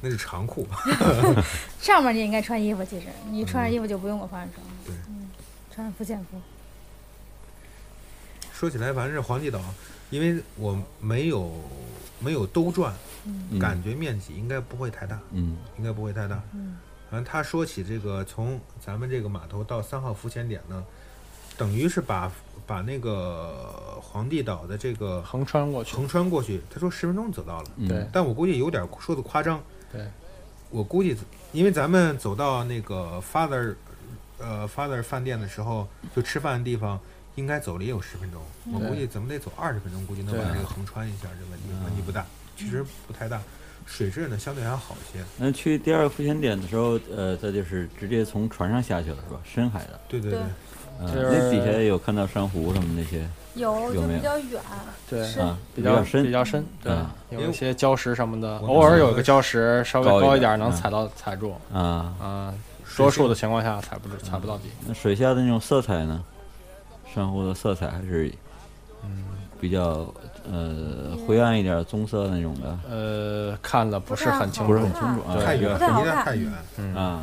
Speaker 5: 那是长裤，
Speaker 3: 上面你也应该穿衣服，其实你穿上衣服就不用我换装。
Speaker 5: 对
Speaker 3: 嗯，穿上浮潜服。
Speaker 5: 说起来，反正是黄帝岛，因为我没有没有兜转，
Speaker 2: 嗯，
Speaker 5: 感觉面积应该不会太大。
Speaker 2: 嗯
Speaker 5: 应该不会太大。
Speaker 3: 嗯，
Speaker 5: 反正他说起这个，从咱们这个码头到三号浮潜点呢，等于是把把那个皇帝岛的这个
Speaker 4: 横穿过去，
Speaker 5: 横穿过去。他说十分钟走到了，
Speaker 2: 嗯
Speaker 4: 对
Speaker 5: 但我估计有点说的夸张。
Speaker 4: 对，
Speaker 5: 我估计，因为咱们走到那个 Father 呃 Father 饭店的时候，就吃饭的地方。应该走了也有十分钟，我估计咱们得走二十分钟，估计能把
Speaker 4: 对
Speaker 5: 这个横穿一下，这问题问题不大，其实不太大。水质呢相对还好一些，
Speaker 2: 那去第二个浮潜点的时候，呃，它就是直接从船上下去了，是吧？深海的，
Speaker 5: 对对
Speaker 3: 对
Speaker 5: 对，
Speaker 2: 嗯，
Speaker 4: 就是
Speaker 2: 那底下有看到珊瑚什么那些
Speaker 3: 有
Speaker 2: 有
Speaker 3: 就
Speaker 2: 没有
Speaker 3: 比较远，
Speaker 4: 对，
Speaker 2: 啊，
Speaker 4: 比
Speaker 2: 较
Speaker 4: 较
Speaker 2: 深
Speaker 4: 比，较深，对
Speaker 2: 嗯，
Speaker 5: 因
Speaker 4: 有
Speaker 5: 为
Speaker 4: 一些礁石什么的，
Speaker 5: 我
Speaker 4: 偶尔有一个礁石稍微
Speaker 2: 高一
Speaker 4: 高一
Speaker 2: 点
Speaker 4: 点能
Speaker 2: 嗯
Speaker 4: 踩到踩住，
Speaker 2: 啊。
Speaker 4: 啊，多数的情况下踩不住，踩不到底。
Speaker 2: 那水下的那种色彩呢？珊瑚的色彩还是比较呃灰暗一点，棕色那种的，
Speaker 4: 呃，看了不是很清
Speaker 3: 不
Speaker 2: 嗯不
Speaker 3: 太
Speaker 2: 是
Speaker 4: 楚
Speaker 3: 好，
Speaker 2: 很清楚啊。
Speaker 4: 对
Speaker 5: 太远，
Speaker 3: 不
Speaker 5: 离
Speaker 3: 太好
Speaker 5: 得
Speaker 3: 看
Speaker 5: 太远。
Speaker 4: 嗯
Speaker 2: 啊，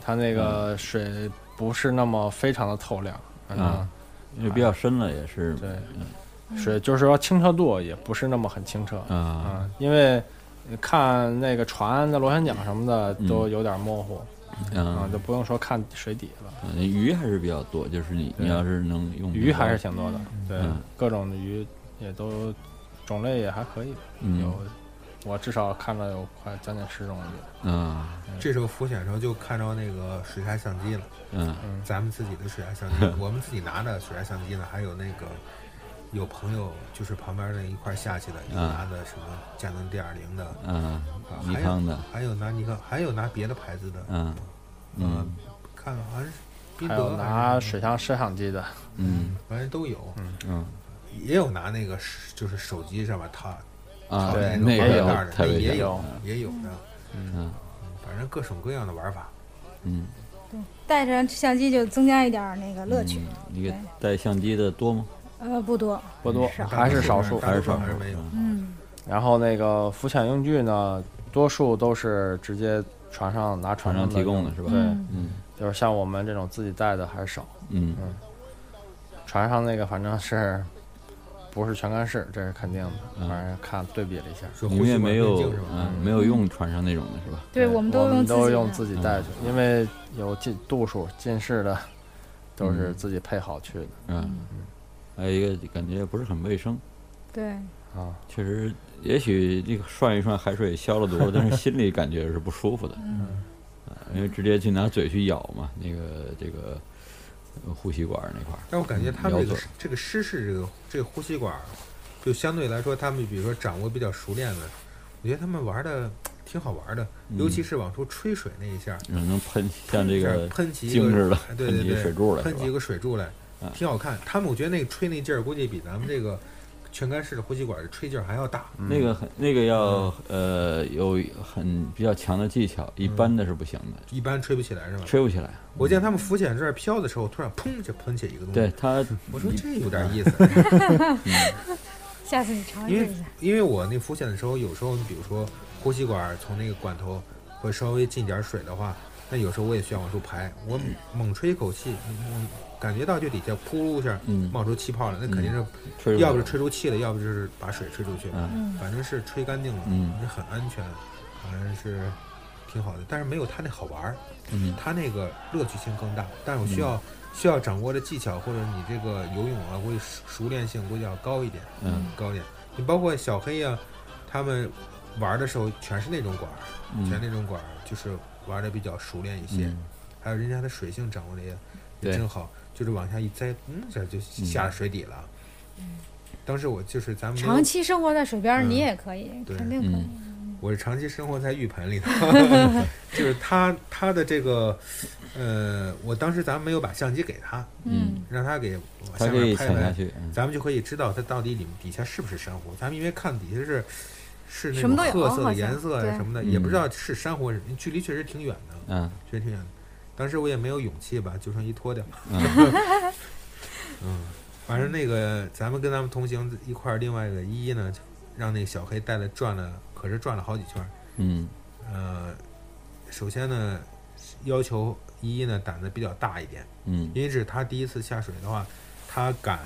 Speaker 4: 它那
Speaker 2: 嗯
Speaker 4: 个水不是那么非常的透亮，反正
Speaker 2: 啊因为比较深了也是，
Speaker 4: 对
Speaker 3: 嗯
Speaker 4: 水就是说清澈度也不是那么很清澈
Speaker 2: 啊，
Speaker 4: 啊，因为你看那个船的螺旋桨什么的
Speaker 2: 嗯
Speaker 4: 都有点模糊啊
Speaker 2: 啊，，
Speaker 4: 就不用说看水底了，
Speaker 2: 鱼还是比较多，就是你
Speaker 4: 对
Speaker 2: 你要是能用
Speaker 4: 鱼还是挺多的，对
Speaker 2: 嗯，
Speaker 4: 各种的鱼也都种类也还可以，有
Speaker 2: 嗯
Speaker 4: 我至少看了有快将近十种鱼。
Speaker 2: 啊
Speaker 5: 这时候浮潜的时候就看着那个水下相机了，
Speaker 2: 嗯
Speaker 5: 咱们自己的水下相 机，我们自己拿着水下相机呢，还有那个有朋友就是旁边那一块下去的，有
Speaker 2: 啊
Speaker 5: 拿的什么佳能 D 二零的，啊
Speaker 2: 啊，尼
Speaker 5: 还
Speaker 2: 康
Speaker 5: 有
Speaker 2: 的，
Speaker 5: 还有拿尼康，还有拿别的牌子的，
Speaker 2: 嗯
Speaker 5: 呃
Speaker 2: 嗯，
Speaker 5: 看好像是宾
Speaker 4: 还有
Speaker 5: 得
Speaker 4: 拿
Speaker 5: 还是
Speaker 4: 水箱摄像机的，
Speaker 2: 嗯
Speaker 5: 反正都有，
Speaker 2: 嗯
Speaker 5: 也有拿那个手就是手机上面套
Speaker 2: 啊
Speaker 5: 套，
Speaker 4: 对
Speaker 5: 那
Speaker 2: 那
Speaker 5: 个
Speaker 2: 个
Speaker 5: 绑带的，
Speaker 2: 特
Speaker 5: 那
Speaker 2: 别
Speaker 5: 也
Speaker 2: 像
Speaker 5: 有
Speaker 4: 像
Speaker 5: 也有的，
Speaker 2: 嗯
Speaker 5: 反正各种各样的玩法。
Speaker 2: 嗯，
Speaker 3: 带着相机就增加一点儿那个乐趣。
Speaker 2: 你给带相机的多吗？
Speaker 3: 呃，不多，
Speaker 4: 不多
Speaker 3: 少
Speaker 4: 还是少数。
Speaker 5: 大多数
Speaker 2: 少
Speaker 5: 还是
Speaker 2: 数
Speaker 5: 没有。
Speaker 3: 嗯，
Speaker 4: 然后那个浮潜用具呢，多数都是直接船上拿船
Speaker 2: 船上
Speaker 4: 上
Speaker 2: 提供
Speaker 4: 的
Speaker 2: 的是吧？
Speaker 4: 用，对，
Speaker 3: 嗯
Speaker 2: 嗯
Speaker 4: 就是像我们这种自己带的还是少。
Speaker 2: 嗯
Speaker 4: 船上那个反正是不是全干式，这是肯定的。
Speaker 2: 嗯
Speaker 4: 反正看对比了一下，
Speaker 5: 是
Speaker 2: 你
Speaker 5: 呼
Speaker 2: 们
Speaker 5: 吸
Speaker 2: 也
Speaker 5: 管
Speaker 2: 没
Speaker 5: 变
Speaker 2: 有
Speaker 5: 径是吧？
Speaker 2: 嗯没有用船上那种的是吧？
Speaker 3: 对，我们都
Speaker 4: 我们
Speaker 3: 用
Speaker 4: 都
Speaker 3: 自己
Speaker 4: 用
Speaker 3: 的
Speaker 4: 自己带去，因为有近度数、近视的都是自己配好去的
Speaker 2: 嗯，还有一个感觉不是很卫生，
Speaker 3: 对，
Speaker 4: 啊。
Speaker 2: 确实，也许这个涮一涮海水消了毒，但是心里感觉是不舒服的，
Speaker 3: 嗯，
Speaker 2: 啊因为直接去拿嘴去咬嘛，那个这个呃呼吸管那块儿，
Speaker 5: 但我感觉他们
Speaker 2: 瞄
Speaker 5: 这个
Speaker 2: 准
Speaker 5: 这个湿式这个这个呼吸管儿，就相对来说，他们比如说掌握比较熟练的，我觉得他们玩的挺好玩的，尤其是往出吹水那一下，
Speaker 2: 嗯能喷像嗯这
Speaker 5: 样
Speaker 2: 个
Speaker 5: 喷起一
Speaker 2: 精
Speaker 5: 个
Speaker 2: 致的
Speaker 5: 哎对
Speaker 2: 喷
Speaker 5: 对
Speaker 2: 起
Speaker 5: 对，
Speaker 2: 水柱来
Speaker 5: 喷
Speaker 2: 是
Speaker 5: 起一
Speaker 2: 吧
Speaker 5: 个水柱来
Speaker 2: 嗯，
Speaker 5: 挺好看。他们我觉得那个吹那劲儿，估计比咱们这个全干式的呼吸管儿吹劲儿还要大。
Speaker 2: 那个很那个要呃有很比较强的技巧，一般的是不行的，
Speaker 5: 一般吹不起来是吧？
Speaker 2: 吹不起来。
Speaker 5: 我见他们浮潜这儿飘的时候，突然砰就喷起一个东西。
Speaker 2: 对，它，
Speaker 5: 我说
Speaker 2: 一
Speaker 5: 这有点意思，
Speaker 3: 下次你尝
Speaker 5: 因
Speaker 3: 试
Speaker 5: 为
Speaker 3: 一下。
Speaker 5: 因为我那浮潜的时候，有时候你比如说呼吸管儿从那个管头会稍微进点儿水的话，那有时候我也需要往出排，我猛吹一口气，我感觉到就底下噗噜一下
Speaker 2: 嗯
Speaker 5: 冒出气泡了，那肯定是
Speaker 2: 吹不
Speaker 5: 要不
Speaker 2: 起
Speaker 5: 是
Speaker 2: 来
Speaker 5: 吹出气了，要不就是把水吹出去，
Speaker 2: 嗯
Speaker 5: 反正是吹干净了，
Speaker 2: 嗯
Speaker 5: 也很安全，反正是挺好的。但是没有他那好玩儿，
Speaker 2: 嗯
Speaker 5: 他那个乐趣性更大。但是我需要、需要掌握的技巧或者你这个游泳啊，估计熟熟练性估计要高一点，
Speaker 2: 嗯，
Speaker 5: 高一点。你包括小黑呀、他们玩的时候全是那种管儿，
Speaker 2: 嗯
Speaker 5: 全那种管儿，就是玩的比较熟练一些。
Speaker 2: 嗯
Speaker 5: 还有人家的水性掌握的也
Speaker 2: 对
Speaker 5: 也真好，就是往下一栽，嗯，这就下水底了。当时我就是咱们没有
Speaker 3: 嗯长期生活在水边儿，
Speaker 5: 嗯
Speaker 3: 你也可以，
Speaker 5: 对
Speaker 3: 肯定可以。
Speaker 2: 嗯
Speaker 5: 我是长期生活在浴 盆里的，就是他他的这个，呃，我当时咱们没有把相机给他，
Speaker 2: 嗯，
Speaker 5: 让他给往
Speaker 2: 它
Speaker 5: 下
Speaker 2: 可以
Speaker 5: 面拍
Speaker 2: 潜下
Speaker 5: 拍，
Speaker 2: 去，嗯
Speaker 5: 咱们就可以知道它到底里底下是不是珊瑚。咱们因为看底下是是那
Speaker 3: 什么
Speaker 5: 种
Speaker 3: 都有啊
Speaker 5: 褐色
Speaker 3: 好
Speaker 5: 的
Speaker 3: 像
Speaker 5: 颜色呀
Speaker 3: 对
Speaker 5: 什么的，
Speaker 2: 嗯
Speaker 5: 也不知道是珊瑚还是，距离确实挺远的，
Speaker 2: 嗯
Speaker 5: 确实挺远的。当时我也没有勇气把救生衣脱掉，
Speaker 2: 嗯
Speaker 5: 嗯，反正那个咱们跟咱们同行一块儿，另外一个依依呢，就让那个小黑带了转了，可是转了好几圈儿。
Speaker 2: 嗯
Speaker 5: 呃，首先呢，要求依依呢胆子比较大一点，
Speaker 2: 嗯
Speaker 5: 因为这是她第一次下水的话，她敢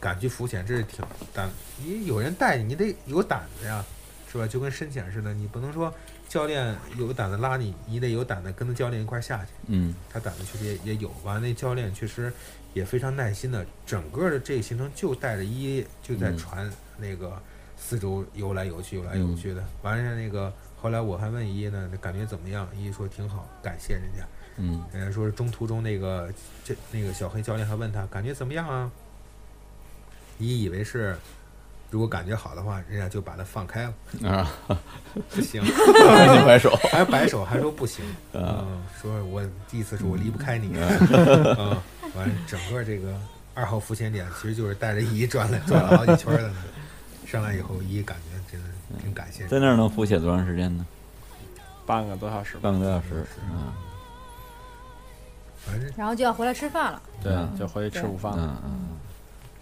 Speaker 5: 敢去浮潜，这是挺胆。你有人带你，你得有胆子呀，是吧？就跟深潜似的，你不能说教练有胆子拉你，你得有胆子跟着教练一块儿下去。
Speaker 2: 嗯
Speaker 5: 他胆子确实也也有吧。那教练确实也非常耐心的，整个的这个行程就带着一就在
Speaker 2: 嗯
Speaker 5: 船那个四周游来游去，游来游去的。完了那个后来我还问一呢，感觉怎么样？一说挺好，感谢人家。
Speaker 2: 嗯
Speaker 5: 人家说是中途中那个这那个小黑教练还问他感觉怎么样啊？一以为是。如果感觉好的话，人家就把他放开了。
Speaker 2: 嗯 啊，
Speaker 5: 不行，
Speaker 2: 你摆手，
Speaker 5: 还摆手，还说不行。
Speaker 2: 啊
Speaker 5: 嗯，说我意思是我离不开你，嗯，完了整个这个二号浮潜点其实就是带着姨转了转了好几圈儿的呢，上来以后姨感觉真的挺感谢
Speaker 2: 在那儿能浮潜多长时间呢？
Speaker 4: 半个多小时吧，
Speaker 2: 半个多小时，嗯
Speaker 5: 反正
Speaker 3: 然后就要回来吃饭了，
Speaker 4: 对
Speaker 2: 嗯，
Speaker 4: 就回去吃午饭了。
Speaker 2: 嗯嗯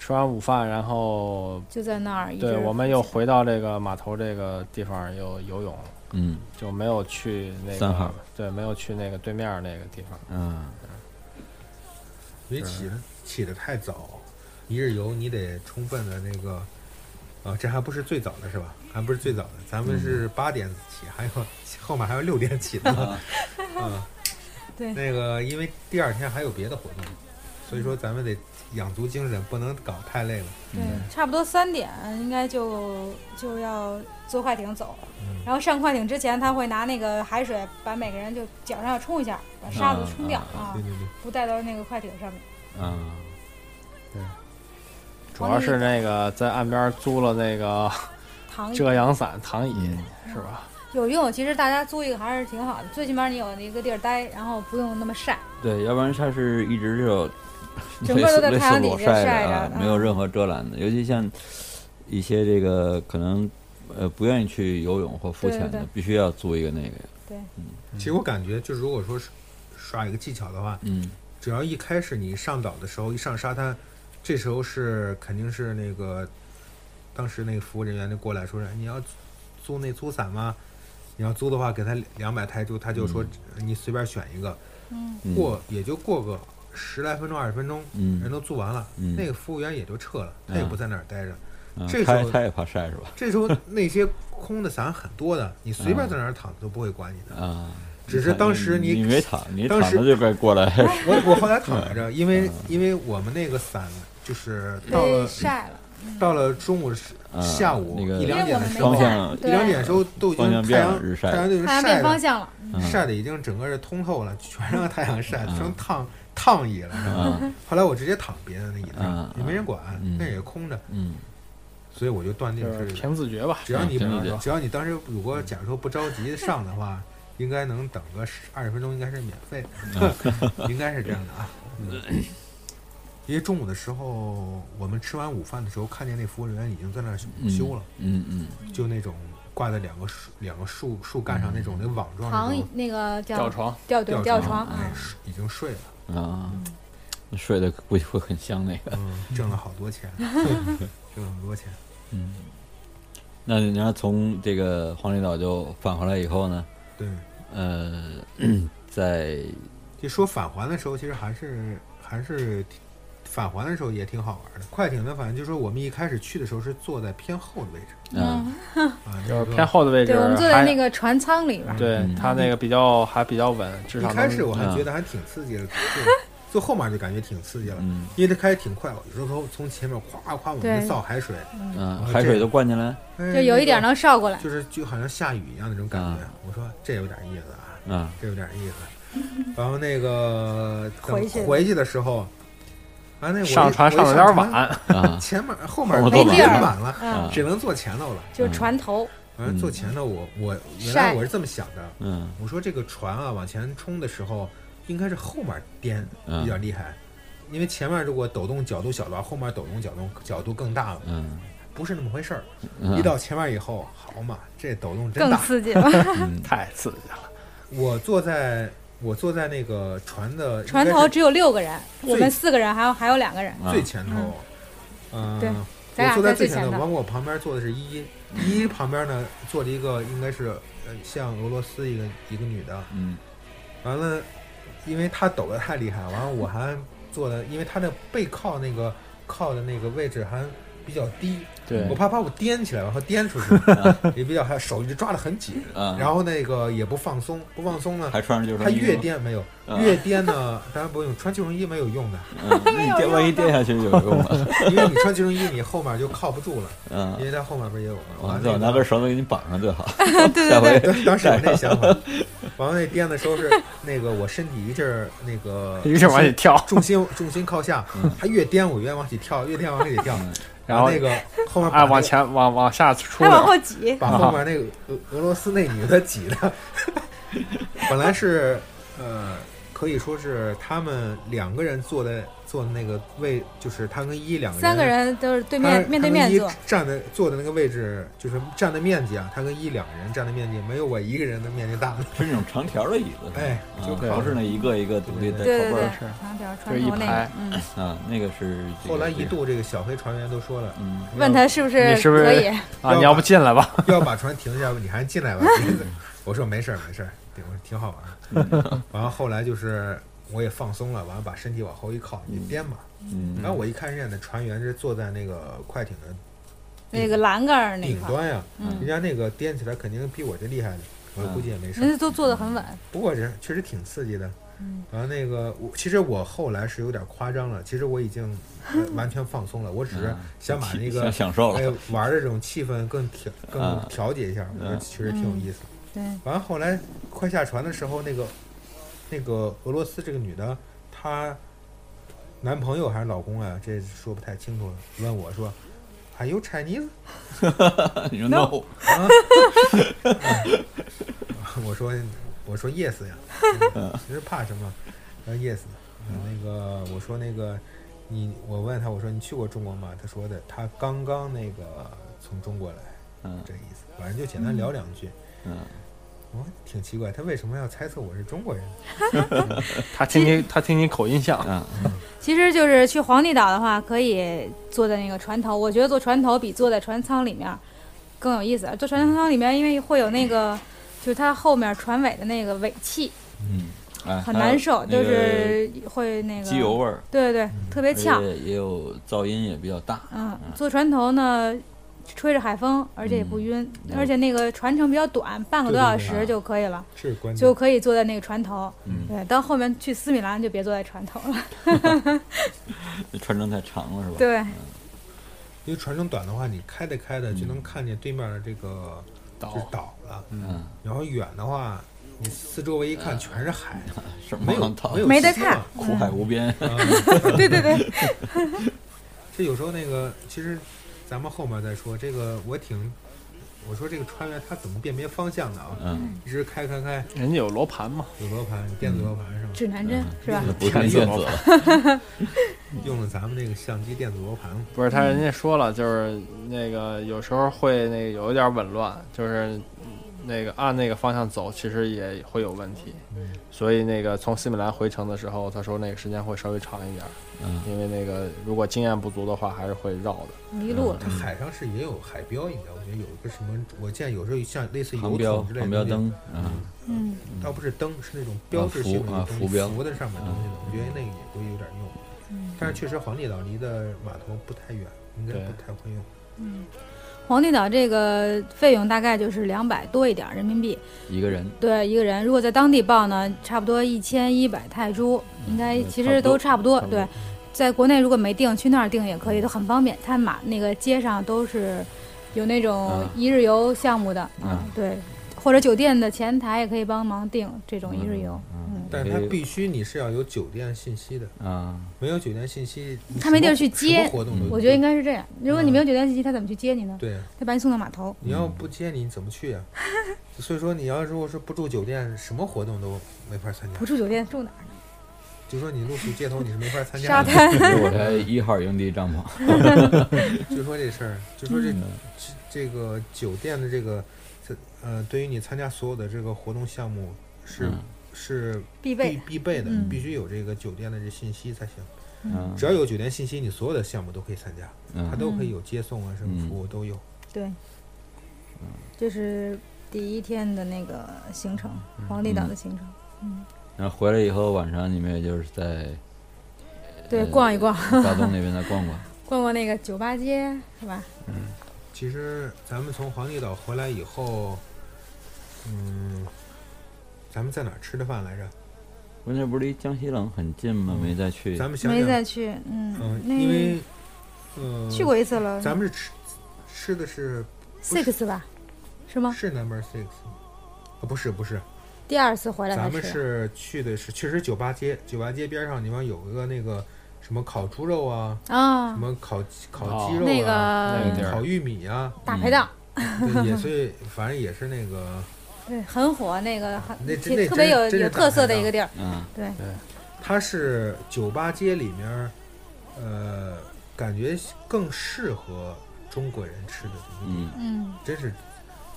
Speaker 4: 吃完午饭，然后
Speaker 3: 就在那儿一直。
Speaker 4: 对我们又回到这个码头这个地方又游泳了，
Speaker 2: 嗯
Speaker 4: 就没有去那
Speaker 2: 三号
Speaker 4: 个对，没有去那个对面儿那个地方。
Speaker 2: 嗯
Speaker 5: 因为起得起得太早，一日游你得充分的那个，啊，这还不是最早的是吧？还不是最早的，咱们是八点起，还有后面还有六点起的呢，嗯，
Speaker 3: 对
Speaker 5: 那个因为第二天还有别的活动，所以说咱们得养足精神，不能搞太累了。
Speaker 3: 对，差不多三点应该就就要坐快艇走了。然后上快艇之前，他会拿那个海水把每个人就脚上要冲一下，把沙子冲掉啊
Speaker 5: 对，对对。
Speaker 3: 不带到那个快艇上面。
Speaker 2: 嗯
Speaker 3: 哦
Speaker 4: 主要是那个在岸边租了那个
Speaker 3: 躺椅
Speaker 4: 遮阳伞、躺椅
Speaker 2: 嗯，
Speaker 4: 是吧？
Speaker 3: 有用，其实大家租一个还是挺好的，最起码你有一个地儿待，然后不用那么晒。
Speaker 2: 对，要不然它是一直就
Speaker 3: 整
Speaker 2: 类
Speaker 3: 个
Speaker 2: 似
Speaker 3: 都在
Speaker 2: 类
Speaker 3: 太
Speaker 2: 似
Speaker 3: 阳底
Speaker 2: 裸
Speaker 3: 下
Speaker 2: 晒
Speaker 3: 晒
Speaker 2: 啊
Speaker 3: 着，
Speaker 2: 没有
Speaker 3: 嗯
Speaker 2: 任何遮拦的。尤其像一些这个可能呃不愿意去游泳或浮
Speaker 3: 对对
Speaker 2: 潜的
Speaker 3: 对，
Speaker 2: 必须要租一个那个。
Speaker 5: 其实我感觉，就如果说是刷一个技巧的话，
Speaker 2: 嗯
Speaker 5: 只要一开始你上岛的时候，一上沙滩，这时候是肯定是那个当时那个服务人员就过来说哎你要租那租伞吗？你要租的话，给他两百泰铢，他就说你随便选一个，
Speaker 3: 嗯，
Speaker 2: 嗯
Speaker 5: 过也就过个十来分钟、二十分钟，
Speaker 2: 嗯
Speaker 5: 人都租完了，
Speaker 2: 嗯
Speaker 5: 那个服务员也就撤了，他
Speaker 2: 嗯
Speaker 5: 也不在那儿待着。
Speaker 2: 嗯，
Speaker 5: 呃这
Speaker 2: 他
Speaker 5: 时候
Speaker 2: 他也怕晒是吧？
Speaker 5: 这时候那些空的伞很多的，你随便在那儿躺都不会管你的。
Speaker 2: 啊，
Speaker 5: 只是当时
Speaker 2: 你
Speaker 5: 你
Speaker 2: 没躺，你躺
Speaker 5: 当时
Speaker 2: 着就该过来。
Speaker 5: 我我后来躺着，因为因为我们那个伞就是到
Speaker 3: 被
Speaker 5: 了
Speaker 3: 晒了，
Speaker 5: 到了中午时
Speaker 2: 嗯
Speaker 5: 下午
Speaker 2: 那个
Speaker 5: 一两点的时
Speaker 3: 因为我
Speaker 5: 候
Speaker 2: 方向
Speaker 3: 们没，
Speaker 2: 啊
Speaker 5: 一两
Speaker 3: 对
Speaker 5: 点的时候都已
Speaker 2: 方向
Speaker 5: 经太
Speaker 2: 变了
Speaker 5: 阳
Speaker 2: 日晒
Speaker 5: 太阳都已经
Speaker 3: 太阳啊
Speaker 5: 晒
Speaker 3: 变
Speaker 5: 的
Speaker 3: 方向了，
Speaker 2: 嗯
Speaker 5: 晒的已经整个是通透了，全让太阳晒
Speaker 2: 嗯
Speaker 5: 成烫烫椅了。然后
Speaker 2: 嗯
Speaker 5: 后来我直接躺别的那椅子
Speaker 2: 嗯
Speaker 5: 上，也没人管
Speaker 2: 嗯，
Speaker 5: 那也空着，
Speaker 2: 嗯
Speaker 5: 所以我就断定
Speaker 4: 就是
Speaker 5: 是
Speaker 4: 凭自觉吧。
Speaker 5: 嗯只要你
Speaker 2: 嗯凭自觉
Speaker 5: 只要你当时如果假如说不着急上的话，应该能等个二十分钟，应该是免费，应该是这样的啊。嗯因为中午的时候，我们吃完午饭的时候，看见那服务人员已经在那儿
Speaker 2: 嗯
Speaker 5: 修了，
Speaker 2: 嗯嗯
Speaker 5: 就那种挂在两个树两个树树干上那
Speaker 2: 嗯
Speaker 5: 种那网状
Speaker 3: 躺
Speaker 5: 那种
Speaker 3: 那个叫
Speaker 4: 吊床，
Speaker 3: 吊对吊
Speaker 5: 吊
Speaker 3: 床，
Speaker 5: 哎
Speaker 3: 嗯，
Speaker 5: 睡已经睡了，
Speaker 2: 嗯啊，睡得估计会很香那个。
Speaker 5: 嗯，挣了好多钱，挣了好多钱。
Speaker 2: 嗯，那你要从这个黄里岛就返回来以后呢，
Speaker 5: 对，
Speaker 2: 呃， 在
Speaker 5: 就说返还的时候，其实还是还是挺返还的时候也挺好玩的。快艇呢，反正就说我们一开始去的时候是坐在偏后的位置
Speaker 2: 嗯
Speaker 5: 啊，那
Speaker 4: 就是
Speaker 5: 个
Speaker 4: 偏后的位置，
Speaker 3: 对，我们坐在
Speaker 4: 还
Speaker 3: 那个船舱里边儿，
Speaker 4: 对
Speaker 2: 嗯
Speaker 4: 它那个比较还比较稳，至少
Speaker 5: 一开
Speaker 4: 能
Speaker 5: 始我还
Speaker 2: 嗯
Speaker 5: 觉得还挺刺激的， 坐坐后面就感觉挺刺激了，
Speaker 2: 嗯
Speaker 5: 因为它开得挺快，有时候从前面咵咵往
Speaker 3: 对
Speaker 5: 前扫海水，啊
Speaker 2: 嗯，海水都灌进来，
Speaker 5: 哎
Speaker 4: 嗯
Speaker 3: 就有一点
Speaker 5: 那
Speaker 3: 能绕过来
Speaker 5: 个，就是就好像下雨一样那种感觉
Speaker 2: 啊。
Speaker 5: 我说这有点意思啊，
Speaker 2: 啊
Speaker 5: 这有点意思。然后那个等
Speaker 3: 回去
Speaker 5: 回去的时候，啊，那我一
Speaker 4: 上船
Speaker 5: 我一
Speaker 4: 上
Speaker 5: 上
Speaker 4: 的有点，晚，
Speaker 2: 啊，
Speaker 5: 前面后面
Speaker 2: 后面
Speaker 5: 坐
Speaker 3: 没地儿
Speaker 5: 满满了。
Speaker 2: 啊
Speaker 3: 嗯，
Speaker 5: 只能坐前头了。
Speaker 3: 就是船头，
Speaker 4: 嗯
Speaker 5: 反正坐前头我，我原
Speaker 3: 晒
Speaker 5: 来我是这么想的，
Speaker 2: 嗯
Speaker 5: 我说这个船啊往前冲的时候，应该是后面颠
Speaker 2: 嗯
Speaker 5: 比较厉害，因为前面如果抖动角度小的话，后面抖动角度角度更大了，
Speaker 2: 嗯
Speaker 5: 不是那么回事儿。
Speaker 2: 嗯，
Speaker 5: 一到前面以后，好嘛，这抖动真
Speaker 3: 更
Speaker 5: 大。
Speaker 3: 刺激了。
Speaker 2: 嗯
Speaker 4: 太刺激了。
Speaker 5: 我坐在我坐在那个船的
Speaker 3: 船
Speaker 5: 应该
Speaker 3: 头
Speaker 5: 是
Speaker 3: 只有六个人，
Speaker 5: 最
Speaker 3: 我们四个人，还有还有两个人，
Speaker 2: 啊
Speaker 5: 最前头，嗯，
Speaker 3: 对咱
Speaker 5: 我
Speaker 3: 俩
Speaker 5: 坐
Speaker 3: 在
Speaker 5: 在
Speaker 3: 最
Speaker 5: 最
Speaker 3: 前
Speaker 5: 前头，
Speaker 3: 头
Speaker 5: 完我旁边坐的是依依，依依旁边呢坐着一个应该是呃像俄罗斯一个一个女的，
Speaker 2: 嗯
Speaker 5: 完了，因为他抖得太厉害，完了我还坐的，因为他的背靠那个靠的那个位置还比较低，
Speaker 4: 对
Speaker 5: 我，怕把我颠起来，然后颠出去，也比较害，手一直抓得很紧，
Speaker 2: 啊，
Speaker 5: 然后那个也不放松，不放松呢，
Speaker 2: 还穿着就是
Speaker 5: 他越颠没有，越颠呢，当然不用穿救生衣没有用的，
Speaker 2: 嗯你这万一跌下去有用吗？
Speaker 5: 因为你穿救生衣你后面就靠不住了，
Speaker 2: 嗯
Speaker 5: 因。为它后面不是也有吗？
Speaker 2: 我
Speaker 5: 完
Speaker 2: 最
Speaker 5: 了
Speaker 2: 好
Speaker 5: 啊那
Speaker 2: 拿
Speaker 5: 个
Speaker 2: 根绳子给你绑上最 好。下回
Speaker 5: 对，当时有那想法。 完了那颠的时候是那个我身体一阵儿那 个
Speaker 4: 一个劲儿往起 跳，
Speaker 5: 重心重心靠下，他越颠我越往起跳，越颠往里跳，
Speaker 4: 然后
Speaker 5: 那个后面把
Speaker 4: 哎，
Speaker 5: 那个
Speaker 4: 往前啊往往下出
Speaker 3: 还哎往
Speaker 4: 了，嗯
Speaker 3: 后挤，
Speaker 5: 把后面那个俄俄罗斯那女的挤的， 本来是呃可以说是他们两个人坐在坐的那个位，就是他跟一两个人
Speaker 3: 三个人都是对
Speaker 5: 他
Speaker 3: 面面对面
Speaker 5: 他跟一
Speaker 3: 坐，
Speaker 5: 站的坐的那个位置，就是占的面积啊，他跟一两个人占的面积没有我一个人的面积大。
Speaker 2: 是那种长条的椅子，
Speaker 5: 哎，就
Speaker 2: 主要是那一个一个独立的
Speaker 3: 对对
Speaker 2: 靠背
Speaker 3: 对
Speaker 2: 儿，
Speaker 4: 是
Speaker 3: 长条
Speaker 4: 就
Speaker 3: 船
Speaker 4: 一
Speaker 3: 头那
Speaker 4: 排
Speaker 3: 个，嗯，
Speaker 2: 啊，那个是这个
Speaker 5: 后来一，度这个小黑船员都说了，
Speaker 2: 嗯，
Speaker 3: 问他是不是
Speaker 4: 你是不是
Speaker 3: 可以？
Speaker 4: 啊，你要不进 来吧？
Speaker 5: 要把船停下，你还进来吧？我说没事儿，没事儿，挺挺好玩儿。完了后来就是我也放松了，完了把身体往后一靠，你就颠嘛。
Speaker 2: 嗯
Speaker 5: 然后我一看人家的船员是坐在那个快艇的
Speaker 3: 那个栏杆儿那
Speaker 5: 顶
Speaker 3: 块儿，
Speaker 5: 端呀、
Speaker 3: 嗯
Speaker 5: 人家那个颠起来肯定比我这厉害的，我估计也没事儿。
Speaker 3: 人家都坐得很稳，
Speaker 5: 不过这确实挺刺激的
Speaker 3: 嗯。
Speaker 5: 然后那个我其实我后来是有点夸张了，其实我已经呃完全放松了，我只是想把那个
Speaker 2: 嗯想享受
Speaker 5: 哎
Speaker 2: 了，
Speaker 5: 玩儿的这种气氛更调
Speaker 2: 啊
Speaker 5: 更调节一下，我觉得
Speaker 2: 嗯
Speaker 5: 确实挺有意思。
Speaker 3: 对，
Speaker 5: 完了后来快下船的时候，那个那个俄罗斯这个女的，她男朋友还是老公啊，这说不太清楚了。问我说：“Are you Chinese？”
Speaker 2: 你说 no，
Speaker 5: 啊， 我说我说 yes 呀，其实怕什么？他说 yes，呃那个我说那个你，我问他我说你去过中国吗？他说的他刚刚那个从中国来，
Speaker 2: 嗯
Speaker 5: 这意思，反正就简单聊两句。
Speaker 2: 嗯
Speaker 5: 我挺奇怪，他为什么要猜测我是中国人？
Speaker 4: 他听你他听你口音像，
Speaker 2: 啊
Speaker 3: 其实就是去皇帝岛的话，可以坐在那个船头，我觉得坐船头比坐在船舱里面更有意思。坐船舱里面，因为会有那个，就是它后面船尾的那个尾气，
Speaker 2: 嗯，哎，
Speaker 3: 很难
Speaker 2: 还
Speaker 3: 受，
Speaker 2: 有那
Speaker 3: 就
Speaker 2: 个
Speaker 3: 是会那个
Speaker 2: 机油，味哎儿，
Speaker 3: 对对，特别
Speaker 2: 而
Speaker 3: 呛。
Speaker 2: 且也有噪音也比较大，
Speaker 3: 嗯，坐船头呢，吹着海风，而且也不晕，
Speaker 2: 嗯
Speaker 3: 而且那个船程比较短，半个多
Speaker 5: 对对
Speaker 3: 小
Speaker 5: 对
Speaker 3: 时就可以了，
Speaker 5: 是关键
Speaker 3: 就。可以坐在那个船头。
Speaker 2: 嗯
Speaker 3: 对，到后面去斯米兰就别坐在船头了。
Speaker 2: 那船程太长了是吧？
Speaker 3: 对，
Speaker 5: 因为船程短的话，你开着开着就能看见对面的这个
Speaker 4: 岛
Speaker 5: 就是岛了，
Speaker 2: 嗯，
Speaker 5: 然后远的话，你四周围一看全是 海，
Speaker 2: 是
Speaker 5: 没有
Speaker 2: 茫茫
Speaker 5: 有
Speaker 3: 没得
Speaker 5: 希望
Speaker 2: 苦海无边。
Speaker 5: 啊
Speaker 3: 对对对，
Speaker 5: 这有时候那个，其实咱们后面再说这个，我挺，我说这个穿越它怎么辨别方向的啊？
Speaker 2: 嗯，
Speaker 5: 一直开开开，
Speaker 4: 人家有罗盘嘛，
Speaker 5: 有罗盘，电子罗盘是吗？
Speaker 3: 指南针是吧？
Speaker 2: 那不看电子了，嗯
Speaker 5: 用了咱们这个相机电子罗盘，
Speaker 4: 不是他人
Speaker 3: 嗯
Speaker 4: 家说了，就是那个有时候会那个有一点紊乱，就是那个按那个方向走，其实也会有问题。
Speaker 5: 嗯
Speaker 4: 所以那个从西米兰回程的时候，他说那个时间会稍微长一点，
Speaker 2: 嗯，
Speaker 4: 因为那个如果经验不足的话，还是会绕的。
Speaker 3: 迷路
Speaker 2: 嗯
Speaker 3: 了。
Speaker 5: 它海上是也有海标，你知道，我觉得有一个什么，我见有时候像类似
Speaker 2: 航
Speaker 5: 油
Speaker 2: 标
Speaker 5: 桶之类的
Speaker 2: 航标
Speaker 5: 东西
Speaker 2: 灯，嗯，
Speaker 3: 嗯，
Speaker 5: 倒不是灯，是那种标志性的
Speaker 2: 啊浮
Speaker 5: 东西，
Speaker 2: 啊浮标嗯
Speaker 5: 浮在上面的东西的，我觉得那个也会有点用。但是确实黄帝岛离的码头不太远，应该
Speaker 4: 对
Speaker 5: 不太会用。
Speaker 3: 黄帝岛这个费用大概就是两百多一点儿人民币，
Speaker 2: 一个人
Speaker 3: 对一个人。如果在当地报呢，差不多一千一百泰铢，应该
Speaker 2: 嗯
Speaker 3: 其
Speaker 2: 差
Speaker 3: 实
Speaker 2: 不多
Speaker 3: 都差不多。
Speaker 2: 差不多嗯
Speaker 3: 对，在国内如果没订，去那儿订也可以，都很方便。它马那个街上都是有那种
Speaker 2: 嗯
Speaker 3: 一日游项目的，啊
Speaker 2: 嗯
Speaker 3: 对，或者酒店的前台也可以帮忙订这种一日游。
Speaker 2: 嗯，
Speaker 5: 但是它必须你是要有酒店信息的，
Speaker 2: 啊，
Speaker 5: 没有酒店信息，你
Speaker 3: 他没
Speaker 5: 什么
Speaker 3: 地儿去接
Speaker 5: 什么活动都
Speaker 2: 嗯
Speaker 3: 我觉得应
Speaker 5: 该
Speaker 3: 该是这样。如果你
Speaker 5: 嗯
Speaker 3: 没有酒店信息，他怎么去接你呢？
Speaker 5: 对啊。
Speaker 3: 他把你送到码头。
Speaker 5: 你要
Speaker 2: 嗯
Speaker 5: 不接你怎么去啊？ 所以说你要如果说不住酒店，什么活动都没法参加
Speaker 3: 不。住酒店住哪儿？
Speaker 5: 就说你露宿街头，你是没法参
Speaker 3: 沙
Speaker 5: 加的。
Speaker 3: 滩。
Speaker 2: 这是我在一号营地帐篷，
Speaker 5: 就说这事儿，就说这、
Speaker 2: 嗯
Speaker 5: 这这个酒店的这个，这呃，对于你参加所有的这个活动项目是、
Speaker 2: 嗯
Speaker 5: 是
Speaker 3: 必备
Speaker 5: 必
Speaker 3: 的。
Speaker 5: 必备的，
Speaker 3: 嗯
Speaker 5: 你必须有这个酒店的这信息才行。
Speaker 2: 嗯，
Speaker 5: 只要有酒店信息，你所有的项目都可以参加，它
Speaker 2: 嗯
Speaker 5: 都可以有接送啊，什么
Speaker 2: 嗯
Speaker 5: 服务都有。
Speaker 3: 对，这是第一天的那个行程，
Speaker 5: 嗯
Speaker 3: 皇帝岛的行程。
Speaker 2: 然后回来以后晚上你们也就是在
Speaker 3: 对，
Speaker 5: 嗯
Speaker 3: 逛一逛，
Speaker 2: 大东那边再逛逛，
Speaker 3: 逛逛那个酒吧街，是吧？
Speaker 5: 其实咱们从黄帝岛回来以后，嗯，咱们在哪儿吃的饭来着？
Speaker 2: 关键不是离江西冷很近吗？没再去，
Speaker 5: 嗯咱们想
Speaker 3: 没
Speaker 5: 想，
Speaker 3: 再去，嗯
Speaker 5: 嗯，，因为
Speaker 3: 那
Speaker 5: 呃，
Speaker 3: 去过一次了，
Speaker 5: 咱们是吃吃的是
Speaker 3: six 吧，是吗？
Speaker 5: 是 number six 吗啊，不是不是，
Speaker 3: 第二次回来才
Speaker 5: 咱们是去的是确实酒吧街，酒吧街边上你方有一个那个什么烤猪肉啊，
Speaker 3: 啊
Speaker 5: 什，么烤烤鸡
Speaker 4: 哦
Speaker 5: 肉
Speaker 3: 那
Speaker 5: 啊，
Speaker 4: 那个地
Speaker 3: 个
Speaker 4: 儿
Speaker 5: 烤玉米啊，
Speaker 3: 大排档，
Speaker 5: 对，也是反正也是那个，
Speaker 3: 对，很火，那个很
Speaker 5: 那真那
Speaker 3: 挺特别有
Speaker 5: 真真是
Speaker 3: 有特色的一个地儿，
Speaker 2: 嗯
Speaker 3: 对，
Speaker 5: 它是酒吧街里面儿，呃，感觉更适合中国人吃的东西，
Speaker 2: 嗯
Speaker 3: 嗯，
Speaker 5: 真是，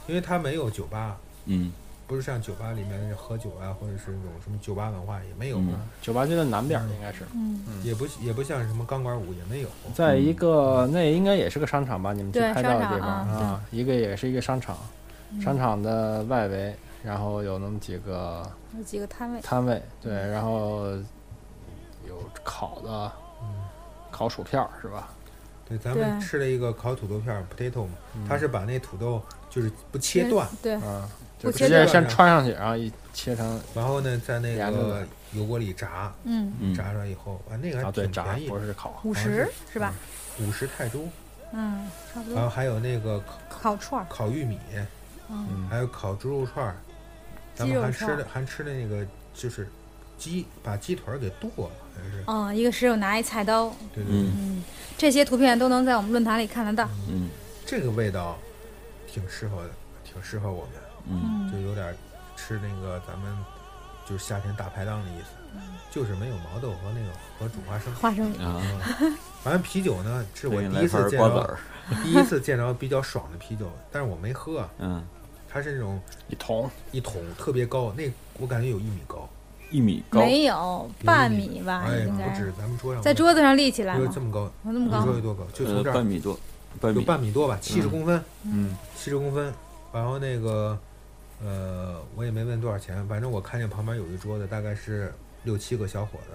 Speaker 5: 因为它没有酒吧。
Speaker 2: 嗯
Speaker 5: 不是像酒吧里面喝酒啊，或者是那种什么酒吧文化也没有，
Speaker 2: 嗯
Speaker 4: 酒吧街的南边儿应该是，
Speaker 3: 嗯
Speaker 5: 也不也不像什么钢管舞也没有。
Speaker 4: 在一个那应该也是个商场吧？你们去
Speaker 3: 对
Speaker 4: 拍照的地
Speaker 3: 商
Speaker 4: 方
Speaker 3: 场嗯啊
Speaker 4: 啊，一个也是一个商场，商场的外围，然后有那么几个
Speaker 3: 有几个摊位，
Speaker 4: 摊位，对，
Speaker 3: 嗯
Speaker 4: 然后有烤的，
Speaker 5: 嗯
Speaker 4: 烤薯片儿是吧？
Speaker 5: 对，咱们
Speaker 3: 对
Speaker 5: 吃了一个烤土豆片儿 （potato） 嘛，它是把那土豆就是不切啊断，
Speaker 3: 对，
Speaker 4: 嗯，
Speaker 3: 不
Speaker 4: 就
Speaker 3: 切
Speaker 4: 直
Speaker 5: 断
Speaker 4: 接先
Speaker 5: 的
Speaker 4: 穿上去，然后一切成
Speaker 5: 然后呢，在那
Speaker 4: 凉着
Speaker 5: 个
Speaker 4: 的
Speaker 5: 油锅里炸，
Speaker 3: 嗯，
Speaker 2: 嗯，
Speaker 5: 炸出来以后，啊，那个
Speaker 4: 啊，
Speaker 5: 还
Speaker 4: 对，
Speaker 5: 挺
Speaker 4: 炸
Speaker 5: 便宜
Speaker 4: 不
Speaker 5: 的，
Speaker 4: 是烤，
Speaker 3: 五十是吧？
Speaker 5: 五十泰铢。
Speaker 3: 嗯，差不
Speaker 5: 然后
Speaker 3: 多，
Speaker 5: 还有那个烤
Speaker 3: 烤串儿，
Speaker 5: 烤玉米，
Speaker 3: 嗯，
Speaker 5: 还有烤猪肉串儿，咱
Speaker 3: 鸡
Speaker 5: 们
Speaker 3: 肉
Speaker 5: 还
Speaker 3: 串
Speaker 5: 吃
Speaker 3: 儿
Speaker 5: 的还吃的那个就是鸡，把鸡腿儿给剁了，好像是。
Speaker 3: 嗯，一个师傅拿一菜刀，
Speaker 5: 对对对，
Speaker 2: 嗯
Speaker 3: 嗯，这些图片都能在我们论坛里看得到。
Speaker 2: 嗯
Speaker 5: 这个味道挺适合的，挺适合我们。
Speaker 2: 嗯
Speaker 5: 就有点吃那个咱们就是夏天大排档的意思，
Speaker 3: 嗯
Speaker 5: 就是没有毛豆和那个和煮花生。
Speaker 3: 花生米，
Speaker 2: 啊，
Speaker 5: 反正啤酒呢，是我
Speaker 2: 给你
Speaker 5: 第
Speaker 2: 来
Speaker 5: 一
Speaker 2: 盘
Speaker 5: 次见
Speaker 2: 瓜子
Speaker 5: 着
Speaker 2: 儿，
Speaker 5: 第一次见着比较爽的啤酒，但是我没喝，啊
Speaker 2: 嗯，
Speaker 5: 它是那种
Speaker 4: 一桶，
Speaker 5: 一桶特别高，那我感觉有一米高，
Speaker 2: 一米高，呃
Speaker 3: 没有半米吧，
Speaker 5: 哎，
Speaker 3: 啊应
Speaker 5: 不
Speaker 3: 该
Speaker 5: 止，咱们桌上
Speaker 3: 在桌子上立起来
Speaker 5: 有
Speaker 3: 了，
Speaker 5: 这么高，
Speaker 3: 有那么
Speaker 5: 你
Speaker 3: 高
Speaker 5: 说
Speaker 3: 吗，
Speaker 5: 有多高？就
Speaker 2: 呃
Speaker 5: 从这
Speaker 2: 半
Speaker 5: 儿
Speaker 2: 米多，半
Speaker 5: 有
Speaker 2: 米，
Speaker 5: 半米多吧，七十
Speaker 2: 嗯
Speaker 5: 公分，
Speaker 4: 嗯，
Speaker 5: 七十公分，然后那个，呃，我也没问多少钱，反正我看见旁边有一桌子，大概是六七个小伙子，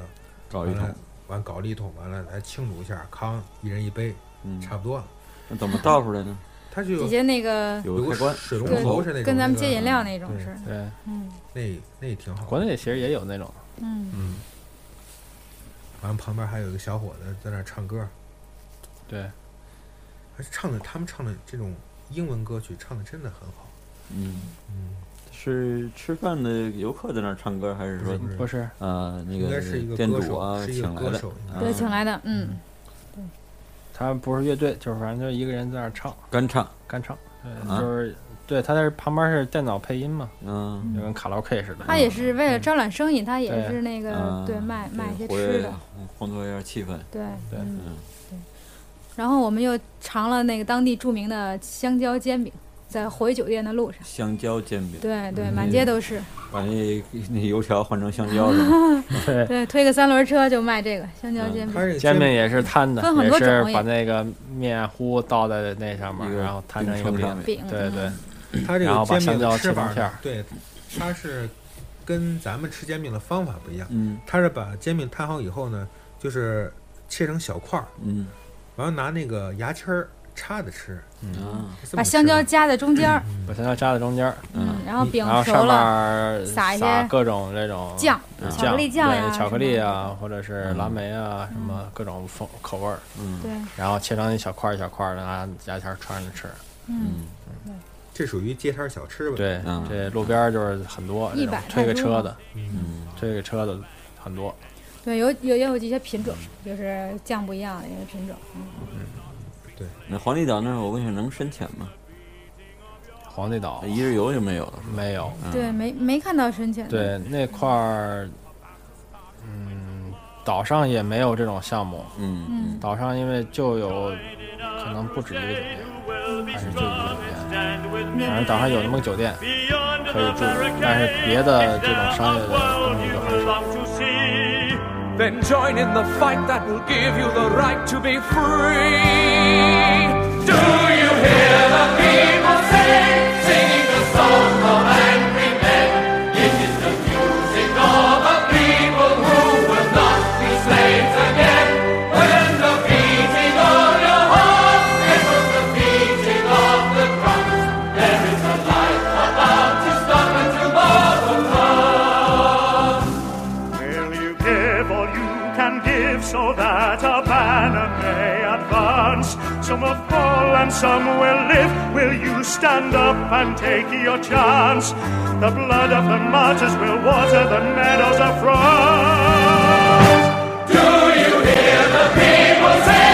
Speaker 2: 搞一
Speaker 5: 完
Speaker 2: 桶
Speaker 5: 了，，完搞了一桶，完了来庆祝一下，康一人一杯，
Speaker 2: 嗯，
Speaker 5: 差不多了。
Speaker 2: 那怎么倒出来呢？
Speaker 5: 它是有
Speaker 3: 底下那个
Speaker 2: 有
Speaker 5: 有
Speaker 2: 个
Speaker 5: 个
Speaker 2: 开关，
Speaker 5: 水龙
Speaker 3: 对
Speaker 5: 头是那种，
Speaker 3: 跟咱们
Speaker 5: 那个
Speaker 3: 接饮料那种
Speaker 5: 对
Speaker 3: 似的，
Speaker 4: 对，
Speaker 3: 嗯
Speaker 5: 那那挺好。
Speaker 4: 国内其实也有那种，
Speaker 3: 嗯，
Speaker 5: 嗯，完旁边还有一个小伙子在那儿唱歌，
Speaker 4: 对，
Speaker 5: 还是唱的他们唱的这种英文歌曲唱的真的很好。
Speaker 2: 嗯，
Speaker 5: 嗯，
Speaker 2: 是吃饭的游客在那儿唱歌，还是说
Speaker 5: 不是
Speaker 4: 不是，
Speaker 2: 呃那
Speaker 5: 应该是一个
Speaker 2: 店
Speaker 5: 歌
Speaker 2: 主
Speaker 5: 手，
Speaker 2: 啊
Speaker 5: 是一个
Speaker 2: 请来
Speaker 5: 歌
Speaker 2: 的？
Speaker 5: 手，应该
Speaker 2: 啊
Speaker 3: 对，请来的，嗯，
Speaker 4: 他不是乐队，就是反正就一个人在那儿唱
Speaker 2: 干唱，
Speaker 4: 干唱，对
Speaker 2: 啊
Speaker 4: 就是对他在旁边是电脑配音嘛，
Speaker 2: 嗯，
Speaker 4: 就跟卡拉 OK 似的。
Speaker 3: 他也是
Speaker 5: 嗯
Speaker 3: 为了招揽生意，他也
Speaker 4: 对
Speaker 3: 是那个
Speaker 2: 啊
Speaker 3: 对卖卖一些
Speaker 2: 活
Speaker 3: 吃
Speaker 2: 跃
Speaker 3: 的，，
Speaker 2: 烘托一下气氛，
Speaker 3: 对，
Speaker 4: 对
Speaker 3: 嗯
Speaker 2: 嗯，
Speaker 3: 然后我们又尝了那个当地著名的香蕉煎饼，在回酒店的路上，
Speaker 2: 香蕉煎饼，
Speaker 3: 对对，满街都是，
Speaker 2: 把那那油条换成香蕉 是吧？嗯
Speaker 4: 对，
Speaker 3: 对，推个三轮车就卖这个香蕉煎
Speaker 5: 他
Speaker 3: 饼，
Speaker 5: 这个
Speaker 4: 煎饼也是摊的
Speaker 3: 分，很
Speaker 4: 也
Speaker 3: 多
Speaker 4: 是
Speaker 3: 种
Speaker 4: 把那个面糊倒在那上面
Speaker 2: 一，个
Speaker 4: 然后摊成一个
Speaker 2: 饼
Speaker 4: 饼
Speaker 2: 铛。上
Speaker 3: 饼，
Speaker 4: 嗯
Speaker 3: 嗯
Speaker 4: 对对，
Speaker 5: 他这
Speaker 4: 然
Speaker 5: 个
Speaker 4: 后把
Speaker 5: 煎饼
Speaker 4: 香蕉
Speaker 5: 的
Speaker 4: 切成
Speaker 5: 吃法
Speaker 4: 片儿
Speaker 5: 呢，对，他是跟咱们吃煎饼的方法不一样，
Speaker 2: 嗯
Speaker 5: 他是把煎饼摊好以后呢，就是切成小块儿，
Speaker 2: 嗯
Speaker 5: 然后拿那个牙签儿插着吃，
Speaker 2: 啊
Speaker 5: 是这么
Speaker 3: 把香蕉
Speaker 5: 吃
Speaker 3: 夹在中间儿，
Speaker 4: 把香蕉夹在中间儿，
Speaker 3: 嗯，然后饼
Speaker 4: 然后
Speaker 3: 熟
Speaker 4: 上
Speaker 3: 了，
Speaker 4: 面儿
Speaker 3: 撒一些
Speaker 4: 撒各种这种
Speaker 3: 酱
Speaker 2: 嗯，
Speaker 3: 巧克力酱嗯呀，
Speaker 4: 对巧克力
Speaker 3: 什么的
Speaker 4: 啊，或者是蓝莓啊，什么各种风口味儿，
Speaker 2: 嗯
Speaker 3: 对，
Speaker 4: 然后切成一小块儿一小块儿的，拿牙签儿穿着吃。
Speaker 3: 嗯，
Speaker 2: 嗯
Speaker 5: 这属于街摊儿小吃吧？，
Speaker 4: 对
Speaker 2: 嗯，
Speaker 4: 这路边儿就是很多，
Speaker 3: 一
Speaker 4: 这种
Speaker 3: 百
Speaker 4: 推个
Speaker 3: 太多
Speaker 4: 车
Speaker 3: 了
Speaker 4: 的，
Speaker 5: 嗯，
Speaker 2: 嗯
Speaker 4: 推个车的很多。
Speaker 3: 对，有有也有一些品种，就是酱不一样的一个品种，嗯
Speaker 2: 那黄鹂岛那儿我问一下，能深潜吗？
Speaker 4: 皇帝岛
Speaker 3: 哎
Speaker 2: 那一日游就没有了，
Speaker 4: 没有，
Speaker 3: 对，没没看到深浅的，
Speaker 4: 嗯对那块儿，嗯，岛上也没有这种项目。
Speaker 2: 嗯
Speaker 3: 嗯，
Speaker 4: 岛上因为就有可能不止一个酒店，还是就一个酒店，反正岛上有那么个酒店可以住，但是别的这种商业的东西就很少。
Speaker 8: Then join in the fight that will give you the right to be free. Do you hear the people sing, singing the song of angry men? It is the music of a people who will not be slaves again. When the beating of your heart echoes the beating of the drums, there is a life about to stop and tomorrow comes.
Speaker 9: Will you give all you can give so that our banner may advance? Some will fall and some will live. Will you stand up and take your chance? The blood of the martyrs will water the meadows of France.
Speaker 8: Do you hear the people say,